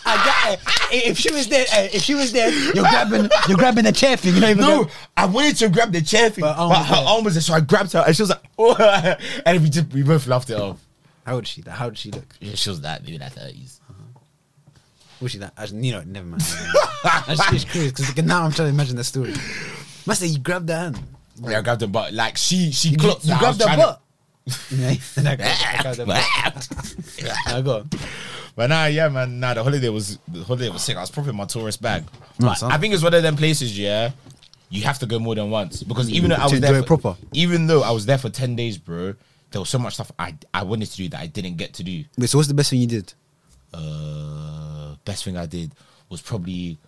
Speaker 2: I got, eh, if she was there, eh, if she was there, you're grabbing, you're grabbing the chair thing. You know, even
Speaker 1: No, I wanted to grab the chair thing,
Speaker 2: But oh,
Speaker 1: but,
Speaker 2: her arm
Speaker 1: her
Speaker 2: was there.
Speaker 1: arm was there, so I grabbed her, and she was like, "Oh," and we just we both laughed it off.
Speaker 2: How old is she? How did she look?
Speaker 1: Yeah, she was that maybe in her thirties.
Speaker 2: Was she that? I, you know, never mind. I was just curious because now I'm trying to imagine the story. Must say you grabbed her hand.
Speaker 1: Yeah, I grabbed her butt. Like she, she
Speaker 2: You,
Speaker 1: clocked.
Speaker 2: you
Speaker 1: that I was
Speaker 2: grabbed her
Speaker 1: trying to-
Speaker 2: butt. Yeah, I grabbed her butt. I got.
Speaker 1: But nah, yeah, man. Nah, the holiday was the holiday was sick. I was propping my tourist bag.
Speaker 2: Right.
Speaker 1: I think it's one of them places, yeah. You have to go more than once because even though I
Speaker 2: To
Speaker 1: was there
Speaker 2: enjoy it
Speaker 1: for,
Speaker 2: proper.
Speaker 1: even though I was there for ten days, bro, there was so much stuff I I wanted to do that I didn't get to do.
Speaker 2: Wait, so what's the best thing you did?
Speaker 1: Uh, best thing I did was probably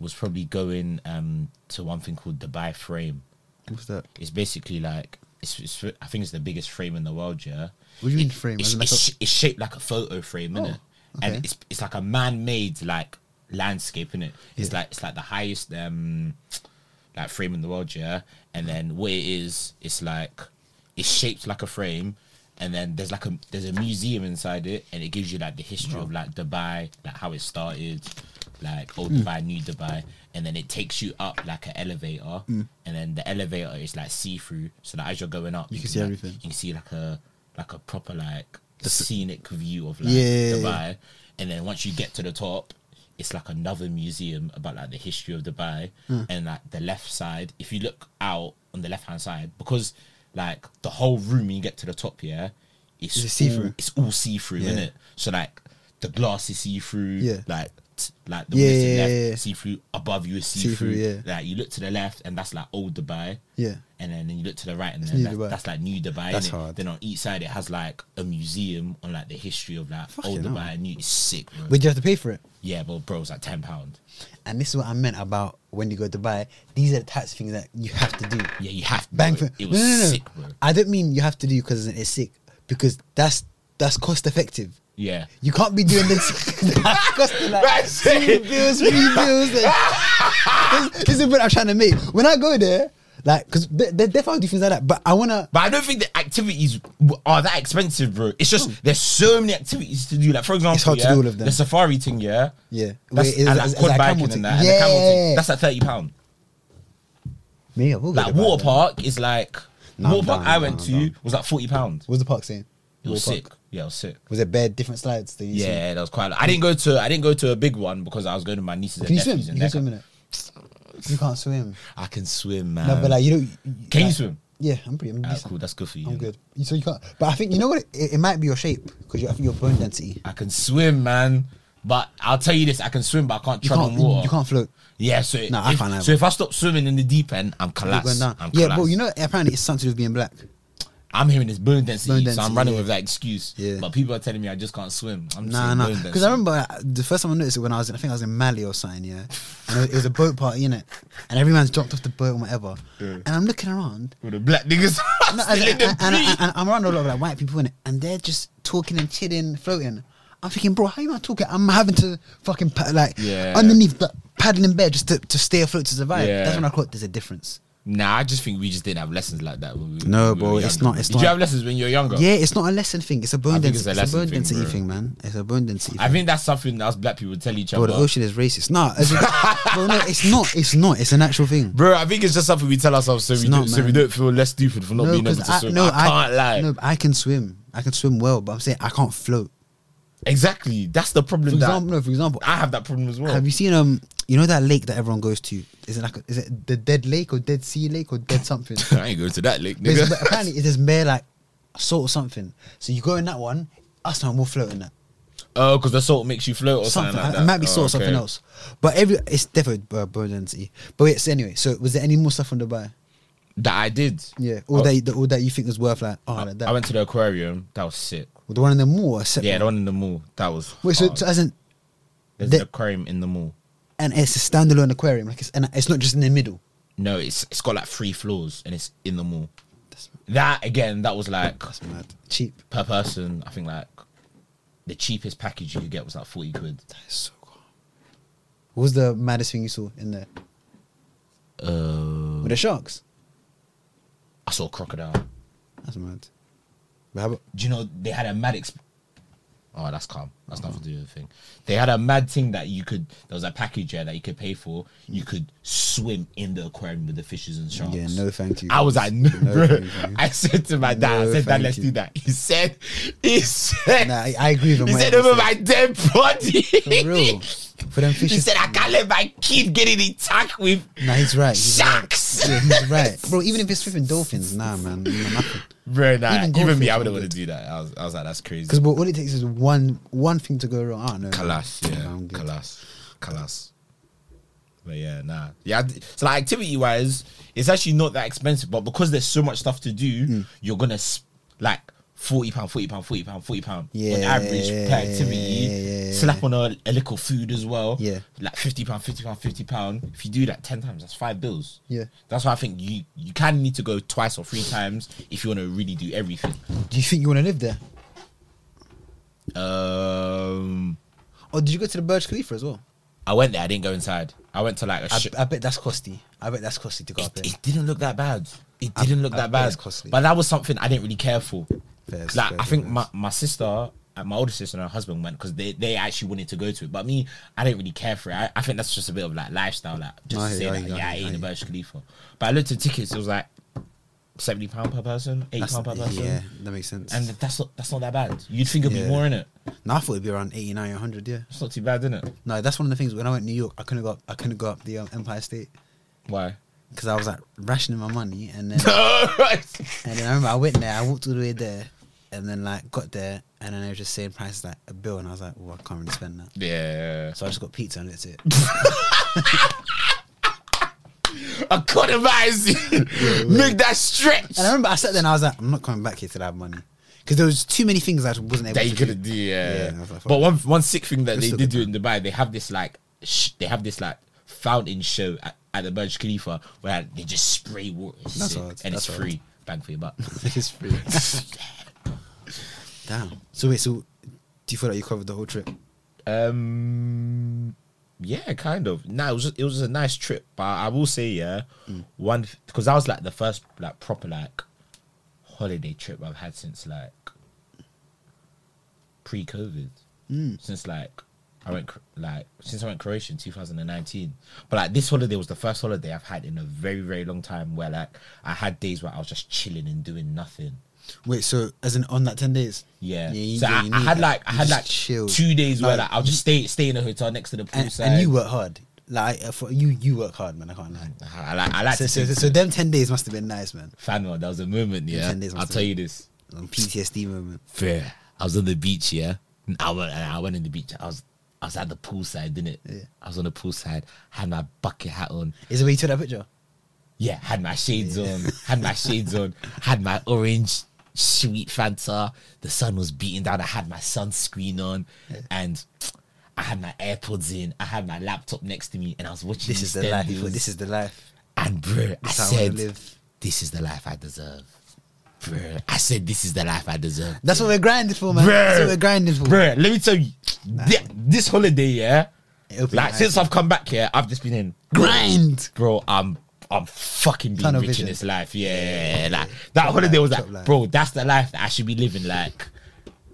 Speaker 1: was probably going um to one thing called Dubai Frame.
Speaker 2: What's that?
Speaker 1: It's basically like it's, it's I think it's the biggest frame in the world, yeah.
Speaker 2: What do you mean frame?
Speaker 1: It's,
Speaker 2: As in like
Speaker 1: it's,
Speaker 2: a- Oh,
Speaker 1: sh- it's shaped like a photo frame, innit?
Speaker 2: okay.
Speaker 1: And it's it's like a man-made like landscape, innit? It's like it's like the highest um like frame in the world, yeah. And then what it is, it's like it's shaped like a frame, and then there's like a there's a museum inside it, and it gives you like the history of like Dubai, like how it started, like
Speaker 2: Mm.
Speaker 1: old Dubai, new Dubai, and then it takes you up like an elevator,
Speaker 2: Mm.
Speaker 1: and then the elevator is like see through, so that as you're going up, you,
Speaker 2: can see
Speaker 1: like,
Speaker 2: everything.
Speaker 1: You can see like a like a proper like scenic view of like
Speaker 2: Yeah, yeah, yeah.
Speaker 1: Dubai Dubai, and then once you get to the top, it's like another museum about like the history of Dubai,
Speaker 2: Hmm.
Speaker 1: and like the left side. If you look out on the left hand side, because like the whole room when you get to the top, yeah, it's
Speaker 2: Is it see-through?
Speaker 1: all- It's all see through,
Speaker 2: Yeah.
Speaker 1: innit? So like the glass is see through,
Speaker 2: Yeah.
Speaker 1: like. t- Like the
Speaker 2: Yeah,
Speaker 1: ones to the
Speaker 2: yeah,
Speaker 1: left,
Speaker 2: yeah, yeah.
Speaker 1: see through above you is see
Speaker 2: See-through,
Speaker 1: through.
Speaker 2: yeah.
Speaker 1: Like you look to the left, and that's like old Dubai.
Speaker 2: Yeah.
Speaker 1: And then you look to the right, and
Speaker 2: new
Speaker 1: then that,
Speaker 2: Dubai.
Speaker 1: that's like new Dubai.
Speaker 2: That's
Speaker 1: innit?
Speaker 2: hard.
Speaker 1: Then on each side, it has like a museum on like the history of like
Speaker 2: Fucking
Speaker 1: old
Speaker 2: hell.
Speaker 1: Dubai. And you, it's sick, bro.
Speaker 2: Would you have to pay for it?
Speaker 1: yeah, but bro, it's like ten pound.
Speaker 2: And this is what I meant about when you go to Dubai. These are the types of things that you have to do.
Speaker 1: Yeah, you have to.
Speaker 2: Bang
Speaker 1: bro.
Speaker 2: for
Speaker 1: It was
Speaker 2: no, no, no.
Speaker 1: sick, bro.
Speaker 2: I don't mean you have to do because it's sick because that's that's cost effective.
Speaker 1: Yeah.
Speaker 2: You can't be doing this. that's costing like
Speaker 1: That's
Speaker 2: two
Speaker 1: it.
Speaker 2: bills, three bills. like- this, this is what I'm trying to make. When I go there, like, because they, they definitely do things like that. But I wanna.
Speaker 1: But I don't think the activities w- are that expensive, bro. It's just there's so many activities to do. Like for example,
Speaker 2: Hmm. hard to
Speaker 1: yeah,
Speaker 2: do all of them.
Speaker 1: The safari thing, yeah,
Speaker 2: Yeah.
Speaker 1: that's
Speaker 2: Wait, is-
Speaker 1: and like
Speaker 2: is- is
Speaker 1: quad
Speaker 2: that a camel
Speaker 1: biking
Speaker 2: thing?
Speaker 1: and that, and the camel
Speaker 2: Yeah.
Speaker 1: thing. That's like thirty pound.
Speaker 2: Me, I will go
Speaker 1: Like
Speaker 2: to Dubai
Speaker 1: water
Speaker 2: then.
Speaker 1: park is like
Speaker 2: Nah,
Speaker 1: water
Speaker 2: I'm
Speaker 1: park
Speaker 2: down,
Speaker 1: I
Speaker 2: I'm
Speaker 1: went
Speaker 2: down,
Speaker 1: to
Speaker 2: I'm
Speaker 1: was like forty pounds.
Speaker 2: What was the park saying?
Speaker 1: It was
Speaker 2: Water
Speaker 1: sick.
Speaker 2: park.
Speaker 1: Yeah, it was sick.
Speaker 2: Was it bare different slides? That you seen?
Speaker 1: Yeah, that was quite. I didn't go to I didn't go to a big one because I was going to my nieces
Speaker 2: Can
Speaker 1: and
Speaker 2: you swim?
Speaker 1: nephews.
Speaker 2: You
Speaker 1: and
Speaker 2: can
Speaker 1: their-
Speaker 2: swim in it. You can't swim.
Speaker 1: I can swim, man.
Speaker 2: No, but like you don't.
Speaker 1: Uh, Can you
Speaker 2: like-
Speaker 1: swim?
Speaker 2: Yeah, I'm pretty. I'm,
Speaker 1: Ah,
Speaker 2: decent.
Speaker 1: cool, that's good for you.
Speaker 2: I'm good. You- So you can't. But I think you know what? It, it might be your shape because I think your bone density.
Speaker 1: I can swim, man. But I'll tell you this: I can swim, but I can't
Speaker 2: You
Speaker 1: tread
Speaker 2: can't.
Speaker 1: on water.
Speaker 2: You can't float.
Speaker 1: Yeah, so if,
Speaker 2: Nah, I can't have
Speaker 1: so
Speaker 2: it.
Speaker 1: if I stop swimming in the deep end, I'm
Speaker 2: You're
Speaker 1: collapsed.
Speaker 2: going down.
Speaker 1: I'm
Speaker 2: Yeah,
Speaker 1: collapsed.
Speaker 2: but you know, apparently it's something to do with being black.
Speaker 1: I'm hearing this bone density,
Speaker 2: Bone
Speaker 1: so
Speaker 2: density,
Speaker 1: I'm running
Speaker 2: yeah.
Speaker 1: with that excuse.
Speaker 2: Yeah.
Speaker 1: But people are telling me I just can't swim. I'm just
Speaker 2: Nah,
Speaker 1: saying
Speaker 2: nah.
Speaker 1: bone
Speaker 2: Because
Speaker 1: density.
Speaker 2: I remember uh, the first time I noticed it when I was in, I think I was in Mali or something, yeah. And it was a boat party, innit? And everyone's jumped off the boat and whatever. And I'm looking around.
Speaker 1: with the black niggas
Speaker 2: No,
Speaker 1: still
Speaker 2: and,
Speaker 1: in
Speaker 2: and,
Speaker 1: the
Speaker 2: and, and,
Speaker 1: sea.
Speaker 2: and I'm around a lot of like white people in it, and they're just talking and chilling, floating. I'm thinking, bro, how you not talking? I'm having to fucking pa- like
Speaker 1: Yeah.
Speaker 2: underneath the paddling bed just to, to stay afloat to survive.
Speaker 1: Yeah.
Speaker 2: That's when I caught there's a difference.
Speaker 1: Nah, I just think we just didn't have lessons like that. When we,
Speaker 2: No,
Speaker 1: when we were
Speaker 2: bro, it's
Speaker 1: younger.
Speaker 2: not- it's
Speaker 1: Did
Speaker 2: not-
Speaker 1: you have lessons when you were younger?
Speaker 2: Yeah, it's not a lesson thing. It's a bone
Speaker 1: I think
Speaker 2: density.
Speaker 1: it's
Speaker 2: It's
Speaker 1: a
Speaker 2: a,
Speaker 1: lesson
Speaker 2: bone
Speaker 1: thing,
Speaker 2: density
Speaker 1: bro.
Speaker 2: thing, man. It's a bone density.
Speaker 1: I
Speaker 2: thing.
Speaker 1: think that's something that us black people tell each
Speaker 2: Bro,
Speaker 1: other.
Speaker 2: the ocean is racist. No, as in- bro, no, it's not. It's not. It's an actual thing.
Speaker 1: Bro, I think it's just something we tell ourselves so we
Speaker 2: not,
Speaker 1: don't, so we
Speaker 2: man.
Speaker 1: don't feel less stupid for not
Speaker 2: No,
Speaker 1: being able
Speaker 2: because
Speaker 1: to
Speaker 2: I,
Speaker 1: swim.
Speaker 2: no,
Speaker 1: I can't lie.
Speaker 2: No, I can swim. I can swim well, but I'm saying I can't float.
Speaker 1: Exactly, that's the problem.
Speaker 2: For
Speaker 1: that
Speaker 2: example, no, for example,
Speaker 1: I have that problem as well.
Speaker 2: Have you seen um? You know that lake that everyone goes to? Is it like a, is it the Dead Lake or Dead Sea Lake or Dead something?
Speaker 1: I ain't going to that lake,
Speaker 2: There's-
Speaker 1: nigga.
Speaker 2: but apparently, it is mere like salt or something. So you go in that one, us time will float in that
Speaker 1: Oh, because the salt makes you float or something,
Speaker 2: something.
Speaker 1: like
Speaker 2: it
Speaker 1: that.
Speaker 2: might be salt
Speaker 1: Oh,
Speaker 2: or something
Speaker 1: okay.
Speaker 2: else. But every it's definitely uh, bone density. But wait, so anyway, so was there any more stuff on Dubai?
Speaker 1: That I did.
Speaker 2: Yeah, all
Speaker 1: I-
Speaker 2: that all that you think was worth like oh like that.
Speaker 1: Oh. I went to the aquarium. That was sick.
Speaker 2: the one in the mall. a separate
Speaker 1: Yeah, Oh. the
Speaker 2: one?
Speaker 1: one in the mall. That was.
Speaker 2: Wait, so,
Speaker 1: hard.
Speaker 2: so as in,
Speaker 1: There's
Speaker 2: the-
Speaker 1: an aquarium in the mall.
Speaker 2: and it's a standalone aquarium. Like it's and it's not just in the middle.
Speaker 1: No, it's it's got like three floors and it's in the mall. That again, that was like
Speaker 2: That's mad. Cheap.
Speaker 1: per person. I think like the cheapest package you could get was like forty quid.
Speaker 2: So calm. What was the maddest thing you saw in there?
Speaker 1: Uh,
Speaker 2: Were the sharks?
Speaker 1: I saw a crocodile.
Speaker 2: That's mad. But how about
Speaker 1: do you know they had a mad exp- oh that's calm that's nothing to do with the thing they had a mad thing that you could there was a package yeah, that you could pay for you could swim in the aquarium with the fishes and sharks
Speaker 2: Yeah, no thank you.
Speaker 1: I was like, no,
Speaker 2: No,
Speaker 1: bro.
Speaker 2: thank you.
Speaker 1: I said to my dad,
Speaker 2: No,
Speaker 1: I said, Dad,
Speaker 2: thank
Speaker 1: let's
Speaker 2: you.
Speaker 1: do that. He said, he said,
Speaker 2: Nah, I, I agree with him.
Speaker 1: he
Speaker 2: what
Speaker 1: said
Speaker 2: he
Speaker 1: over
Speaker 2: said.
Speaker 1: my dead body.
Speaker 2: For real. For them
Speaker 1: He
Speaker 2: fishes.
Speaker 1: said, "Ah, I can't let my kid get in attack with
Speaker 2: Nah, he's right. He's
Speaker 1: sharks.
Speaker 2: Right. Yeah, he's right. Bro, even if it's flipping dolphins, nah, man. Nah, nothing.
Speaker 1: Bro, nah,
Speaker 2: Even
Speaker 1: even,
Speaker 2: goldfish
Speaker 1: me, I
Speaker 2: are
Speaker 1: wouldn't want
Speaker 2: good.
Speaker 1: to do that. I was, I was like, that's crazy.
Speaker 2: Because all it takes is one one thing to go wrong. I don't know.
Speaker 1: Kalas, yeah,
Speaker 2: I'm good.
Speaker 1: Kalas, Kalas. But yeah, nah, yeah. d- So like activity wise, it's actually not that expensive, but because there's so much stuff to do,
Speaker 2: Hmm.
Speaker 1: you're gonna sp- like forty pound, forty pound, forty pound, forty pound on
Speaker 2: Yeah,
Speaker 1: average per activity.
Speaker 2: yeah, yeah, yeah.
Speaker 1: Slap on a, a little food as well.
Speaker 2: Yeah.
Speaker 1: like fifty pound, fifty pound, fifty pound. If you do that ten times, that's five bills.
Speaker 2: Yeah.
Speaker 1: that's why I think you you kind of need to go twice or three times if you want to really do everything.
Speaker 2: Do you think you want to live there?
Speaker 1: Um,
Speaker 2: Or Oh, did you go to the Burj Khalifa as well?
Speaker 1: I went there. I didn't go inside. I went to like a.
Speaker 2: I,
Speaker 1: sh-
Speaker 2: I bet that's costly. I bet that's costly to go up
Speaker 1: it,
Speaker 2: there.
Speaker 1: it didn't look that bad. It didn't look
Speaker 2: I-
Speaker 1: that
Speaker 2: yeah,
Speaker 1: bad.
Speaker 2: it's costly.
Speaker 1: But that was something I didn't really care for.
Speaker 2: Fair, it's
Speaker 1: like
Speaker 2: fair,
Speaker 1: I think
Speaker 2: fair.
Speaker 1: my, my sister, uh, my older sister and her husband went because they, they actually wanted to go to it. But me, I didn't really care for it. I, I think that's just a bit of like lifestyle, like just
Speaker 2: I
Speaker 1: to
Speaker 2: hear
Speaker 1: say
Speaker 2: you, I
Speaker 1: that
Speaker 2: hear you,
Speaker 1: yeah,
Speaker 2: I
Speaker 1: I
Speaker 2: hear
Speaker 1: ain't a
Speaker 2: you.
Speaker 1: Burj Khalifa. But I looked at tickets. It was like seventy pound per person, eighty
Speaker 2: That's-
Speaker 1: pound per person.
Speaker 2: yeah, that makes sense.
Speaker 1: And that's not that's not that bad. You'd think it'd
Speaker 2: Yeah.
Speaker 1: be more in it.
Speaker 2: no, I thought it'd be around 89, 100, yeah.
Speaker 1: It's not too bad, isn't it?
Speaker 2: No, that's one of the things when I went to New York, I couldn't go up, I couldn't go up the um, Empire State
Speaker 1: Why?
Speaker 2: because I was like rationing my money, and then
Speaker 1: Alright.
Speaker 2: and then I remember I went there, I walked all the way there, and then like got there, and then they were just saying prices like a bill, and I was like, well, I can't really spend that,
Speaker 1: yeah.
Speaker 2: so I just got pizza and that's it.
Speaker 1: Economize. Make that stretch.
Speaker 2: And I remember I sat there and I was like, I'm not coming back here till I have money. Because there was too many things I wasn't able
Speaker 1: that
Speaker 2: to
Speaker 1: you couldn't do. Yeah.
Speaker 2: Yeah, I was like, fuck
Speaker 1: but one one sick thing that
Speaker 2: Let's
Speaker 1: they
Speaker 2: look
Speaker 1: did
Speaker 2: at
Speaker 1: do in Dubai, they have this like sh- they have this like fountain show at, at the Burj Khalifa where they just spray water. It's
Speaker 2: That's
Speaker 1: sick.
Speaker 2: hard.
Speaker 1: and
Speaker 2: That's
Speaker 1: it's
Speaker 2: hard.
Speaker 1: free. Bang for your buck.
Speaker 2: do. it's free. Damn. So wait, so do you feel like you covered the whole trip?
Speaker 1: um. Yeah, kind of. Nah, it was just, it was a nice trip, but I will say yeah, one because that was like the first like proper like holiday trip I've had since like pre-COVID. Since like I went Cro- like since I went Croatia in 2019. But like this holiday was the first holiday I've had in a very very long time where like I had days where I was just chilling and doing nothing.
Speaker 2: Wait, so as in on that ten days?
Speaker 1: Yeah,
Speaker 2: you-
Speaker 1: so
Speaker 2: yeah,
Speaker 1: I,
Speaker 2: you
Speaker 1: I
Speaker 2: need
Speaker 1: had
Speaker 2: that.
Speaker 1: like I
Speaker 2: You
Speaker 1: had
Speaker 2: just
Speaker 1: like two days where like I'll just stay stay in a hotel next to the pool
Speaker 2: and,
Speaker 1: side.
Speaker 2: and you work hard. Like uh, for you, you work hard, man. I can't lie.
Speaker 1: I like I like
Speaker 2: So,
Speaker 1: to
Speaker 2: so,
Speaker 1: think
Speaker 2: so them ten days must have been nice, man.
Speaker 1: fan one. There was a moment, yeah.
Speaker 2: ten days must
Speaker 1: I'll
Speaker 2: have
Speaker 1: tell
Speaker 2: been-
Speaker 1: you this.
Speaker 2: Um, PTSD moment.
Speaker 1: Fair. I was on the beach, yeah. And I went and I went on the beach. I was I was at the poolside, didn't it?
Speaker 2: Yeah.
Speaker 1: I was on the poolside, had my bucket hat on.
Speaker 2: Is it where you took that picture?
Speaker 1: Yeah, had my shades on, had my shades on, had my orange sweet Fanta. The sun was beating down. I had my sunscreen on, and I had my AirPods in. I had my laptop next to me, and I was watching.
Speaker 2: This is the life. This is the life.
Speaker 1: and bro, I
Speaker 2: This how I wanna
Speaker 1: said,
Speaker 2: live.
Speaker 1: "This is the life I deserve." Bro, I said, "This is the life I deserve."
Speaker 2: That's what we're grinding for, man. That's what we're grinding for.
Speaker 1: Bruh, let me tell you, thi- this holiday, yeah,
Speaker 2: It opened my
Speaker 1: like
Speaker 2: eyes.
Speaker 1: since I've come back here, I've just been in
Speaker 2: Grind.
Speaker 1: bro. I'm I'm fucking being
Speaker 2: Tunnel
Speaker 1: rich
Speaker 2: vision.
Speaker 1: in this life. Yeah, like that holiday was
Speaker 2: life, top life.
Speaker 1: like, bro, that's the life that I should be living. Like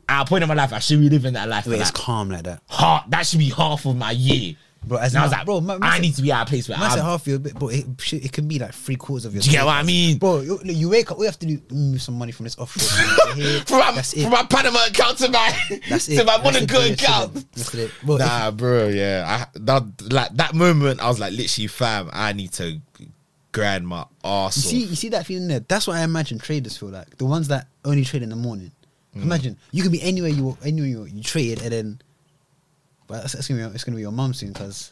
Speaker 1: at a point in my life, I should be living that life.
Speaker 2: Wait,
Speaker 1: like,
Speaker 2: it's calm like that.
Speaker 1: half, that should be half of my year.
Speaker 2: Bro, as
Speaker 1: and I
Speaker 2: in-
Speaker 1: was like,
Speaker 2: bro,
Speaker 1: bro,
Speaker 2: man- man
Speaker 1: I
Speaker 2: said-
Speaker 1: need to be at a place where
Speaker 2: I said
Speaker 1: I'm.
Speaker 2: half your bit, but it, shit, it can be like three quarters of your.
Speaker 1: Do you get what I mean?
Speaker 2: Bro, you, look, you wake up. We have to do move some money from this offshore. account to here.
Speaker 1: From my,
Speaker 2: That's it.
Speaker 1: from my Panama account to my
Speaker 2: That's it.
Speaker 1: to my
Speaker 2: That's
Speaker 1: Monaco
Speaker 2: it.
Speaker 1: account.
Speaker 2: That's it. Bro, if-
Speaker 1: nah, bro. Yeah, I that like that moment. I was like, literally, fam. I need to grind my arse.
Speaker 2: You see,
Speaker 1: off.
Speaker 2: you see that feeling there. That's what I imagine traders feel like. The ones that only trade in the morning.
Speaker 1: Mm.
Speaker 2: Imagine you could be anywhere you wa- anywhere you, you trade, and then. But that's, that's gonna be it's gonna be your mum soon because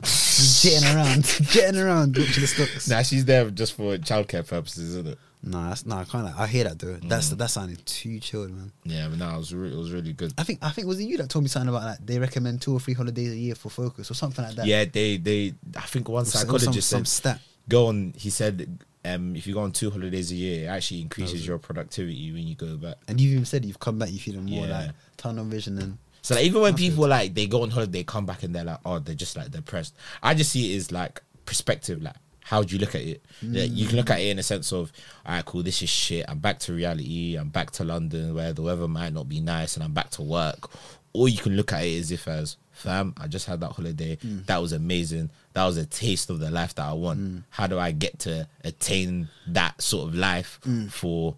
Speaker 2: jetting around, jetting around watching the stocks.
Speaker 1: Nah, she's there just for childcare purposes, isn't it?
Speaker 2: Nah, that's, nah, I can't. Like, I hear that though.
Speaker 1: Mm.
Speaker 2: That's that sounded too chilled, man.
Speaker 1: Yeah, but nah, it was re- it was really good.
Speaker 2: I think I think was it you that told me something about that? They recommend two or three holidays a year for focus or something like that.
Speaker 1: Yeah, they they I think one
Speaker 2: Or some-
Speaker 1: psychologist
Speaker 2: some,
Speaker 1: said
Speaker 2: some stat.
Speaker 1: go on. He said um, if you go on two holidays a year, it actually increases your productivity when you go back.
Speaker 2: And you've even said you've come back, you feeling more
Speaker 1: Yeah.
Speaker 2: like tunnel vision and
Speaker 1: So like, even when people like they go on holiday, they come back and they're like, oh, they're just like depressed. I just see it as like perspective, like how do you look at it? Yeah, you can look at it in a sense of, all right, cool, this is shit. I'm back to reality. I'm back to London where the weather might not be nice, and I'm back to work. Or you can look at it as if as fam, I just had that holiday. That was amazing. That was a taste of the life that I want. How do I get to attain that sort of life for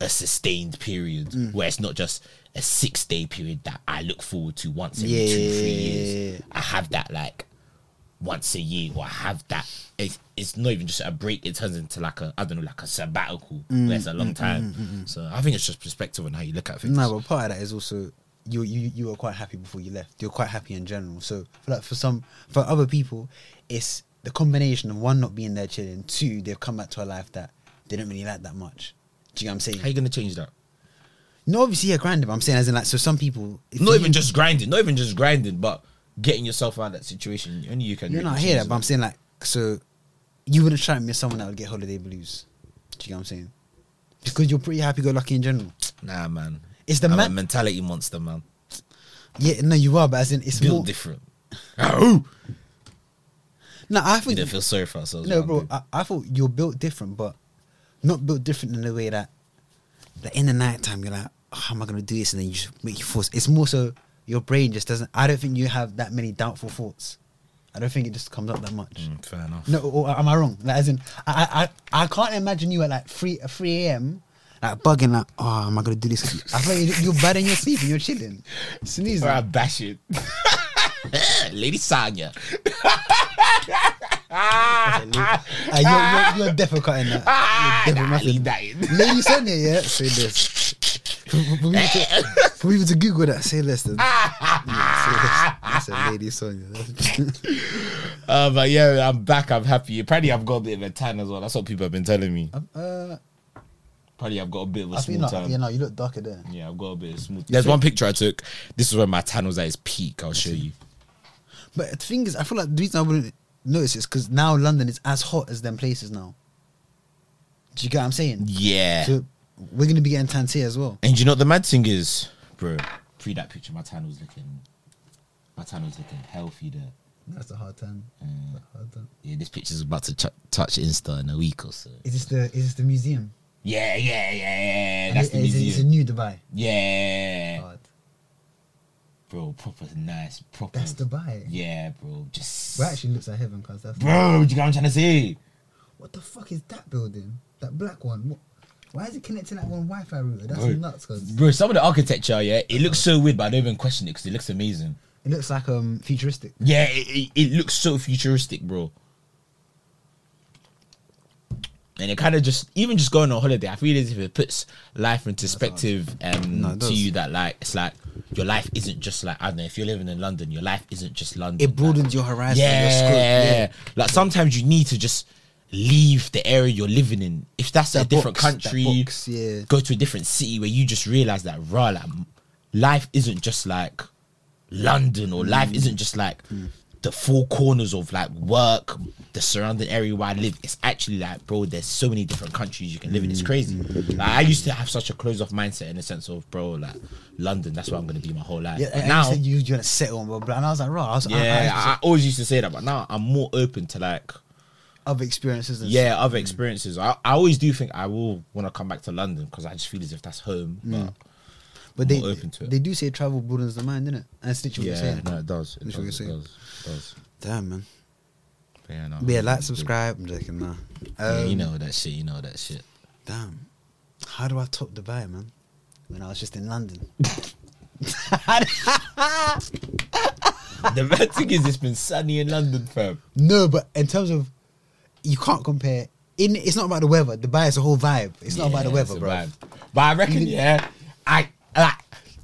Speaker 1: a sustained period
Speaker 2: Mm.
Speaker 1: where it's not just a six day period that I look forward to once every
Speaker 2: Yeah,
Speaker 1: two,
Speaker 2: yeah,
Speaker 1: three
Speaker 2: yeah,
Speaker 1: years.
Speaker 2: yeah, yeah.
Speaker 1: I have that like once a year or I have that. It's, it's not even just a break, it turns into like a, I don't know, like a sabbatical
Speaker 2: Mm,
Speaker 1: where it's a long time. So I think it's just perspective on how you look at things.
Speaker 2: No, but part of that is also you you you were quite happy before you left. You're quite happy in general. So for like for some for other people, it's the combination of one not being there chilling, two they've come back to a life that they don't really like that much. Do you know what I'm
Speaker 1: how
Speaker 2: saying?
Speaker 1: you going to change that?
Speaker 2: No, obviously yeah, grand. but I'm saying as in like so some people if
Speaker 1: not
Speaker 2: you-
Speaker 1: even just grinding, not even just grinding, but getting yourself out of that situation. Only you can.
Speaker 2: You're
Speaker 1: really
Speaker 2: not here,
Speaker 1: change
Speaker 2: but I'm saying like so you wouldn't try and miss someone that would get holiday blues. Do you know what I'm saying? Because you're pretty happy go lucky in general.
Speaker 1: Nah, man.
Speaker 2: It's the
Speaker 1: I'm a
Speaker 2: ma-
Speaker 1: mentality monster, man.
Speaker 2: Yeah, no, you are, but as in it's
Speaker 1: Built
Speaker 2: more.
Speaker 1: different. Oh,
Speaker 2: no, I
Speaker 1: we
Speaker 2: think
Speaker 1: don't feel sorry for ourselves.
Speaker 2: No,
Speaker 1: man,
Speaker 2: bro.
Speaker 1: dude.
Speaker 2: I, I thought you're built different, but not built different in the way that, like in the night time, you're like, oh, how am I gonna do this? And then you just make you force. It's more so your brain just doesn't. I don't think you have that many doubtful thoughts. I don't think it just comes up that much.
Speaker 1: Mm, fair enough.
Speaker 2: No, or, or am I wrong? Like, as in, I, I, I I can't imagine you at like three, uh, three a.m. Like bugging, like, oh, am I gonna do this? I thought you, you're bad in your sleep and you're chilling, sneezing.
Speaker 1: Or I bash it. Lady Sanya.
Speaker 2: Uh, you're, you're, you're definitely cutting that.
Speaker 1: Ah,
Speaker 2: You're definitely
Speaker 1: nah,
Speaker 2: nothing.
Speaker 1: leave that in.
Speaker 2: Lady Sonia, yeah, say this. For, for, people to, for people to Google that, say less than. Yeah, say less. That's a Lady Sonia.
Speaker 1: Uh, but yeah, I'm back. I'm happy. Apparently, I've got a bit of a tan as well. That's what people have been telling me.
Speaker 2: uh,
Speaker 1: Apparently, I've got a bit of a
Speaker 2: I
Speaker 1: small
Speaker 2: think not.
Speaker 1: tan.
Speaker 2: Yeah, no, you look darker there.
Speaker 1: Yeah, I've got a bit of smooth. There's one picture I took. This is when my tan was at its peak. I'll show you.
Speaker 2: But the thing is, I feel like the reason I wouldn't notice is because now London is as hot as them places now. Do you get what I'm saying?
Speaker 1: Yeah.
Speaker 2: So we're gonna be getting tans here as well.
Speaker 1: And you know what the mad thing is, bro? Pre that picture, my tan was looking, my tan was looking healthy there.
Speaker 2: That's a hard time.
Speaker 1: Mm.
Speaker 2: Hard time.
Speaker 1: Yeah, this picture's about to ch- touch Insta in a week or so.
Speaker 2: Is this the is this the museum?
Speaker 1: Yeah, yeah, yeah, yeah. yeah. That's the
Speaker 2: is, It's a
Speaker 1: museum.
Speaker 2: new Dubai.
Speaker 1: Yeah,
Speaker 2: Hard.
Speaker 1: bro, proper nice, proper.
Speaker 2: That's Dubai.
Speaker 1: Yeah, bro, just.
Speaker 2: Well, it actually looks like heaven, cause that's
Speaker 1: bro, do you know what I'm trying to say?
Speaker 2: What the fuck is that building? That black one? What? Why is it connecting that one Wi-Fi router? That's
Speaker 1: Bro.
Speaker 2: nuts. Cause
Speaker 1: Bro, some of the architecture, yeah, it looks so weird, but I don't even question it because it looks amazing.
Speaker 2: it looks like um futuristic.
Speaker 1: Yeah, it, it, it looks so futuristic, bro. And it kind of just, even just going on holiday, I feel as if it puts life into perspective um,
Speaker 2: No, it
Speaker 1: to
Speaker 2: does.
Speaker 1: you that, like, it's like your life isn't just like, I don't know, if you're living in London, your life isn't just London.
Speaker 2: It broadens your
Speaker 1: like,
Speaker 2: horizon.
Speaker 1: yeah,
Speaker 2: Your scope. yeah.
Speaker 1: Like, sometimes you need to just leave the area you're living in. If that's a
Speaker 2: That
Speaker 1: different
Speaker 2: box, that
Speaker 1: country,
Speaker 2: box, yeah.
Speaker 1: go to a different city where you just realize that, rah, like, life isn't just like London or
Speaker 2: Mm.
Speaker 1: life isn't just like the four corners of like work, the surrounding area where I live. It's actually like, bro, there's so many different countries you can live in. It's
Speaker 2: Mm.
Speaker 1: crazy. Like, I used to have such a closed off mindset in the sense of, bro, like London, that's where I'm going to be my whole life.
Speaker 2: Yeah,
Speaker 1: But
Speaker 2: and
Speaker 1: now,
Speaker 2: you, said you you want to settle on blah blah, and I was like, right, I was, I-
Speaker 1: yeah,
Speaker 2: I,
Speaker 1: I, always used to say that, but now I'm more open to like,
Speaker 2: other experiences. And
Speaker 1: yeah, other experiences. I, I always do think I will want to come back to London because I just feel as if that's home.
Speaker 2: Mm.
Speaker 1: But
Speaker 2: stuff. but
Speaker 1: I'm
Speaker 2: they
Speaker 1: more open to it.
Speaker 2: they do say travel broadens the mind, innit? And it's literally what you're
Speaker 1: yeah,
Speaker 2: saying.
Speaker 1: no, it does. It
Speaker 2: That's what
Speaker 1: does. It
Speaker 2: you're saying.
Speaker 1: does. It does.
Speaker 2: Damn man.
Speaker 1: But yeah, no,
Speaker 2: But yeah, like, subscribe. I'm joking. Nah.
Speaker 1: Yeah, you
Speaker 2: Um,
Speaker 1: know that shit. You know that shit.
Speaker 2: Damn. How do I top Dubai, man? When I was just in London.
Speaker 1: the bad thing is it's been sunny in London, fam.
Speaker 2: No, but in terms of you can't compare. In it's not about the weather. Dubai is a whole vibe. It's not about the
Speaker 1: Yeah,
Speaker 2: weather,
Speaker 1: it's a
Speaker 2: bro.
Speaker 1: vibe. But I reckon, yeah, I like.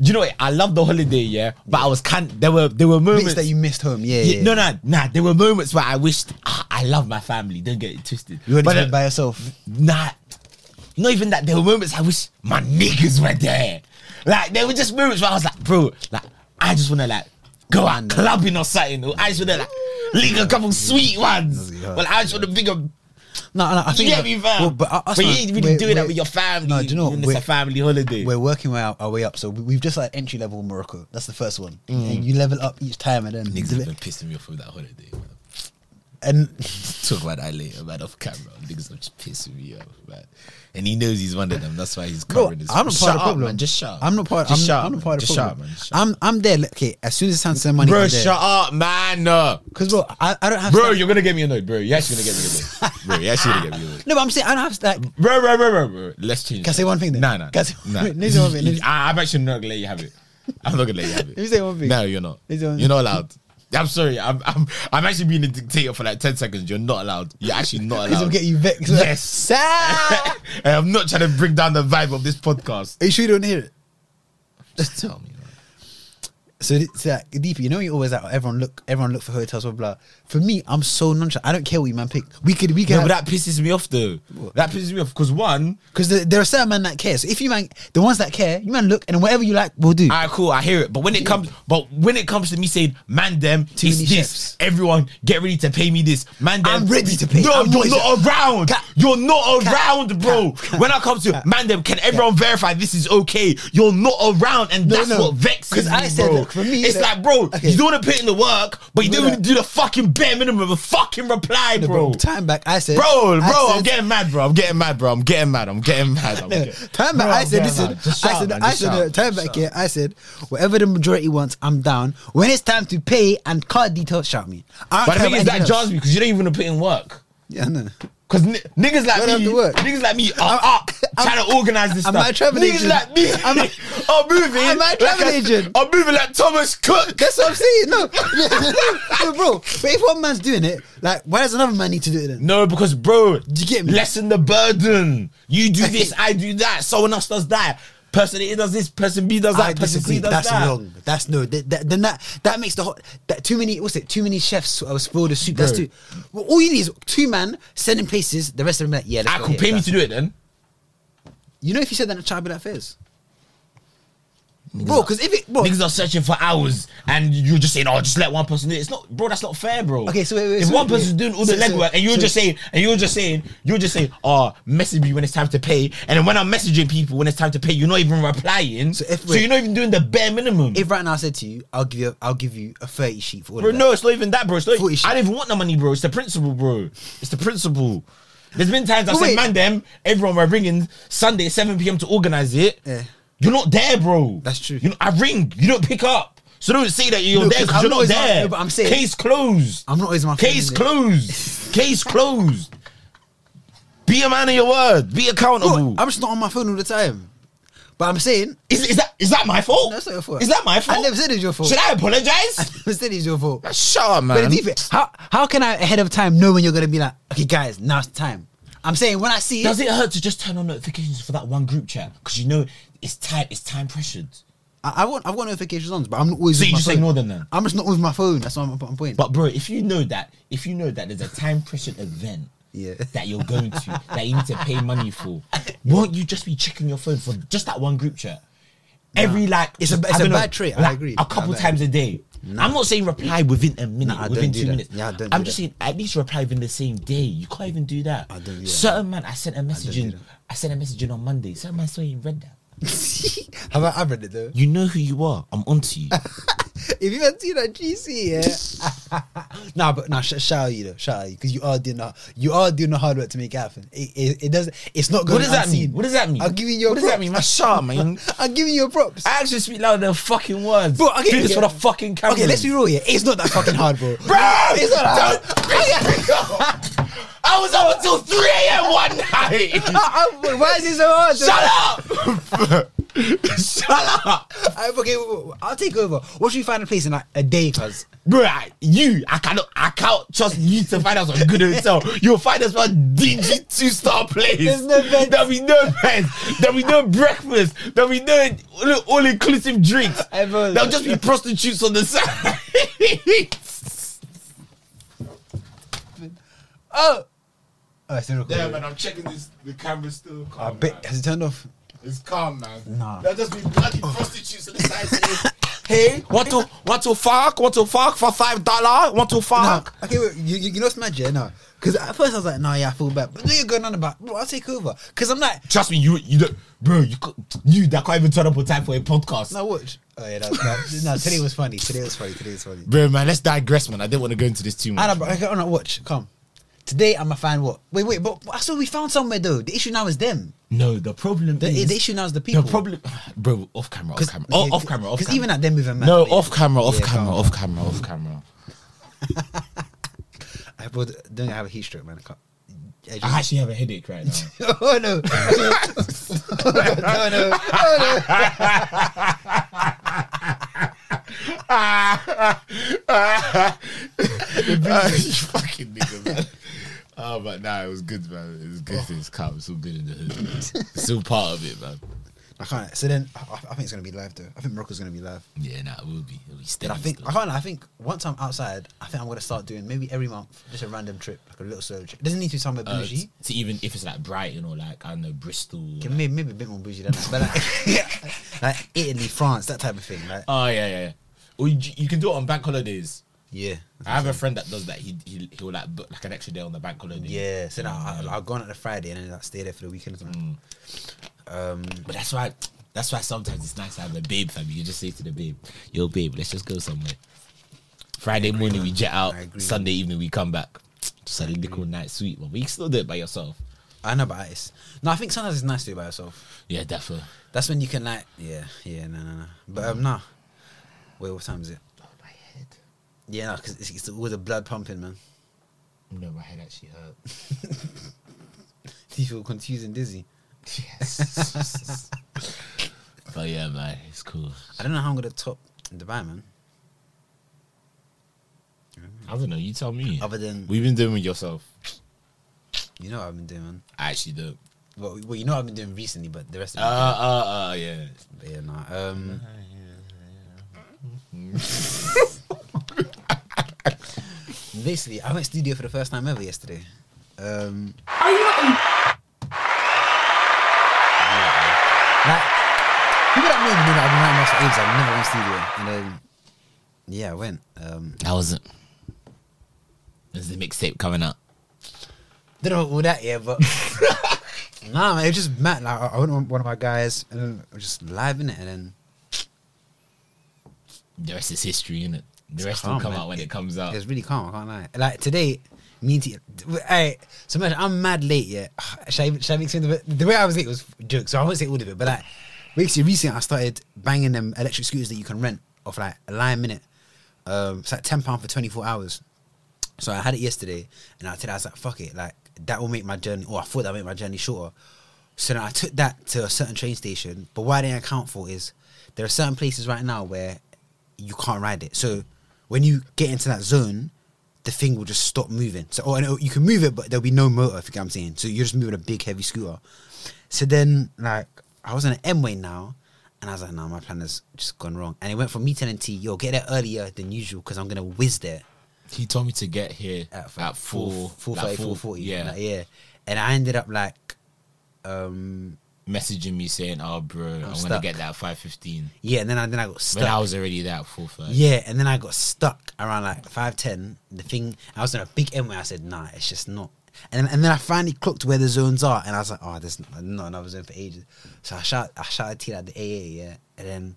Speaker 1: You know, what? I love the holiday, yeah. But I was can there were there were
Speaker 2: Bits
Speaker 1: moments
Speaker 2: that you missed home. Yeah,
Speaker 1: Yeah,
Speaker 2: yeah.
Speaker 1: no, no, nah. There were moments where I wished ah, I love my family. Don't get it twisted.
Speaker 2: You wanted
Speaker 1: But,
Speaker 2: to
Speaker 1: uh,
Speaker 2: be by yourself.
Speaker 1: Nah, not even that. There were moments I wish my niggas were there. Like there were just moments where I was like, bro, like I just wanna like go out clubbing or something. Or I just wanna like link a couple sweet ones.
Speaker 2: That's good.
Speaker 1: Well, I just wanna bring a
Speaker 2: No, no, I
Speaker 1: You
Speaker 2: think.
Speaker 1: get me, fam.
Speaker 2: Well, but us,
Speaker 1: you
Speaker 2: man,
Speaker 1: ain't really
Speaker 2: we're-
Speaker 1: doing that
Speaker 2: we're-
Speaker 1: with your family.
Speaker 2: No, do you know what?
Speaker 1: when It's
Speaker 2: We're-
Speaker 1: a family holiday.
Speaker 2: We're working our, our way up, so we- we've just like entry level Morocco. That's the first one. And you level up each time, and then
Speaker 1: Mm. Niggas have been pissing me off with that holiday. Man.
Speaker 2: and
Speaker 1: Talk about that later, man. Off camera, niggas are just pissing me off, man. And he knows he's one of them. That's why he's
Speaker 2: bro,
Speaker 1: covering his.
Speaker 2: I'm not part
Speaker 1: Shut
Speaker 2: of the
Speaker 1: up,
Speaker 2: problem.
Speaker 1: man. Just shut up.
Speaker 2: I'm not part.
Speaker 1: Just
Speaker 2: I'm,
Speaker 1: shut
Speaker 2: I'm
Speaker 1: up,
Speaker 2: not part of the
Speaker 1: Just
Speaker 2: problem.
Speaker 1: Shut up, man. Just shut up.
Speaker 2: I'm I'm there. like, Okay, as soon as Sam send money,
Speaker 1: bro,
Speaker 2: I'm there.
Speaker 1: shut up, man. No.
Speaker 2: Because bro, I, I don't have.
Speaker 1: Bro,
Speaker 2: Stan-
Speaker 1: you're gonna get me annoyed, bro. You're actually gonna get me annoyed, bro. You're actually gonna get me annoyed.
Speaker 2: no, but I'm saying I don't have like.
Speaker 1: Bro, bro, bro, bro, bro. Let's change.
Speaker 2: Can I
Speaker 1: that.
Speaker 2: say one thing then?
Speaker 1: Nah, nah.
Speaker 2: Can I say-
Speaker 1: nah.
Speaker 2: Let me say one thing, let me-
Speaker 1: I, I'm actually not gonna let you have it. I'm not gonna let you have it.
Speaker 2: Let me say one thing.
Speaker 1: No, you're not.
Speaker 2: Let me say one
Speaker 1: You're not allowed. I'm sorry. I'm, I'm I'm actually being a dictator for like ten seconds. You're not allowed. You're actually not
Speaker 2: Because
Speaker 1: allowed.
Speaker 2: it'll get you vexed.
Speaker 1: Yes.
Speaker 2: Sam,
Speaker 1: And I'm not trying to bring down the vibe of this podcast.
Speaker 2: are you sure you don't hear it?
Speaker 1: Just tell me. man.
Speaker 2: So it's like deeper. You know, you always like everyone look, everyone look for hotels, blah blah. For me, I'm so nonchalant. I don't care what you man pick. We could, we could.
Speaker 1: No,
Speaker 2: have-
Speaker 1: but that pisses me off though. That pisses me off because one,
Speaker 2: Because there, there are certain men that care. So if you man, the ones that care, you man look and whatever you like, we'll do.
Speaker 1: all right, cool, I hear it. But when it comes, but when it comes to me saying, "Man, them,
Speaker 2: Too
Speaker 1: it's
Speaker 2: many
Speaker 1: this.
Speaker 2: chefs.
Speaker 1: Everyone, get ready to pay me this. Man, them,
Speaker 2: I'm ready to pay.
Speaker 1: No,
Speaker 2: I'm
Speaker 1: you're
Speaker 2: not-
Speaker 1: not around.
Speaker 2: Cat-
Speaker 1: you're not around, bro. when I come to man, them, can everyone verify this is okay? You're not around, and
Speaker 2: No,
Speaker 1: that's
Speaker 2: no.
Speaker 1: what vexes
Speaker 2: 'Cause
Speaker 1: me,
Speaker 2: I said,
Speaker 1: bro.
Speaker 2: look, for me,
Speaker 1: it's
Speaker 2: look-
Speaker 1: like, bro,
Speaker 2: okay.
Speaker 1: you don't want to put in the work, but you
Speaker 2: No,
Speaker 1: don't
Speaker 2: no.
Speaker 1: even do the fucking bare minimum of a fucking reply,
Speaker 2: No,
Speaker 1: bro.
Speaker 2: Time back, I said,
Speaker 1: Bro, bro,
Speaker 2: I said-
Speaker 1: I'm getting mad, bro. I'm getting mad, bro. I'm getting mad. I'm getting mad. I'm
Speaker 2: No,
Speaker 1: getting-
Speaker 2: time back.
Speaker 1: Bro,
Speaker 2: I said,
Speaker 1: I'm getting
Speaker 2: listen.
Speaker 1: mad. Just
Speaker 2: I
Speaker 1: shout,
Speaker 2: said,
Speaker 1: man.
Speaker 2: I
Speaker 1: Just
Speaker 2: said,
Speaker 1: shout.
Speaker 2: uh, time
Speaker 1: Just
Speaker 2: back
Speaker 1: shout.
Speaker 2: here. I said, whatever the majority wants, I'm down. When it's time to pay and card details, shout me. I don't
Speaker 1: But the
Speaker 2: care
Speaker 1: thing is,
Speaker 2: about
Speaker 1: that
Speaker 2: anything else.
Speaker 1: jars me because you don't even wanna put in work.
Speaker 2: Yeah, I know.
Speaker 1: Cause n- niggas like
Speaker 2: Don't have
Speaker 1: me,
Speaker 2: to work.
Speaker 1: niggas like me are up trying to organize this
Speaker 2: I'm
Speaker 1: stuff.
Speaker 2: not a travel
Speaker 1: niggas
Speaker 2: agent.
Speaker 1: like me
Speaker 2: I'm not-
Speaker 1: are moving.
Speaker 2: I'm not a travel
Speaker 1: like
Speaker 2: agent.
Speaker 1: I'm moving like Thomas Cook.
Speaker 2: That's what I'm saying. No, no, bro. But if one man's doing it, like, why does another man need to do it then?
Speaker 1: No, because bro,
Speaker 2: you get me?
Speaker 1: lessen the burden. You do this, I do that. Someone else does that. Person A does this. Person B does that.
Speaker 2: I
Speaker 1: person
Speaker 2: disagree.
Speaker 1: C does
Speaker 2: That's
Speaker 1: that.
Speaker 2: wrong. That's no. That, that, then that that makes the whole that too many. What's it? Too many chefs uh, spoil the soup. That's
Speaker 1: Bro.
Speaker 2: too. Well, all you need is two man sending places. The rest of them like yeah.
Speaker 1: I could pay me to do it then.
Speaker 2: You know if you said that in a child, be like fizz. Bro, because if it bro,
Speaker 1: Niggas are searching for hours, and you're just saying, "Oh, just let one person do it." It's not, bro. That's not fair, bro.
Speaker 2: Okay, so wait, wait,
Speaker 1: if
Speaker 2: so
Speaker 1: one
Speaker 2: wait,
Speaker 1: person's
Speaker 2: wait.
Speaker 1: doing all the
Speaker 2: So- so-
Speaker 1: legwork, and you're
Speaker 2: so-
Speaker 1: just saying, and you're just saying, you're just saying, "Oh, message me when it's time to pay," and then when I'm messaging people when it's time to pay, you're not even replying. So,
Speaker 2: So if we-
Speaker 1: you're not even doing the bare minimum.
Speaker 2: if right now I said to you, I'll give you, I'll give you a thirty sheet for all
Speaker 1: bro,
Speaker 2: of that.
Speaker 1: no, it's not even that, bro. It's not,
Speaker 2: Forty shit.
Speaker 1: I don't even want the money, bro. It's the principle, bro. It's the principle. There's been times I
Speaker 2: But
Speaker 1: said,
Speaker 2: wait.
Speaker 1: "Man, them everyone were ringing Sunday 7 p.m. to organize it."
Speaker 2: Yeah.
Speaker 1: You're not there, bro.
Speaker 2: That's true.
Speaker 1: You know, I ring, you don't pick up. So don't say that you're
Speaker 2: No,
Speaker 1: there
Speaker 2: 'cause
Speaker 1: because
Speaker 2: I'm
Speaker 1: you're not
Speaker 2: always on-
Speaker 1: there.
Speaker 2: no, but I'm saying-
Speaker 1: case closed.
Speaker 2: I'm not always my friend,
Speaker 1: case
Speaker 2: innit?
Speaker 1: closed. case closed. Be a man of your word. Be accountable.
Speaker 2: Bro, I'm just not on my phone all the time. But I'm saying,
Speaker 1: is, is that is that my fault?
Speaker 2: No, it's not your fault.
Speaker 1: Is that my fault?
Speaker 2: I never said it's your fault.
Speaker 1: Should I
Speaker 2: I
Speaker 1: apologize?
Speaker 2: never said it's your fault.
Speaker 1: Shut up, man.
Speaker 2: But the defense, how how can I ahead of time know when you're gonna be like, okay, guys, now's the time. I'm saying when I see
Speaker 1: Does it hurt to just turn on notifications for that one group chat? Because you know it's time it's time pressured.
Speaker 2: I, I want I've got notifications on, but I'm not always.
Speaker 1: So
Speaker 2: with
Speaker 1: you
Speaker 2: my
Speaker 1: just
Speaker 2: phone.
Speaker 1: ignore them then?
Speaker 2: I'm just not with my phone. That's what I'm, I'm pointing.
Speaker 1: But bro, if you know that, if you know that there's a time pressured event
Speaker 2: Yeah.
Speaker 1: that you're going to, that you need to pay money for, won't you just be checking your phone for just that one group chat? Every like
Speaker 2: It's a-
Speaker 1: just-
Speaker 2: it's
Speaker 1: I
Speaker 2: a
Speaker 1: don't
Speaker 2: bad trait, I agree.
Speaker 1: A couple
Speaker 2: I bet.
Speaker 1: times a day. I'm not saying reply within a minute,
Speaker 2: Nah, I
Speaker 1: within
Speaker 2: don't do
Speaker 1: two
Speaker 2: that.
Speaker 1: minutes.
Speaker 2: Yeah, I don't
Speaker 1: I'm
Speaker 2: do
Speaker 1: just
Speaker 2: that.
Speaker 1: saying at least reply within the same day. You can't even do that.
Speaker 2: I don't do that.
Speaker 1: Certain man, I sent a message
Speaker 2: do
Speaker 1: in.
Speaker 2: that.
Speaker 1: I sent a message in on Monday. Certain man saw you and read that.
Speaker 2: Have I, I've read it though?
Speaker 1: You know who you are. I'm onto you.
Speaker 2: If you haven't seen that GC, yeah. nah, but nah, sh- shout out you though, shout out you because you are doing the you are doing the hard work to make it happen. It, it, it does. It's not going.
Speaker 1: What does that
Speaker 2: unseen.
Speaker 1: mean? What does that mean?
Speaker 2: I'm giving you.
Speaker 1: What
Speaker 2: a
Speaker 1: does that
Speaker 2: props.
Speaker 1: mean? Man, shut up, man.
Speaker 2: I'm giving you your props.
Speaker 1: I actually speak louder than fucking words.
Speaker 2: Bro, okay,
Speaker 1: do this
Speaker 2: okay.
Speaker 1: for the fucking camera.
Speaker 2: Okay, let's be real here. It's not that fucking hard, bro.
Speaker 1: Bro,
Speaker 2: it's not that hard.
Speaker 1: I was up until 3 a.m. one night.
Speaker 2: I- I- Why is it so hard? though?
Speaker 1: Shut up. Shut up.
Speaker 2: I, okay, w- w- I'll take over. What should we find a place in like a day, cuz?
Speaker 1: Bro, I- you, I cannot, I can't trust you to find us a good hotel. You'll find us a DG two star place.
Speaker 2: There's no beds.
Speaker 1: There'll be no beds. There'll be no breakfast. There'll be no all inclusive drinks.
Speaker 2: I know.
Speaker 1: There'll just be prostitutes on the side.
Speaker 2: Oh! Oh, it's still
Speaker 1: Yeah,
Speaker 2: recording.
Speaker 1: man, I'm checking this. The camera's still
Speaker 2: I
Speaker 1: calm.
Speaker 2: bet.
Speaker 1: man.
Speaker 2: Has it turned off?
Speaker 1: It's calm, man.
Speaker 2: Nah.
Speaker 1: There'll just be bloody prostitutes on the side. saying,
Speaker 4: Hey,
Speaker 1: Want to want to fuck? Want to fuck for five dollar? Want to
Speaker 2: Nah,
Speaker 1: fuck?
Speaker 2: okay, wait, you, you, you know what's mad, yeah? No. Because at first I was like, nah, yeah, I feel bad. But then you're going on about, bro, I'll take over. Because I'm like,
Speaker 1: Trust me, you you don't, bro. You co- you that can't even turn up on time for a podcast.
Speaker 2: no, watch. Oh, yeah, that, that, no, today was funny. Today was funny. Today was funny.
Speaker 1: Bro, man, let's digress, man. I didn't want to go into this too much.
Speaker 2: I know, but okay, no, watch. Come. Today I'm a fan. What? Wait, wait, but I saw we found somewhere though. The issue now is them.
Speaker 1: no, the problem
Speaker 2: The,
Speaker 1: is
Speaker 2: the issue now is the people.
Speaker 1: The problem, bro. Off camera, off
Speaker 2: 'Cause-
Speaker 1: camera, oh,
Speaker 2: yeah,
Speaker 1: off camera, off camera.
Speaker 2: even at them with a man.
Speaker 1: no, off camera, off
Speaker 2: Yeah,
Speaker 1: camera,
Speaker 2: come
Speaker 1: off camera, off camera.
Speaker 2: I bro, don't have a heat stroke, man. I can't. I just-
Speaker 1: I actually have a headache right now.
Speaker 2: oh no! oh no! Oh no! Oh no!
Speaker 1: Ah, you fucking nigga, man. Oh, but nah, it was good, man. It was good.
Speaker 2: Oh.
Speaker 1: It's calm. It's all good in the hood. man. It's still part of it, man.
Speaker 2: I can't. So then, I, I think it's gonna be live though. I think Morocco's gonna be live.
Speaker 1: Yeah, nah, it will be. It'll be steady.
Speaker 2: Then I think
Speaker 1: still.
Speaker 2: I can't. lie, I think once I'm outside, I think I'm gonna start doing maybe every month just a random trip, like a little solo trip. doesn't need to be somewhere
Speaker 1: Uh,
Speaker 2: bougie.
Speaker 1: t- to even if it's like Brighton or like I don't know Bristol.
Speaker 2: Okay,
Speaker 1: like-
Speaker 2: maybe, maybe a bit more bougie than that, but like, like Italy, France, that type of thing. Like,
Speaker 1: oh yeah, yeah. yeah. Or you, you can do it on bank holidays.
Speaker 2: yeah,
Speaker 1: I have a friend that does that. He he he'll like book like an extra day on the bank holiday.
Speaker 2: yeah. So now I, I'll go on at the Friday and then like stay there for the weekend. Or something. Um,
Speaker 1: But that's why that's why sometimes it's nice to have a babe fam. You can just say to the babe, yo babe, let's just go somewhere. Friday morning we jet out,
Speaker 2: I agree,
Speaker 1: Sunday evening we come back. Just a little night sweet one. But you can still do it by yourself.
Speaker 2: I know, but it's no. I think sometimes it's nice to do it by yourself.
Speaker 1: Yeah, definitely.
Speaker 2: That's when you can like, yeah, yeah, no, no, no. But um, nah. Wait, what time is it?
Speaker 1: Oh my head.
Speaker 2: Yeah, because it's, it's all the blood pumping, man.
Speaker 1: No, my head actually hurt.
Speaker 2: You feel confused and dizzy.
Speaker 1: Yes. but yeah, man, it's cool.
Speaker 2: I don't know how I'm gonna top Dubai, man.
Speaker 1: I don't know, you tell me.
Speaker 2: Other than
Speaker 1: We've been doing with yourself.
Speaker 2: you know what I've been doing, man.
Speaker 1: I actually do.
Speaker 2: Well, well, you know what I've been doing recently, but the rest
Speaker 1: Uh
Speaker 2: of it.
Speaker 1: uh uh yeah.
Speaker 2: But yeah, nah. Um, basically, I went studio for the first time ever yesterday. Um, Are you Like, people that know me know that I've been writing most for ages. I've never went studio, and then yeah, I went. Um,
Speaker 1: That wasn't. There's the mixtape coming up.
Speaker 2: don't know about all that, yeah, but nah, man, it was just mad. Like, I I went with one of my guys, and then we were just live in it, and then.
Speaker 1: The rest is history, innit? The rest will
Speaker 2: calm,
Speaker 1: come
Speaker 2: man.
Speaker 1: out when it comes out.
Speaker 2: It's really calm. I can't lie. Like today, me and T. Hey, so imagine I'm mad late. Yeah, should I, even- should I make something? The way I was late was joke. So I won't say all of it, but like basically recently I started banging them electric scooters that you can rent off like a line minute. Um, it's like ten pound for twenty four hours. So I had it yesterday, and I today I was like, "Fuck it!" Like that will make my journey, or I thought that would make my journey shorter. So then I took that to a certain train station. But what I didn't account for is there are certain places right now where you can't ride it. So when you get into that zone, the thing will just stop moving. So or and it'll- you can move it, but there'll be no motor. If you get what I'm saying, so you're just moving a big heavy scooter. So then, like, I was on an M way now, and I was like, "Nah, my plan has just gone wrong." And it went from me telling T, "Yo, get there earlier than usual because I'm gonna whiz there."
Speaker 1: He told me to get here
Speaker 2: at,
Speaker 1: at,
Speaker 2: like
Speaker 1: four,
Speaker 2: four, four
Speaker 1: like
Speaker 2: thirty,
Speaker 1: four-
Speaker 2: four forty.
Speaker 1: Yeah,
Speaker 2: like, yeah. And I ended up like, um,
Speaker 1: messaging me saying, "Oh, bro, I'm, gonna
Speaker 2: stuck.
Speaker 1: get that five fifteen.
Speaker 2: yeah. And then I then I got
Speaker 1: But I
Speaker 2: stuck.
Speaker 1: was already there at four thirty.
Speaker 2: Yeah, and then I got stuck around like five ten. The thing I was in a big M where I said, nah, it's just not. And and then I finally clocked where the zones are, and I was like, oh, there's not another zone for ages. So I shout, I shouted T at the AA, yeah, and then.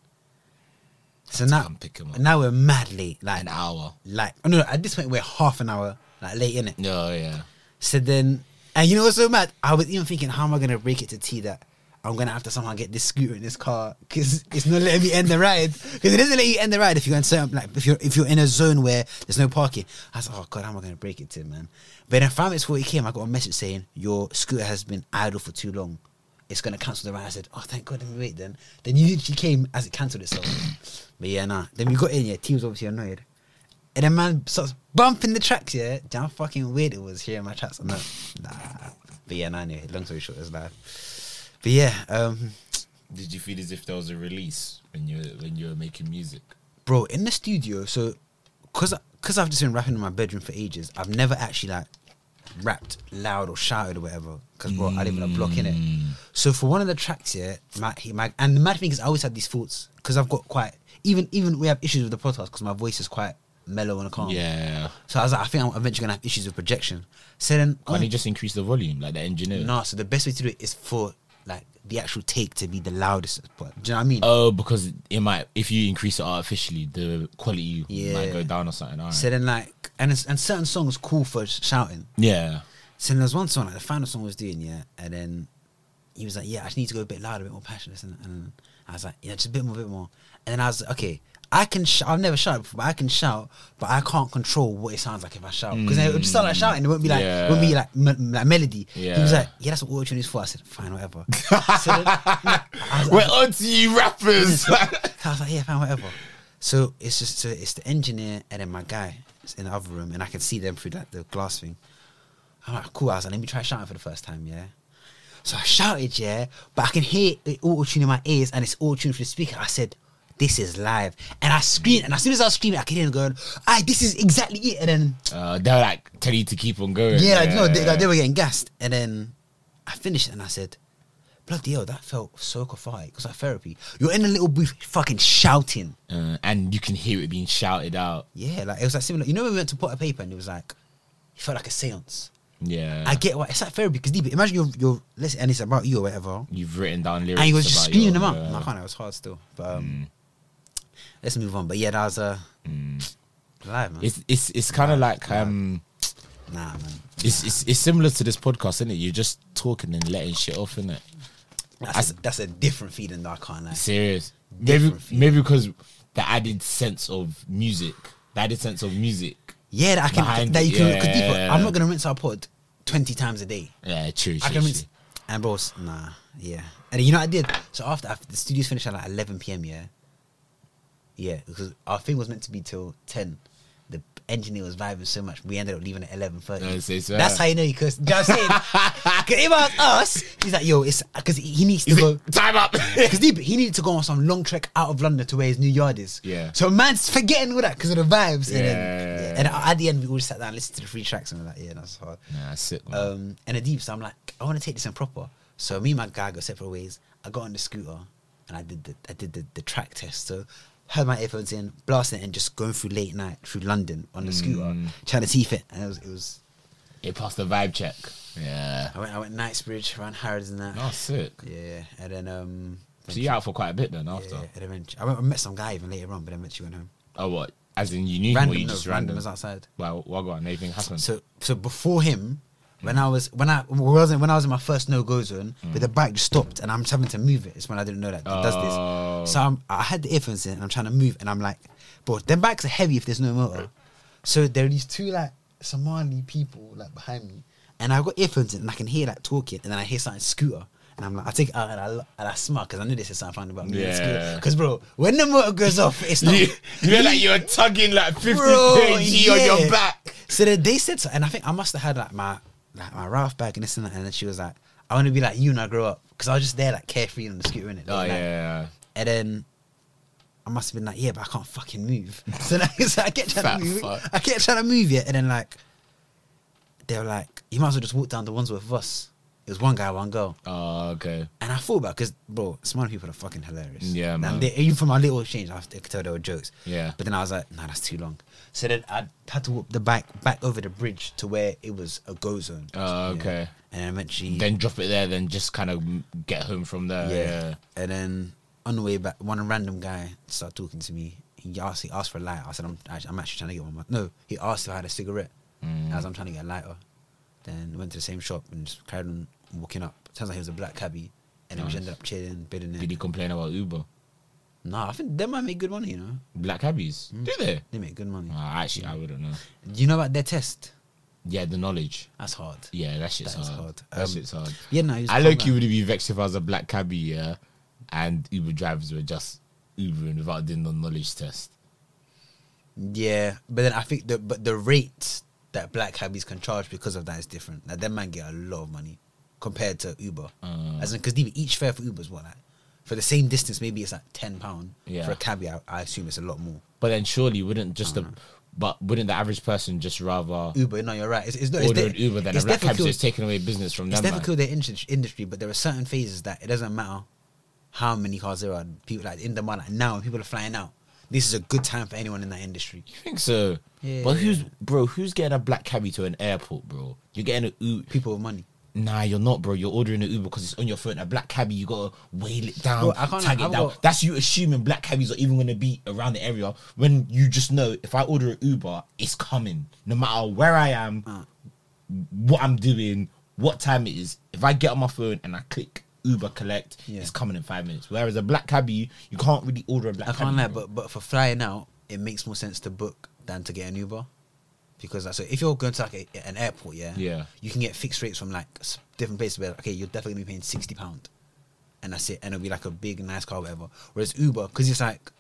Speaker 2: So now,
Speaker 1: come pick 'em up.
Speaker 2: now we're mad late, like
Speaker 1: an hour.
Speaker 2: like oh no, at this point we're half an hour like late in it.
Speaker 1: No, Oh, yeah.
Speaker 2: So then, and you know what's so mad? I was even thinking, how am I going to break it to T that I'm going to have to somehow get this scooter in this car because it's not letting me end the ride. Because it doesn't let you end the ride if you're in certain, like if you're if you're in a zone where there's no parking. I was like, oh god, how am I going to break it to him, man? But then five minutes before he came, I got a message saying your scooter has been idle for too long. It's going to cancel the ride. I said, oh thank god, let me wait then. Then you literally came as it cancelled itself. but yeah, nah. Then we got in. Yeah, T was obviously annoyed. And the man starts bumping the tracks, yeah. Damn fucking weird it was hearing my tracks on that. Nah. But yeah, nah, anyway, long story short, it's live. But yeah, um,
Speaker 1: Did you feel as if there was a release when you when you were making music?
Speaker 2: bro, in the studio, so, cause, cause I've just been rapping in my bedroom for ages, I've never actually, like, rapped loud or shouted or whatever. Because bro, I live in a block in it. So for one of the tracks, yeah, my, he, my and the mad thing is, I always had these thoughts because I've got quite even even we have issues with the podcast because my voice is quite mellow and calm.
Speaker 1: Yeah.
Speaker 2: So I was like, I think I'm eventually gonna have issues with projection. So then,
Speaker 1: Why
Speaker 2: oh,
Speaker 1: don't you just increase the volume like the engineer?
Speaker 2: no. So the best way to do it is for like the actual take to be the loudest. But do you know what I mean?
Speaker 1: Oh, because it might if you increase it artificially, the quality
Speaker 2: Yeah.
Speaker 1: might go down or something. All right.
Speaker 2: So then, like, and it's, and certain songs call for sh- shouting.
Speaker 1: yeah.
Speaker 2: So then there was one song, like the final song I was doing, yeah, and then he was like, "Yeah, I just need to go a bit louder, a bit more passionate," and, and I was like, "Yeah, just a bit more, a bit more." And then I was like, "Okay, I can, sh- I've never shouted before, but I can shout, but I can't control what it sounds like if I shout because it would just sound like shouting. It won't be like, it won't be
Speaker 1: Mm. Yeah.
Speaker 2: like, m- like melody." He was
Speaker 1: Yeah.
Speaker 2: like, "Yeah, that's what auto tune is for." I said, "Fine, whatever." so then, I was like,
Speaker 1: We're on to you rappers.
Speaker 2: I was like, yeah, fine, whatever. So it's just so it's the engineer and then my guy is in the other room, and I can see them through that the glass thing. I'm like, cool. I was like, let me try shouting for the first time, yeah. So I shouted, yeah, but I can hear it auto tune in my ears, and it's auto tuned through the speaker. I said, this is live, and I screamed, and as soon as I was screaming, I could hear them going, "Ah, this is exactly it," and then
Speaker 1: uh, they're like tell you to keep on going.
Speaker 2: yeah, like, no, they, like, they were getting gassed. And then I finished and I said, bloody hell, that felt so cathartic. It was like therapy. You're in a little booth fucking shouting.
Speaker 1: Uh, and you can hear it being shouted out.
Speaker 2: Yeah, like it was like similar. You know when we went to put a paper and it was like, it felt like a seance.
Speaker 1: Yeah.
Speaker 2: I get why. It's like therapy because deep. Imagine you're, you're, listen, and it's about you or whatever.
Speaker 1: You've written down lyrics.
Speaker 2: And he was just
Speaker 1: about your-
Speaker 2: screaming them out.
Speaker 1: yeah. Mm.
Speaker 2: No, I can't, it was hard still. But um, let's move on. But yeah, that was a. Live, man.
Speaker 1: It's it's it's kind of like um,
Speaker 2: nah, man.
Speaker 1: it's, it's it's similar to this podcast, isn't it? You're just talking and letting shit off, isn't it?
Speaker 2: That's, a, that's a different feeling that I can't like.
Speaker 1: Serious. Maybe
Speaker 2: Different
Speaker 1: maybe because the added sense of music, the added sense of music.
Speaker 2: Yeah, that I can.
Speaker 1: Behind
Speaker 2: that
Speaker 1: it,
Speaker 2: you can. 'cause
Speaker 1: yeah.
Speaker 2: deeper, I'm not gonna rinse our pod twenty times a day.
Speaker 1: Yeah, true.
Speaker 2: I
Speaker 1: true,
Speaker 2: can
Speaker 1: true.
Speaker 2: rinse. And bros, nah, yeah. And you know what I did? So after, after the studios finished at like 11 p.m. Yeah, yeah, because our thing was meant to be till 10. The engineer was vibing so much, we ended up leaving at 11:30.
Speaker 1: Yeah, it's- it's, uh,
Speaker 2: That's how you know he cursed. Do you know what I'm saying? 'Cause if it was us, he's like, yo, it's because he needs to
Speaker 1: He's
Speaker 2: go.
Speaker 1: like, Time up.
Speaker 2: Because he, he needed to go on some long trek out of London to where his new yard is.
Speaker 1: Yeah.
Speaker 2: So man's forgetting all that because of the vibes. And,
Speaker 1: Yeah,
Speaker 2: then,
Speaker 1: yeah,
Speaker 2: yeah.
Speaker 1: yeah.
Speaker 2: and at the end, we all sat down and listened to the three tracks and we're like, yeah, that's hard.
Speaker 1: nah, sick. Man.
Speaker 2: Um, and a deep, so I'm like, I want to take this in proper. So me and my guy got separate ways. I got on the scooter and I did the I did the, the track test. So had my earphones in, blasting it, and just going through late night through London on the scooter,
Speaker 1: Mm.
Speaker 2: trying to teeth it. And it was, it was
Speaker 1: it passed the vibe check. Yeah.
Speaker 2: I went I went Knightsbridge around Harrods and that.
Speaker 1: Oh, sick.
Speaker 2: Yeah, and then um,
Speaker 1: So you're out for quite a bit then after.
Speaker 2: yeah, and then I, went, I met some guy even later on, but then eventually went home.
Speaker 1: Oh, what? As in you knew him or
Speaker 2: Random,
Speaker 1: you
Speaker 2: no,
Speaker 1: just
Speaker 2: random
Speaker 1: random?
Speaker 2: was outside.
Speaker 1: Well, well, go on. Anything happened?
Speaker 2: So so before him, when I was when I wasn't when I was in my first no go zone,
Speaker 1: Mm.
Speaker 2: but the bike just stopped and I'm just having to move it. It's when I didn't know that it
Speaker 1: Oh.
Speaker 2: does this. So I'm, I had the earphones in and I'm trying to move and I'm like, but them bikes are heavy if there's no motor. So there are these two like Somali people like behind me, and I've got earphones in and I can hear like talking and then I hear something scooter. And I'm like, I take it out and I, lo- and I smile because I knew this is something funny about me.
Speaker 1: Yeah.
Speaker 2: Because, bro, when the motor goes off, it's not.
Speaker 1: you, you look like you were tugging like 50
Speaker 2: Bro,
Speaker 1: kg on
Speaker 2: yeah.
Speaker 1: your back.
Speaker 2: So then they said so, and I think I must have had like my like my Ralph bag and this and that, and then she was like, "I want to be like you when I grow up," because I was just there like carefree on the scooter in it.
Speaker 1: Oh, yeah, yeah.
Speaker 2: And then I must have been like, "Yeah, but I can't fucking move." So, like, so I kept trying
Speaker 1: Fat
Speaker 2: to move.
Speaker 1: fuck.
Speaker 2: I kept trying to move it, and then like they were like, "You might as well just walk down the ones with us." It was one guy, one girl.
Speaker 1: Oh, okay.
Speaker 2: And I thought about because, bro, smart people are fucking hilarious.
Speaker 1: Yeah,
Speaker 2: And
Speaker 1: man.
Speaker 2: they, even from our little exchange, I could tell they were jokes.
Speaker 1: Yeah.
Speaker 2: But then I was like, nah, that's too long. So then I had to walk the bike back over the bridge to where it was a go zone.
Speaker 1: Oh, okay.
Speaker 2: And then eventually,
Speaker 1: Then drop it there, then just kind of get home from there.
Speaker 2: yeah.
Speaker 1: Yeah.
Speaker 2: And then on the way back, one random guy started talking to me. He asked, he asked for a lighter. I said, I'm actually, I'm actually trying to get one. of my-" No, he asked if I had a cigarette.
Speaker 1: Mm.
Speaker 2: As I'm trying to get a lighter. Then went to the same shop and just carried on walking up. Sounds like he was a black cabbie. And then
Speaker 1: Nice.
Speaker 2: we just ended up chilling, bidding in.
Speaker 1: Did he complain about Uber?
Speaker 2: Nah, I think they might make good money, you know.
Speaker 1: Black cabbies? Do they?
Speaker 2: They make good money.
Speaker 1: Uh, actually, I wouldn't know.
Speaker 2: You know about their test?
Speaker 1: Yeah, the knowledge.
Speaker 2: That's hard.
Speaker 1: Yeah, that shit's
Speaker 2: That is
Speaker 1: hard.
Speaker 2: hard.
Speaker 1: That
Speaker 2: Um,
Speaker 1: shit's hard.
Speaker 2: yeah, no, he was
Speaker 1: I
Speaker 2: calm
Speaker 1: look,
Speaker 2: down.
Speaker 1: you would be vexed if I was a black cabbie, yeah, and Uber drivers were just Ubering without doing the knowledge test.
Speaker 2: Yeah, but then I think the but the rate that black cabbies can charge because of that is different. Like them man get a lot of money compared to Uber.
Speaker 1: Uh.
Speaker 2: As in, because each fare for Uber is what like for the same distance maybe it's like ten pound.
Speaker 1: Yeah.
Speaker 2: For a cabbie, I, I assume it's a lot more.
Speaker 1: But then surely wouldn't just the But wouldn't the average person just rather
Speaker 2: Uber, no, you're right. It's, it's, not, it's,
Speaker 1: order an
Speaker 2: de-
Speaker 1: Uber than a
Speaker 2: it's
Speaker 1: black cab? So
Speaker 2: definitely killed-
Speaker 1: It's taking away business from
Speaker 2: it's
Speaker 1: them.
Speaker 2: never
Speaker 1: man.
Speaker 2: killed the industry, industry, but there are certain phases that it doesn't matter how many cars there are. People like in demand like now, people are flying out. This is a good time for anyone in that industry.
Speaker 1: I think so.
Speaker 2: Yeah.
Speaker 1: But who's bro? Who's getting a black cabbie to an airport, bro? You're getting an Uber.
Speaker 2: People with money.
Speaker 1: Nah, you're not, bro. You're ordering an Uber because it's on your phone. A black cabbie, you gotta whale it down,
Speaker 2: Bro, I can't-
Speaker 1: tag it
Speaker 2: I've
Speaker 1: down.
Speaker 2: got-
Speaker 1: That's you assuming black cabbies are even gonna be around the area when you just know if I order an Uber, it's coming. No matter where I am,
Speaker 2: Uh.
Speaker 1: what I'm doing, what time it is. If I get on my phone and I click Uber collect,
Speaker 2: Yeah.
Speaker 1: it's coming in five minutes. Whereas a black cabbie, you can't really order a black.
Speaker 2: I can't
Speaker 1: cabbie,
Speaker 2: lie,
Speaker 1: bro.
Speaker 2: but but for flying out, it makes more sense to book than to get an Uber. Because like, so if you're going to like a, an airport, yeah,
Speaker 1: Yeah.
Speaker 2: you can get fixed rates from like s- different places. Where okay, you're definitely gonna be paying sixty pound, and that's it, and it'll be like a big nice car, whatever. Whereas Uber, because it's like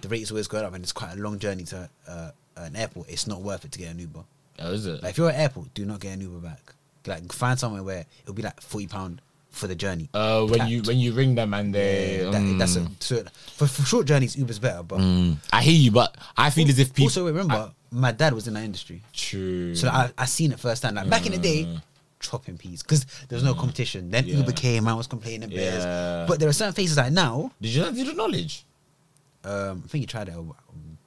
Speaker 2: the rates always going up, and it's quite a long journey to uh, an airport. It's not worth it to get an Uber.
Speaker 1: Oh, is it?
Speaker 2: Like if you're at airport, do not get an Uber back. Like find somewhere where it'll be like forty pound for the journey.
Speaker 1: uh, when you
Speaker 2: Packed.
Speaker 1: when you ring them and they,
Speaker 2: Yeah, that, that's a
Speaker 1: Mm.
Speaker 2: so for, for short journeys Uber's better, but
Speaker 1: Mm. I hear you, but I feel as if people
Speaker 2: also remember
Speaker 1: I-
Speaker 2: my dad was in that industry,
Speaker 1: true.
Speaker 2: so I I seen it firsthand. Like back in the day, chopping peas because there was no competition. Then
Speaker 1: Mm. Yeah.
Speaker 2: Uber came, I was complaining about bears,
Speaker 1: Yeah.
Speaker 2: but there are certain phases like now.
Speaker 1: Did you not do the knowledge?
Speaker 2: Um, I think you tried it a wh-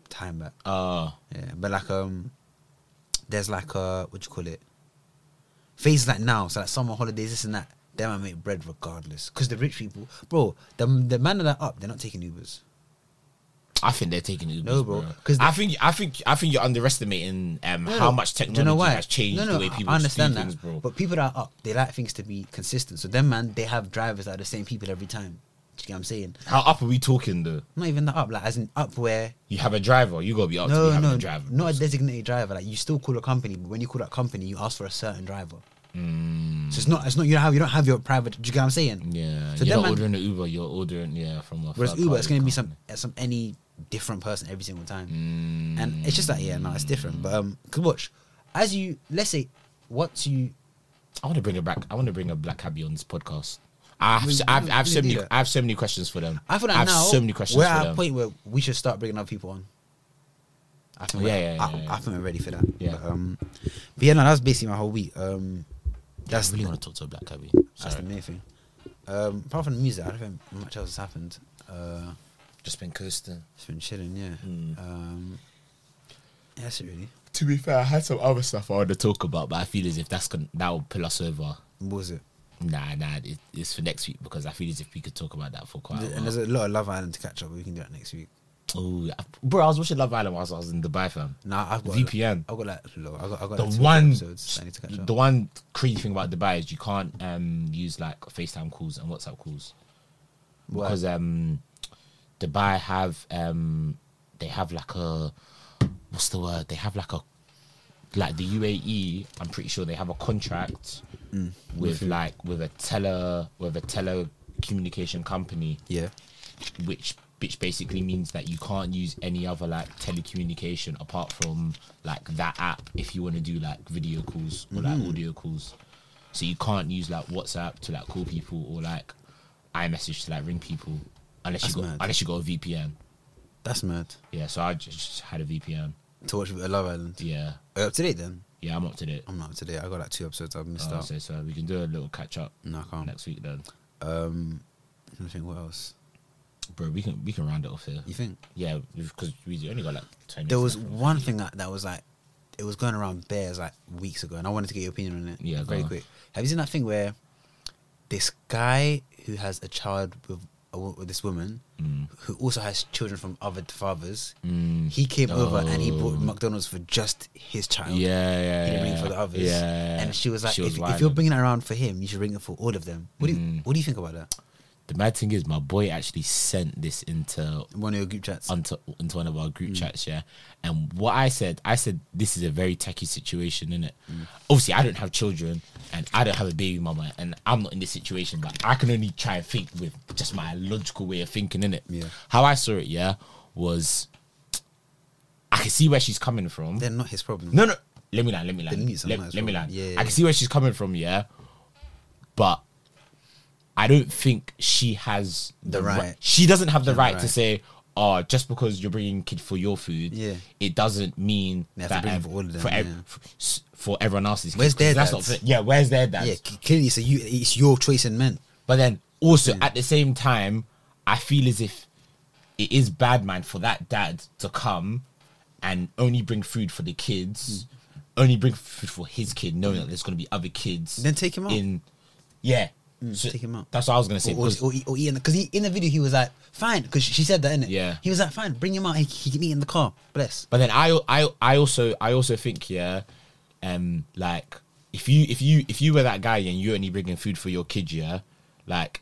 Speaker 2: time back,
Speaker 1: Uh
Speaker 2: yeah, but like um, there's like uh, what do you call it? Phases like now, so like summer holidays, this and that. Them I make bread regardless, because the rich people, bro, the the man that are up, they're not taking Ubers.
Speaker 1: I think they're taking Ubers,
Speaker 2: No,
Speaker 1: bro.
Speaker 2: bro, 'cause
Speaker 1: I think I think I think you're underestimating um
Speaker 2: No,
Speaker 1: how
Speaker 2: no.
Speaker 1: much
Speaker 2: Do you
Speaker 1: technology
Speaker 2: know why?
Speaker 1: has changed
Speaker 2: No, no,
Speaker 1: the way
Speaker 2: I-
Speaker 1: people
Speaker 2: I understand
Speaker 1: do
Speaker 2: that.
Speaker 1: things, bro.
Speaker 2: But people that are up, they like things to be consistent. So them man, they have drivers that are the same people every time. Do you get what I'm saying?
Speaker 1: how up are we talking though?
Speaker 2: Not even that up, like as in up where
Speaker 1: You have a driver, you gotta be up to be
Speaker 2: no,
Speaker 1: having
Speaker 2: no,
Speaker 1: a driver.
Speaker 2: not a designated driver. Like you still call a company, but when you call that company, you ask for a certain driver. So it's not, it's not you don't have you don't have your private. Do you get what I'm saying?
Speaker 1: Hmm. yeah,
Speaker 2: So
Speaker 1: you're
Speaker 2: them
Speaker 1: not
Speaker 2: man-
Speaker 1: ordering an Uber, you're ordering yeah from a
Speaker 2: Whereas
Speaker 1: third
Speaker 2: Uber, it's
Speaker 1: party
Speaker 2: going to be some
Speaker 1: company.
Speaker 2: some any different person every single time, and it's just like yeah, no, it's different. But
Speaker 1: Hmm.
Speaker 2: um, cause watch, as you let's say once you
Speaker 1: I wanna bring it back I wanna bring a black cabbie on this podcast. I have,
Speaker 2: We-
Speaker 1: so- I have, I have
Speaker 2: we
Speaker 1: so
Speaker 2: do
Speaker 1: many
Speaker 2: that.
Speaker 1: I have so many questions for them.
Speaker 2: I feel like
Speaker 1: I have
Speaker 2: now
Speaker 1: so many questions
Speaker 2: we're
Speaker 1: for
Speaker 2: at
Speaker 1: them.
Speaker 2: a point where we should start bringing other people on. I think
Speaker 1: Yeah,
Speaker 2: we're-
Speaker 1: yeah, yeah,
Speaker 2: I,
Speaker 1: yeah.
Speaker 2: I think we're ready for that.
Speaker 1: Yeah.
Speaker 2: But, um, but yeah, no, that's basically my whole week. Um,
Speaker 1: I
Speaker 2: that's
Speaker 1: really want to talk to a black cabbie.
Speaker 2: that's the
Speaker 1: Sorry.
Speaker 2: main thing. Um, apart from the music, I don't think much else has happened. Uh,
Speaker 1: Just been coasting.
Speaker 2: just been chilling, yeah.
Speaker 1: Hmm.
Speaker 2: Um, yeah, that's it really.
Speaker 1: to be fair, I had some other stuff I want to talk about, but I feel as if that's gonna that will pull us over.
Speaker 2: What was it?
Speaker 1: Nah, nah, it, it's for next week because I feel as if we could talk about that for quite a
Speaker 2: and there's
Speaker 1: while.
Speaker 2: a lot of Love Island to catch up. with. We can do that next week.
Speaker 1: Oh, bro, I was watching Love Island whilst I was in Dubai, fam.
Speaker 2: Nah, I've got
Speaker 1: VPN.
Speaker 2: I've got like lo- I've got, I've got
Speaker 1: The
Speaker 2: like two
Speaker 1: one,
Speaker 2: episodes that I need to catch up.
Speaker 1: the one crazy thing about Dubai is you can't um use like FaceTime calls and WhatsApp calls
Speaker 2: Why?
Speaker 1: because um Dubai have um they have like a what's the word they have like a like the UAE I'm pretty sure they have a contract with like with a tele with a telecommunication company
Speaker 2: yeah.
Speaker 1: which which basically means that you can't use any other like telecommunication apart from like that app if you want to do like video calls or
Speaker 2: Mm.
Speaker 1: like audio calls. So you can't use like WhatsApp to like call people or like iMessage to like ring people unless
Speaker 2: That's
Speaker 1: you got
Speaker 2: mad.
Speaker 1: unless you got a VPN.
Speaker 2: That's mad.
Speaker 1: Yeah, so I just, just had a VPN.
Speaker 2: To watch Love Island.
Speaker 1: Yeah,
Speaker 2: Are you up to date Uh, then?
Speaker 1: yeah, I'm up to date.
Speaker 2: I'm not up to date. I got like two episodes I've missed
Speaker 1: Oh,
Speaker 2: out.
Speaker 1: so, so we can do a little catch up
Speaker 2: No, I can't.
Speaker 1: next week then,
Speaker 2: Um, I think what else?
Speaker 1: bro. We can we can round it off here.
Speaker 2: You think
Speaker 1: Yeah, because we only got like twenty.
Speaker 2: there was
Speaker 1: minutes left.
Speaker 2: one thing that, that was like it was going around bears like weeks ago, and I wanted to get your opinion on it.
Speaker 1: Yeah, go
Speaker 2: very
Speaker 1: on.
Speaker 2: quick. Have you seen that thing where this guy who has a child with a, wo- with this woman
Speaker 1: Mm.
Speaker 2: who also has children from other fathers?
Speaker 1: Mm.
Speaker 2: He came over and he
Speaker 1: Oh.
Speaker 2: brought McDonald's for just his child.
Speaker 1: Yeah, yeah.
Speaker 2: He didn't
Speaker 1: yeah.
Speaker 2: ring for the others.
Speaker 1: Yeah.
Speaker 2: And she was like, if, if
Speaker 1: wilding.
Speaker 2: you're bringing it around for him, you should ring it for all of them. What do you,
Speaker 1: Mm.
Speaker 2: What do you think about that?
Speaker 1: the mad thing is, my boy actually sent this into
Speaker 2: One of your group chats.
Speaker 1: onto into one of our
Speaker 2: Mm.
Speaker 1: group chats, yeah. And what I said, I said this is a very techy situation, innit?
Speaker 2: Mm.
Speaker 1: Obviously, I don't have children and I don't have a baby mama, and I'm not in this situation, but I can only try and think with just my logical way of thinking, innit?
Speaker 2: Yeah.
Speaker 1: How I saw it, yeah, was I can see where she's coming from.
Speaker 2: They're not his problem.
Speaker 1: No, no. Let me land. Let me land.
Speaker 2: need some
Speaker 1: Let,
Speaker 2: nice
Speaker 1: let me
Speaker 2: woman.
Speaker 1: land.
Speaker 2: Yeah, yeah,
Speaker 1: I
Speaker 2: yeah.
Speaker 1: can see where she's coming from. Yeah, but I don't think she has
Speaker 2: The
Speaker 1: ri-
Speaker 2: right.
Speaker 1: She doesn't have the
Speaker 2: Yeah,
Speaker 1: right, to
Speaker 2: right.
Speaker 1: say, uh, just because you're bringing kid for your food,
Speaker 2: Yeah.
Speaker 1: it doesn't mean
Speaker 2: They have to
Speaker 1: that
Speaker 2: bring
Speaker 1: ev-
Speaker 2: for all of them,
Speaker 1: for, ev-
Speaker 2: yeah.
Speaker 1: f- s- for everyone else's. kid,
Speaker 2: Where's
Speaker 1: 'cause
Speaker 2: their
Speaker 1: that's not
Speaker 2: dads?
Speaker 1: fair. Yeah, where's their dads?
Speaker 2: Yeah, c- clearly, so you it's your choice in men.
Speaker 1: But then also at the same time, I feel as if it is bad, man, for that dad to come and only bring food for the kids, only bring food for his kid, knowing that there's going to be other kids.
Speaker 2: Hmm. Then take him out. Hmm,
Speaker 1: In, yeah, so
Speaker 2: take him out.
Speaker 1: That's what I was going to say.
Speaker 2: Or, or,
Speaker 1: because-
Speaker 2: or, eat- or eat in because he, in the video he was like, "Fine," because she said that in it.
Speaker 1: Yeah.
Speaker 2: he was like, "Fine, bring him out. He, he can eat in the car." Bless.
Speaker 1: But then I I I also I also think yeah, um, like if you if you if you were that guy and you're only bringing food for your kid, yeah, like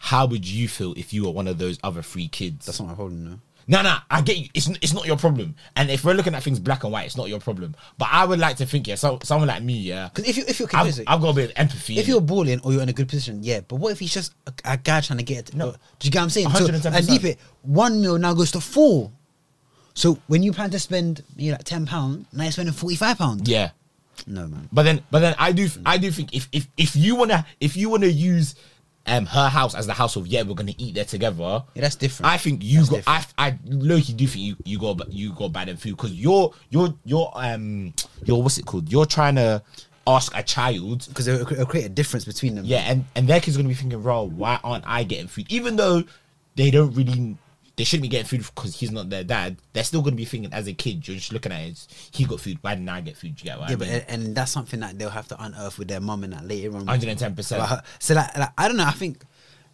Speaker 1: how would you feel if you were one of those other three kids?
Speaker 2: That's not my problem, no.
Speaker 1: no, no, I get you. It's n- it's not your problem. And if we're looking at things black and white, it's not your problem. But I would like to think yeah, so, someone like me, yeah,
Speaker 2: Because if you if you're
Speaker 1: I've,
Speaker 2: confused,
Speaker 1: I've got a bit of empathy. in
Speaker 2: if
Speaker 1: it.
Speaker 2: you're balling or you're in a good position, yeah. But what if he's just a, a guy trying to get?
Speaker 1: No.
Speaker 2: No, do you get what I'm saying? So,
Speaker 1: 110%.
Speaker 2: and deep it one mil now goes to four. So when you plan to spend you know, like ten pound, now you're spending forty five pound.
Speaker 1: yeah,
Speaker 2: No man.
Speaker 1: But then, but then I do, I do think if if if you wanna if you wanna use um her house as the house of yeah we're gonna eat there together.
Speaker 2: Yeah, that's different.
Speaker 1: I think you
Speaker 2: That's
Speaker 1: got I I Loki do think you you got you got bad in food because you're you're you're um you're what's it called you're trying to ask a child
Speaker 2: Because it'll, cre- it'll create a difference between them.
Speaker 1: yeah and and their kids are gonna be thinking bro why aren't I getting food even though they don't really. They shouldn't be getting food because he's not their dad. They're still going to be thinking, as a kid, you're just looking at it. as, He got food. Why didn't I get food? Do you get what
Speaker 2: Yeah,
Speaker 1: I
Speaker 2: but
Speaker 1: mean?
Speaker 2: and, and that's something that they'll have to unearth with their mum and that later on.
Speaker 1: 110%.
Speaker 2: About her- So like, like, I don't know. I think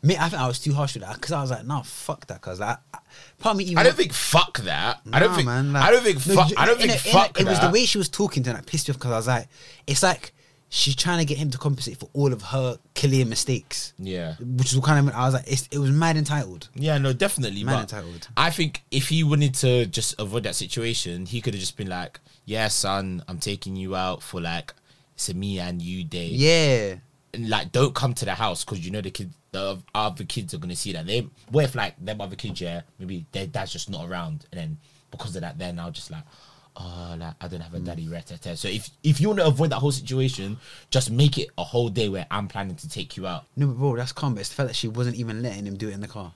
Speaker 2: me. I think I was too harsh with that because I was like, nah, fuck that. Because like, I- part of me even
Speaker 1: I don't think fuck that. I don't
Speaker 2: Nah,
Speaker 1: think.
Speaker 2: man, like-
Speaker 1: I don't think.
Speaker 2: No,
Speaker 1: Fuck.
Speaker 2: you-
Speaker 1: I don't
Speaker 2: in
Speaker 1: think.
Speaker 2: a- in a-
Speaker 1: fuck.
Speaker 2: It was the
Speaker 1: that.
Speaker 2: way she was talking to him that pissed me off because I was like, it's like she's trying to get him to compensate for all of her clear mistakes.
Speaker 1: Yeah.
Speaker 2: Which is what kind of I was like, it's, it was mad entitled.
Speaker 1: Yeah, no, definitely.
Speaker 2: Man
Speaker 1: but
Speaker 2: entitled.
Speaker 1: I think if he wanted to just avoid that situation, he could have just been like, "Yeah, son, I'm taking you out for like it's a me and you day.
Speaker 2: Yeah.
Speaker 1: and like don't come to the house because you know the kid, the other kids are gonna see that. They what if like them other kids, yeah, maybe their dad's just not around, and then because of that, they're now just like, oh, like I don't have a daddy, mm. So if if you want to avoid that whole situation, just make it a whole day where I'm planning to take you out.
Speaker 2: No, but bro, that's calm. But it's the fact that she wasn't even letting him do it in the car.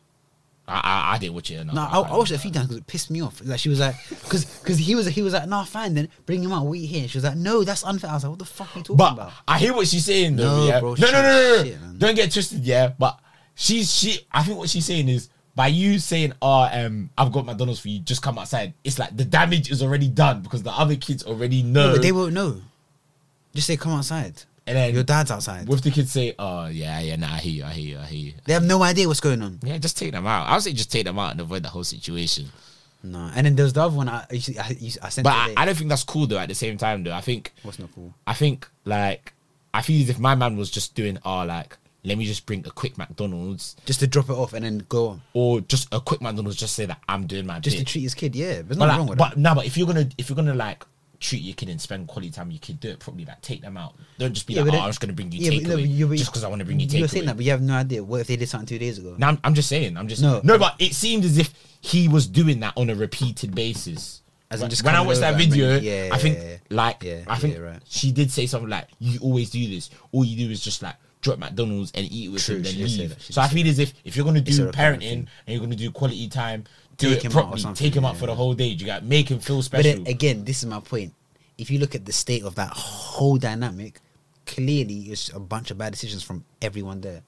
Speaker 1: I I, I didn't watch it Uh, enough.
Speaker 2: No, I, I watched it a few times because it pissed me off. Like she was like, because because he was he was like, nah, fine, then bring him out. What are you here? She was like, no, that's unfair. I was like, what the fuck are you talking
Speaker 1: But
Speaker 2: about?
Speaker 1: I hear what she's saying though.
Speaker 2: No,
Speaker 1: yeah?
Speaker 2: bro,
Speaker 1: no, no,
Speaker 2: shit,
Speaker 1: no, no, no.
Speaker 2: shit, man.
Speaker 1: Don't get twisted. Yeah, but she's she. I think what she's saying is by you saying, "Oh, um, I've got McDonald's for you. Just come outside." It's like the damage is already done because the other kids already know.
Speaker 2: No, but they won't know. Just say, come outside.
Speaker 1: And then-
Speaker 2: your dad's outside.
Speaker 1: With the kids say, "Oh, yeah, yeah, nah, I hear you, I hear you, I hear you."
Speaker 2: they have no idea what's going on.
Speaker 1: Yeah, just take them out. I would say just take them out and avoid the whole situation.
Speaker 2: No, and then there's the other one I I, used to- I, used to- I sent.
Speaker 1: But
Speaker 2: today.
Speaker 1: I, I don't think that's cool though. At the same time though, I think
Speaker 2: What's not cool?
Speaker 1: I think like I feel as if my man was just doing, "Oh, like let me just bring a quick McDonald's."
Speaker 2: Just to drop it off and then go on.
Speaker 1: or just a quick McDonald's just say that I'm doing my
Speaker 2: Just
Speaker 1: bit.
Speaker 2: to treat his kid, yeah. There's
Speaker 1: but
Speaker 2: nothing
Speaker 1: like,
Speaker 2: wrong with
Speaker 1: but
Speaker 2: that.
Speaker 1: no, but if you're gonna if you're gonna like treat your kid and spend quality time, with your kid do it properly. Like take them out. Don't just be like, oh,
Speaker 2: then-
Speaker 1: I'm just gonna bring you
Speaker 2: yeah, but no, but
Speaker 1: takeaway
Speaker 2: you-
Speaker 1: no,
Speaker 2: but
Speaker 1: just because I want to bring you
Speaker 2: You're saying that,
Speaker 1: takeaway.
Speaker 2: but you have no idea. What if they did something two days ago?
Speaker 1: No, I'm, I'm just saying. I'm just
Speaker 2: No.
Speaker 1: no, but it seemed as if he was doing that on a repeated basis.
Speaker 2: As in
Speaker 1: When-
Speaker 2: just
Speaker 1: when I
Speaker 2: coming
Speaker 1: watched that
Speaker 2: over and
Speaker 1: video,
Speaker 2: bringing- yeah,
Speaker 1: I think
Speaker 2: yeah, yeah.
Speaker 1: like
Speaker 2: Yeah,
Speaker 1: I think
Speaker 2: yeah, right.
Speaker 1: she did say something like, "You always do this. All you do is just like." Drop McDonald's and eat it with
Speaker 2: True,
Speaker 1: him, then
Speaker 2: she did say
Speaker 1: leave.
Speaker 2: that, she
Speaker 1: So I
Speaker 2: did say
Speaker 1: feel as if if you're gonna
Speaker 2: It's a
Speaker 1: do
Speaker 2: requirement
Speaker 1: parenting
Speaker 2: thing.
Speaker 1: and you're gonna do quality time, do
Speaker 2: Take
Speaker 1: it
Speaker 2: him out or
Speaker 1: properly.
Speaker 2: something,
Speaker 1: Take him out
Speaker 2: yeah.
Speaker 1: for the whole day. Do you got make him feel
Speaker 2: But
Speaker 1: special.
Speaker 2: then, again, this is my point. If you look at the state of that whole dynamic, clearly it's a bunch of bad decisions from everyone there.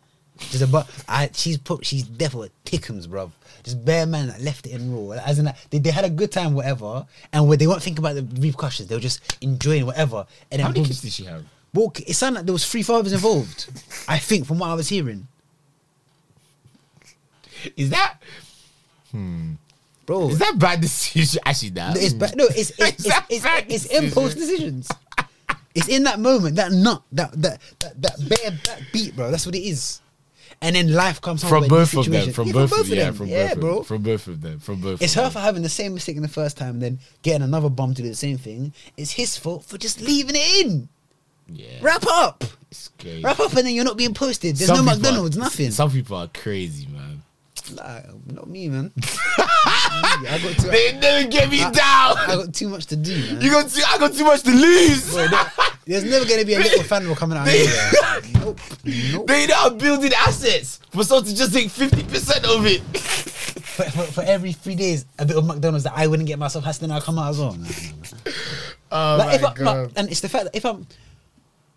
Speaker 2: There's a bu- I, she's put, she's definitely tickums, bruv. Just bare man that left it in raw. Like, As in, like, they, they had a good time, whatever, and where they weren't thinking about the repercussions, they were just enjoying whatever. And then
Speaker 1: How many
Speaker 2: boom,
Speaker 1: kids did she have?
Speaker 2: Well, it sounded like there was three fathers involved. I think, from what I was hearing,
Speaker 1: Is that
Speaker 2: bro.
Speaker 1: is that bad decision? Actually, that
Speaker 2: No, it's ba- no, it's it's,
Speaker 1: Is
Speaker 2: it's,
Speaker 1: that
Speaker 2: it's,
Speaker 1: bad
Speaker 2: it's impulse decisions. It's in that moment, that nut, that that that, that bare that beat, bro. That's what it is. And then life comes home
Speaker 1: from
Speaker 2: with these
Speaker 1: both of them,
Speaker 2: situations.
Speaker 1: from
Speaker 2: Yeah,
Speaker 1: both of them, yeah, from
Speaker 2: yeah,
Speaker 1: both of
Speaker 2: bro.
Speaker 1: them, from both of them, from both.
Speaker 2: it's
Speaker 1: of
Speaker 2: her
Speaker 1: them.
Speaker 2: for having the same mistake in the first time, then getting another bum to do the same thing. It's his fault for just leaving it in.
Speaker 1: Yeah,
Speaker 2: Wrap up,
Speaker 1: it's crazy.
Speaker 2: wrap up, and then you're not being posted. There's
Speaker 1: Some
Speaker 2: no
Speaker 1: people are-
Speaker 2: McDonald's, nothing.
Speaker 1: Some people are crazy, man.
Speaker 2: Like, not me, man. I got too,
Speaker 1: They never get me
Speaker 2: I
Speaker 1: down.
Speaker 2: got too much to do, man.
Speaker 1: You got too, I got too much to lose.
Speaker 2: Bro, there- there's never gonna be a little fan will coming out of
Speaker 1: They-
Speaker 2: nowhere. Nope. Nope.
Speaker 1: They now building assets for someone to just take fifty percent of it.
Speaker 2: for, for, for every three days, a bit of McDonald's that I wouldn't get myself has to now come out as well. No, no, no.
Speaker 1: Oh
Speaker 2: Like, if
Speaker 1: my
Speaker 2: I-
Speaker 1: god.
Speaker 2: like, and it's the fact that if I'm,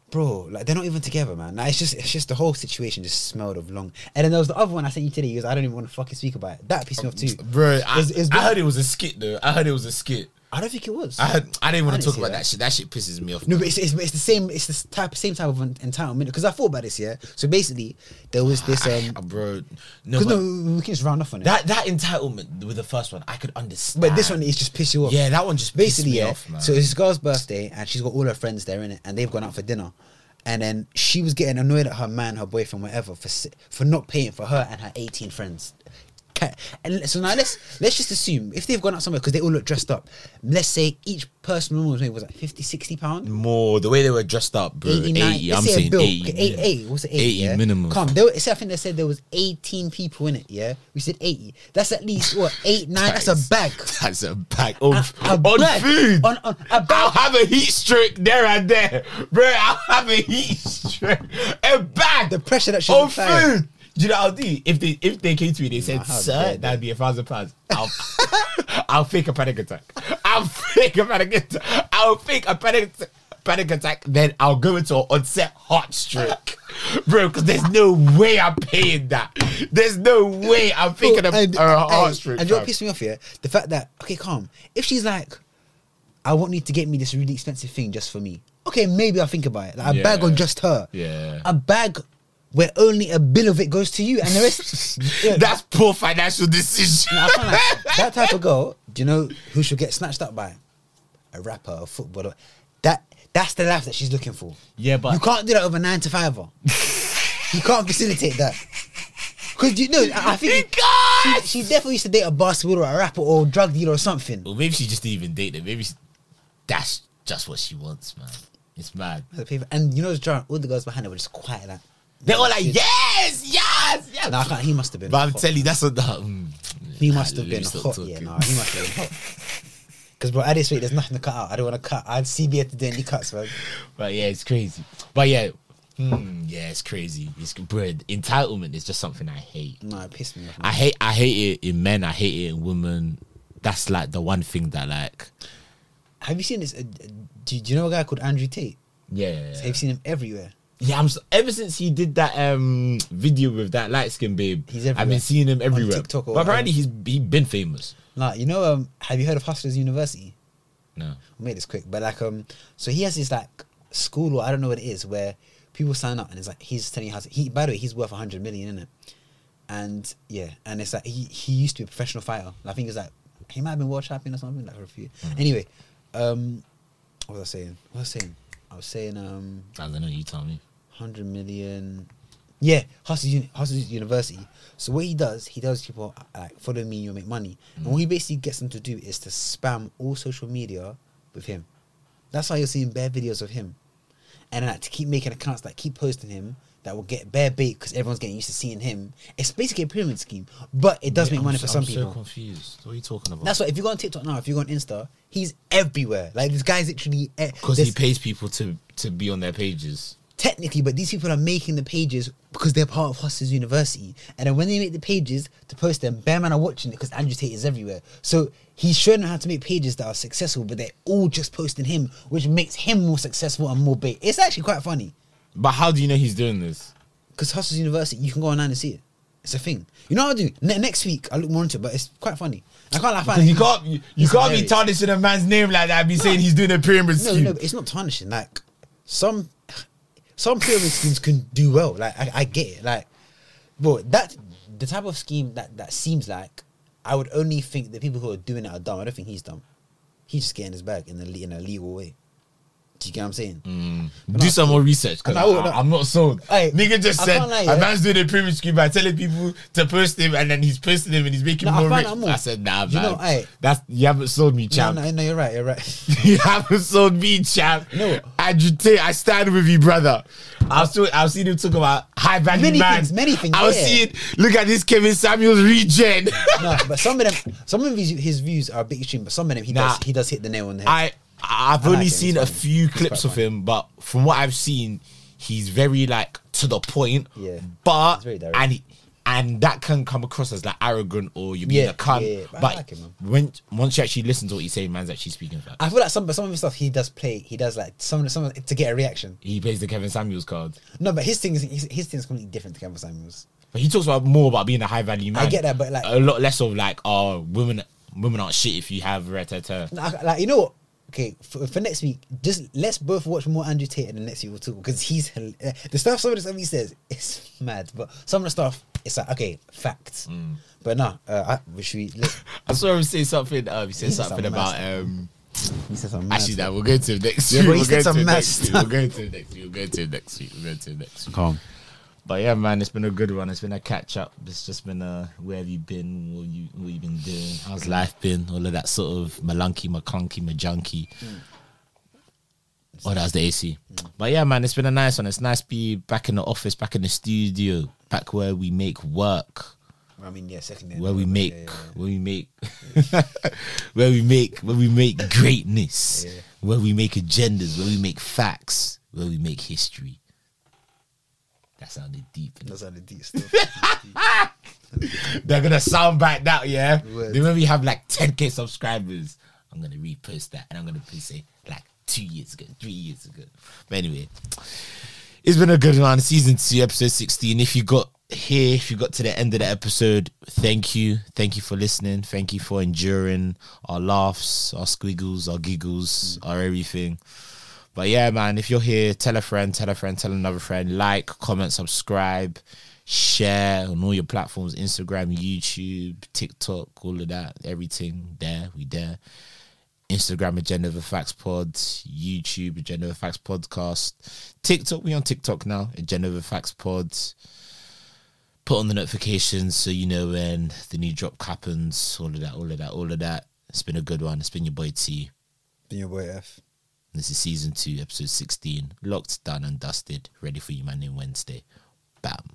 Speaker 2: bro, like they're not even together, man. Like, it's just, it's just the whole situation just smelled of long. And then there was the other one I sent you today. He goes, I don't even want to fucking speak about it. That pissed me off too.
Speaker 1: Bro, I,
Speaker 2: It's- it's-
Speaker 1: I heard it was a skit though. I heard it was a skit.
Speaker 2: I don't think it was.
Speaker 1: I heard I didn't want
Speaker 2: I
Speaker 1: to
Speaker 2: didn't
Speaker 1: talk
Speaker 2: see
Speaker 1: about
Speaker 2: that.
Speaker 1: that shit. That shit pisses me off.
Speaker 2: No, but it's, it's, it's the same. It's the type, same type of en- entitlement. Because I thought about this, yeah. So basically, there was this.
Speaker 1: Ah,
Speaker 2: um
Speaker 1: bro, no,
Speaker 2: Because
Speaker 1: but
Speaker 2: no, we can just round off on it.
Speaker 1: that that entitlement with the first one, I could understand.
Speaker 2: but this one is just piss you off.
Speaker 1: yeah, that one just
Speaker 2: basically,
Speaker 1: pissed me
Speaker 2: yeah.
Speaker 1: off, man.
Speaker 2: So it's this girl's birthday, and she's got all her friends there in it, and they've gone out for dinner. And then she was getting annoyed at her man, her boyfriend, whatever, for si- for not paying for her and her eighteen friends. Ca- And le- so now let's let's just assume if they've gone out somewhere because they all look dressed up. Let's say each person was maybe was like 50, 60 pounds.
Speaker 1: more the way they were dressed up, bro.
Speaker 2: 89
Speaker 1: 80,
Speaker 2: let's
Speaker 1: I'm
Speaker 2: say a
Speaker 1: saying
Speaker 2: bill,
Speaker 1: 80,
Speaker 2: okay, eight- eight, what's it, eight,
Speaker 1: 80
Speaker 2: yeah?
Speaker 1: minimum.
Speaker 2: Come, there, were- so I think they said there was 18 people in it, yeah? We said 80. That's at least, what, 8, 9? That's a bag.
Speaker 1: That's a bag of
Speaker 2: A
Speaker 1: on
Speaker 2: bag.
Speaker 1: food.
Speaker 2: On, on, a
Speaker 1: I'll
Speaker 2: bag.
Speaker 1: have a heat stroke there and there, bro. I'll have a heat stroke. A bag.
Speaker 2: The pressure that should
Speaker 1: on
Speaker 2: apply.
Speaker 1: food. Do you know what I'll do? If they if they came to me, they said,
Speaker 2: how
Speaker 1: "Sir,
Speaker 2: dare
Speaker 1: that'd be a thousand pounds." I'll I'll fake a panic attack. I'll fake a panic attack. I'll fake a panic attack. Panic attack, then I'll go into an onset heart stroke, bro. Because there's no way I'm paying that. There's no way I'm faking a,
Speaker 2: Oh, and,
Speaker 1: a heart
Speaker 2: and-
Speaker 1: stroke.
Speaker 2: and you know
Speaker 1: fam.
Speaker 2: what pissed me off here? The fact that, okay, calm. If she's like, I want you to get me this really expensive thing just for me. Okay, maybe I'll think about it. Like a
Speaker 1: Yeah.
Speaker 2: bag on just her.
Speaker 1: Yeah.
Speaker 2: A bag where only a bill of it goes to you and the rest. Yeah.
Speaker 1: That's poor financial decision.
Speaker 2: I can't lie. that type of girl, do you know who she'll get snatched up by? A rapper, a footballer. That that's the life that she's looking for.
Speaker 1: Yeah, but-
Speaker 2: you can't do that over nine to fiver. you can't facilitate that. Cause you know, I I think
Speaker 1: God!
Speaker 2: she, she definitely used to date a basketballer, or a rapper, or a drug dealer, or something.
Speaker 1: Well, maybe she just didn't even date them. Maybe she, that's just what she wants, man. It's mad.
Speaker 2: And you know, it's drunk. All the girls behind her were just quiet, like
Speaker 1: They're all like, yes, yes, yes.
Speaker 2: Nah, I can't, he must have been.
Speaker 1: but I'm
Speaker 2: hot.
Speaker 1: telling you, that's what. Nah, mm,
Speaker 2: He must
Speaker 1: nah,
Speaker 2: have
Speaker 1: let
Speaker 2: been
Speaker 1: me stop
Speaker 2: hot.
Speaker 1: talking.
Speaker 2: Yeah, no, he must have been hot. Because, bro, at this rate, there's nothing to cut out. I don't want to cut. I'd see me at the daily cuts, man.
Speaker 1: But yeah, it's crazy. But yeah, hmm, yeah, it's crazy. It's bro, entitlement is just something I hate.
Speaker 2: No, it pissed me off. man.
Speaker 1: I hate I hate it in men. I hate it in women. That's like the one thing that like
Speaker 2: Have you seen this? Uh, uh, do, do you know a guy called Andrew Tate?
Speaker 1: yeah.
Speaker 2: Have you seen him everywhere?
Speaker 1: Yeah, I'm s ever since he did that um video with that light skin babe,
Speaker 2: He's
Speaker 1: I've
Speaker 2: everywhere.
Speaker 1: been seeing him
Speaker 2: On
Speaker 1: everywhere.
Speaker 2: TikTok or
Speaker 1: but apparently he's he been famous.
Speaker 2: Like, you know, um, have you heard of Hustlers University?
Speaker 1: No.
Speaker 2: I'll make this quick, but like, um, so he has this like school or I don't know what it is where people sign up and it's like he's telling you how. to- He by the way, he's worth hundred million, isn't it? And yeah, and it's like he he used to be a professional fighter. I think it's like he might have been world champion or something like for a few. Anyway, um, what was I saying? What was I saying? I was saying um.
Speaker 1: I don't know, you tell me.
Speaker 2: hundred million. Yeah, Hustle, Uni- Hustle University. So what he does, he tells people uh, like, "Follow me, you'll make money." And
Speaker 1: Mm.
Speaker 2: what he basically gets them to do is to spam all social media with him. That's why you're seeing bare videos of him, and like, to keep making accounts that keep posting him that will get bare bait because everyone's getting used to seeing him. It's basically a pyramid scheme, but it does
Speaker 1: Yeah,
Speaker 2: make
Speaker 1: I'm
Speaker 2: money
Speaker 1: so-
Speaker 2: for some
Speaker 1: I'm
Speaker 2: people.
Speaker 1: so confused. What are you talking about?
Speaker 2: That's why if you go on TikTok now, if you go on Insta, he's everywhere. Like this guy's literally e-
Speaker 1: because he
Speaker 2: there's-
Speaker 1: pays people to to be on their pages.
Speaker 2: technically, but these people are making the pages because they're part of Hustlers University. And then when they make the pages to post them, bare man are watching it because Andrew Tate is everywhere. So he's showing them how to make pages that are successful, but they're all just posting him, which makes him more successful and more bait. It's actually quite funny
Speaker 1: But how do you know he's doing this?
Speaker 2: because Hustlers University, you can go online and see it. It's a thing. You know what I'll do? Ne- next week, I'll look more into it, but it's quite funny. I can't laugh
Speaker 1: Because you can't you, you
Speaker 2: He's
Speaker 1: can't be
Speaker 2: hilarious.
Speaker 1: tarnishing a man's name like that. and Be saying he's doing a pyramid
Speaker 2: No,
Speaker 1: scheme.
Speaker 2: no, it's not tarnishing. Like some some pyramid schemes can do well. Like I, I get it. Like, bro, that the type of scheme that that seems like I would only think the people who are doing it are dumb. I don't think he's dumb. He's just getting his bag in a le- in a legal way. Do you get what I'm saying?
Speaker 1: Do some more research because
Speaker 2: And I would-
Speaker 1: I'm not sold.
Speaker 2: Hey,
Speaker 1: Nigga just
Speaker 2: I
Speaker 1: said
Speaker 2: can't lie,
Speaker 1: a
Speaker 2: yeah.
Speaker 1: man's doing a pyramid scheme by telling people to post him, and then he's posting him and he's making
Speaker 2: No, I
Speaker 1: more
Speaker 2: found
Speaker 1: rich.
Speaker 2: out more.
Speaker 1: I said, nah,
Speaker 2: You
Speaker 1: man.
Speaker 2: know, hey.
Speaker 1: that's you haven't sold me,
Speaker 2: No,
Speaker 1: champ.
Speaker 2: no, no, you're right. You're right.
Speaker 1: you haven't sold me, champ.
Speaker 2: No.
Speaker 1: Andrew Tate, I stand with you, brother. I've seen I've seen him talk about high value
Speaker 2: Many
Speaker 1: man.
Speaker 2: things, many things,
Speaker 1: I was
Speaker 2: yeah.
Speaker 1: seeing. Look at this Kevin Samuels regen.
Speaker 2: no, but some of them, some of his, his views are a bit extreme, but some of them he
Speaker 1: Nah.
Speaker 2: does he does hit the nail on the head.
Speaker 1: I I've
Speaker 2: I like
Speaker 1: only
Speaker 2: him, he's
Speaker 1: seen a
Speaker 2: funny.
Speaker 1: few
Speaker 2: He's
Speaker 1: clips
Speaker 2: quite
Speaker 1: of him, but from what I've seen, he's very like to the point.
Speaker 2: Yeah.
Speaker 1: But
Speaker 2: He's very direct.
Speaker 1: and he, and that can come across as like arrogant or you being
Speaker 2: Yeah,
Speaker 1: a cunt.
Speaker 2: yeah, yeah, but I
Speaker 1: But
Speaker 2: like it, man.
Speaker 1: when once you actually listen to what he's saying, man's actually speaking fact.
Speaker 2: I feel like some some of his stuff he does play. He does like some some to get a reaction.
Speaker 1: He plays the Kevin Samuels card,
Speaker 2: No, but his thing is his, his thing is completely different to Kevin Samuels.
Speaker 1: but he talks about more about being a high value man.
Speaker 2: get that, but, like-
Speaker 1: a lot less of like, oh, women, women aren't shit if you have retata.
Speaker 2: No, I- like you know what? Okay, for, for next week, just let's both watch more Andrew Tate and the next week we'll talk because he's hil- uh, the stuff. Some of the stuff he says it's mad, but some of the stuff it's like okay, facts.
Speaker 1: Mm.
Speaker 2: But no, uh, I, should we? Let,
Speaker 1: I saw him say something. Um, he said
Speaker 2: He said
Speaker 1: something
Speaker 2: something
Speaker 1: about
Speaker 2: mad
Speaker 1: um.
Speaker 2: he said something. mad.
Speaker 1: Actually, that we'll go to him next
Speaker 5: Yeah,
Speaker 1: week.
Speaker 5: but he
Speaker 1: We'll
Speaker 5: said
Speaker 1: go to
Speaker 5: some
Speaker 1: him
Speaker 5: mad
Speaker 1: next week.
Speaker 5: stuff.
Speaker 1: We'll go to him next week. We'll go to him next week. We'll go to him next week.
Speaker 5: Calm.
Speaker 1: But yeah, man, it's been a good one. It's been a catch up. It's just been a where have you been? What you what you been doing? How's life been? All of that sort of malunky, maconky, majunky. Oh, that was the AC. But yeah, man, it's been a nice one. It's nice to be back in the office, back in the studio, back where we make work
Speaker 2: I mean, yeah, second. day.
Speaker 1: where we
Speaker 2: Yeah,
Speaker 1: make
Speaker 2: yeah, yeah.
Speaker 1: where we make where we make where we make greatness
Speaker 2: Yeah.
Speaker 1: where we make agendas where we make facts where we make history that sounded deep innit?
Speaker 2: That's how the deep stuff.
Speaker 1: they're gonna sound back that yeah
Speaker 2: Word.
Speaker 1: they maybe have like 10k subscribers i'm gonna repost that and i'm gonna post it like two years ago three years ago but anyway it's been a good one season 2 episode 16 if you got here if you got to the end of the episode thank you thank you for listening thank you for enduring our laughs our squiggles our giggles our everything but yeah, man, if you're here, tell a friend, tell a friend, tell another friend, like, comment, subscribe, share on all your platforms Instagram, YouTube, TikTok, all of that, everything there, we there. Instagram Agenda of the Facts Pod, YouTube Agenda of the Facts Podcast, TikTok, we on TikTok now, Agenda of the Facts Pod. Put on the notifications so you know when the new drop happens, all of that, all of that, all of that. It's been a good one. It's been your boy T.
Speaker 2: Been your boy F.
Speaker 1: This is season two, episode 16. Locked, done, and dusted. Ready for you, man, in Wednesday. Bam.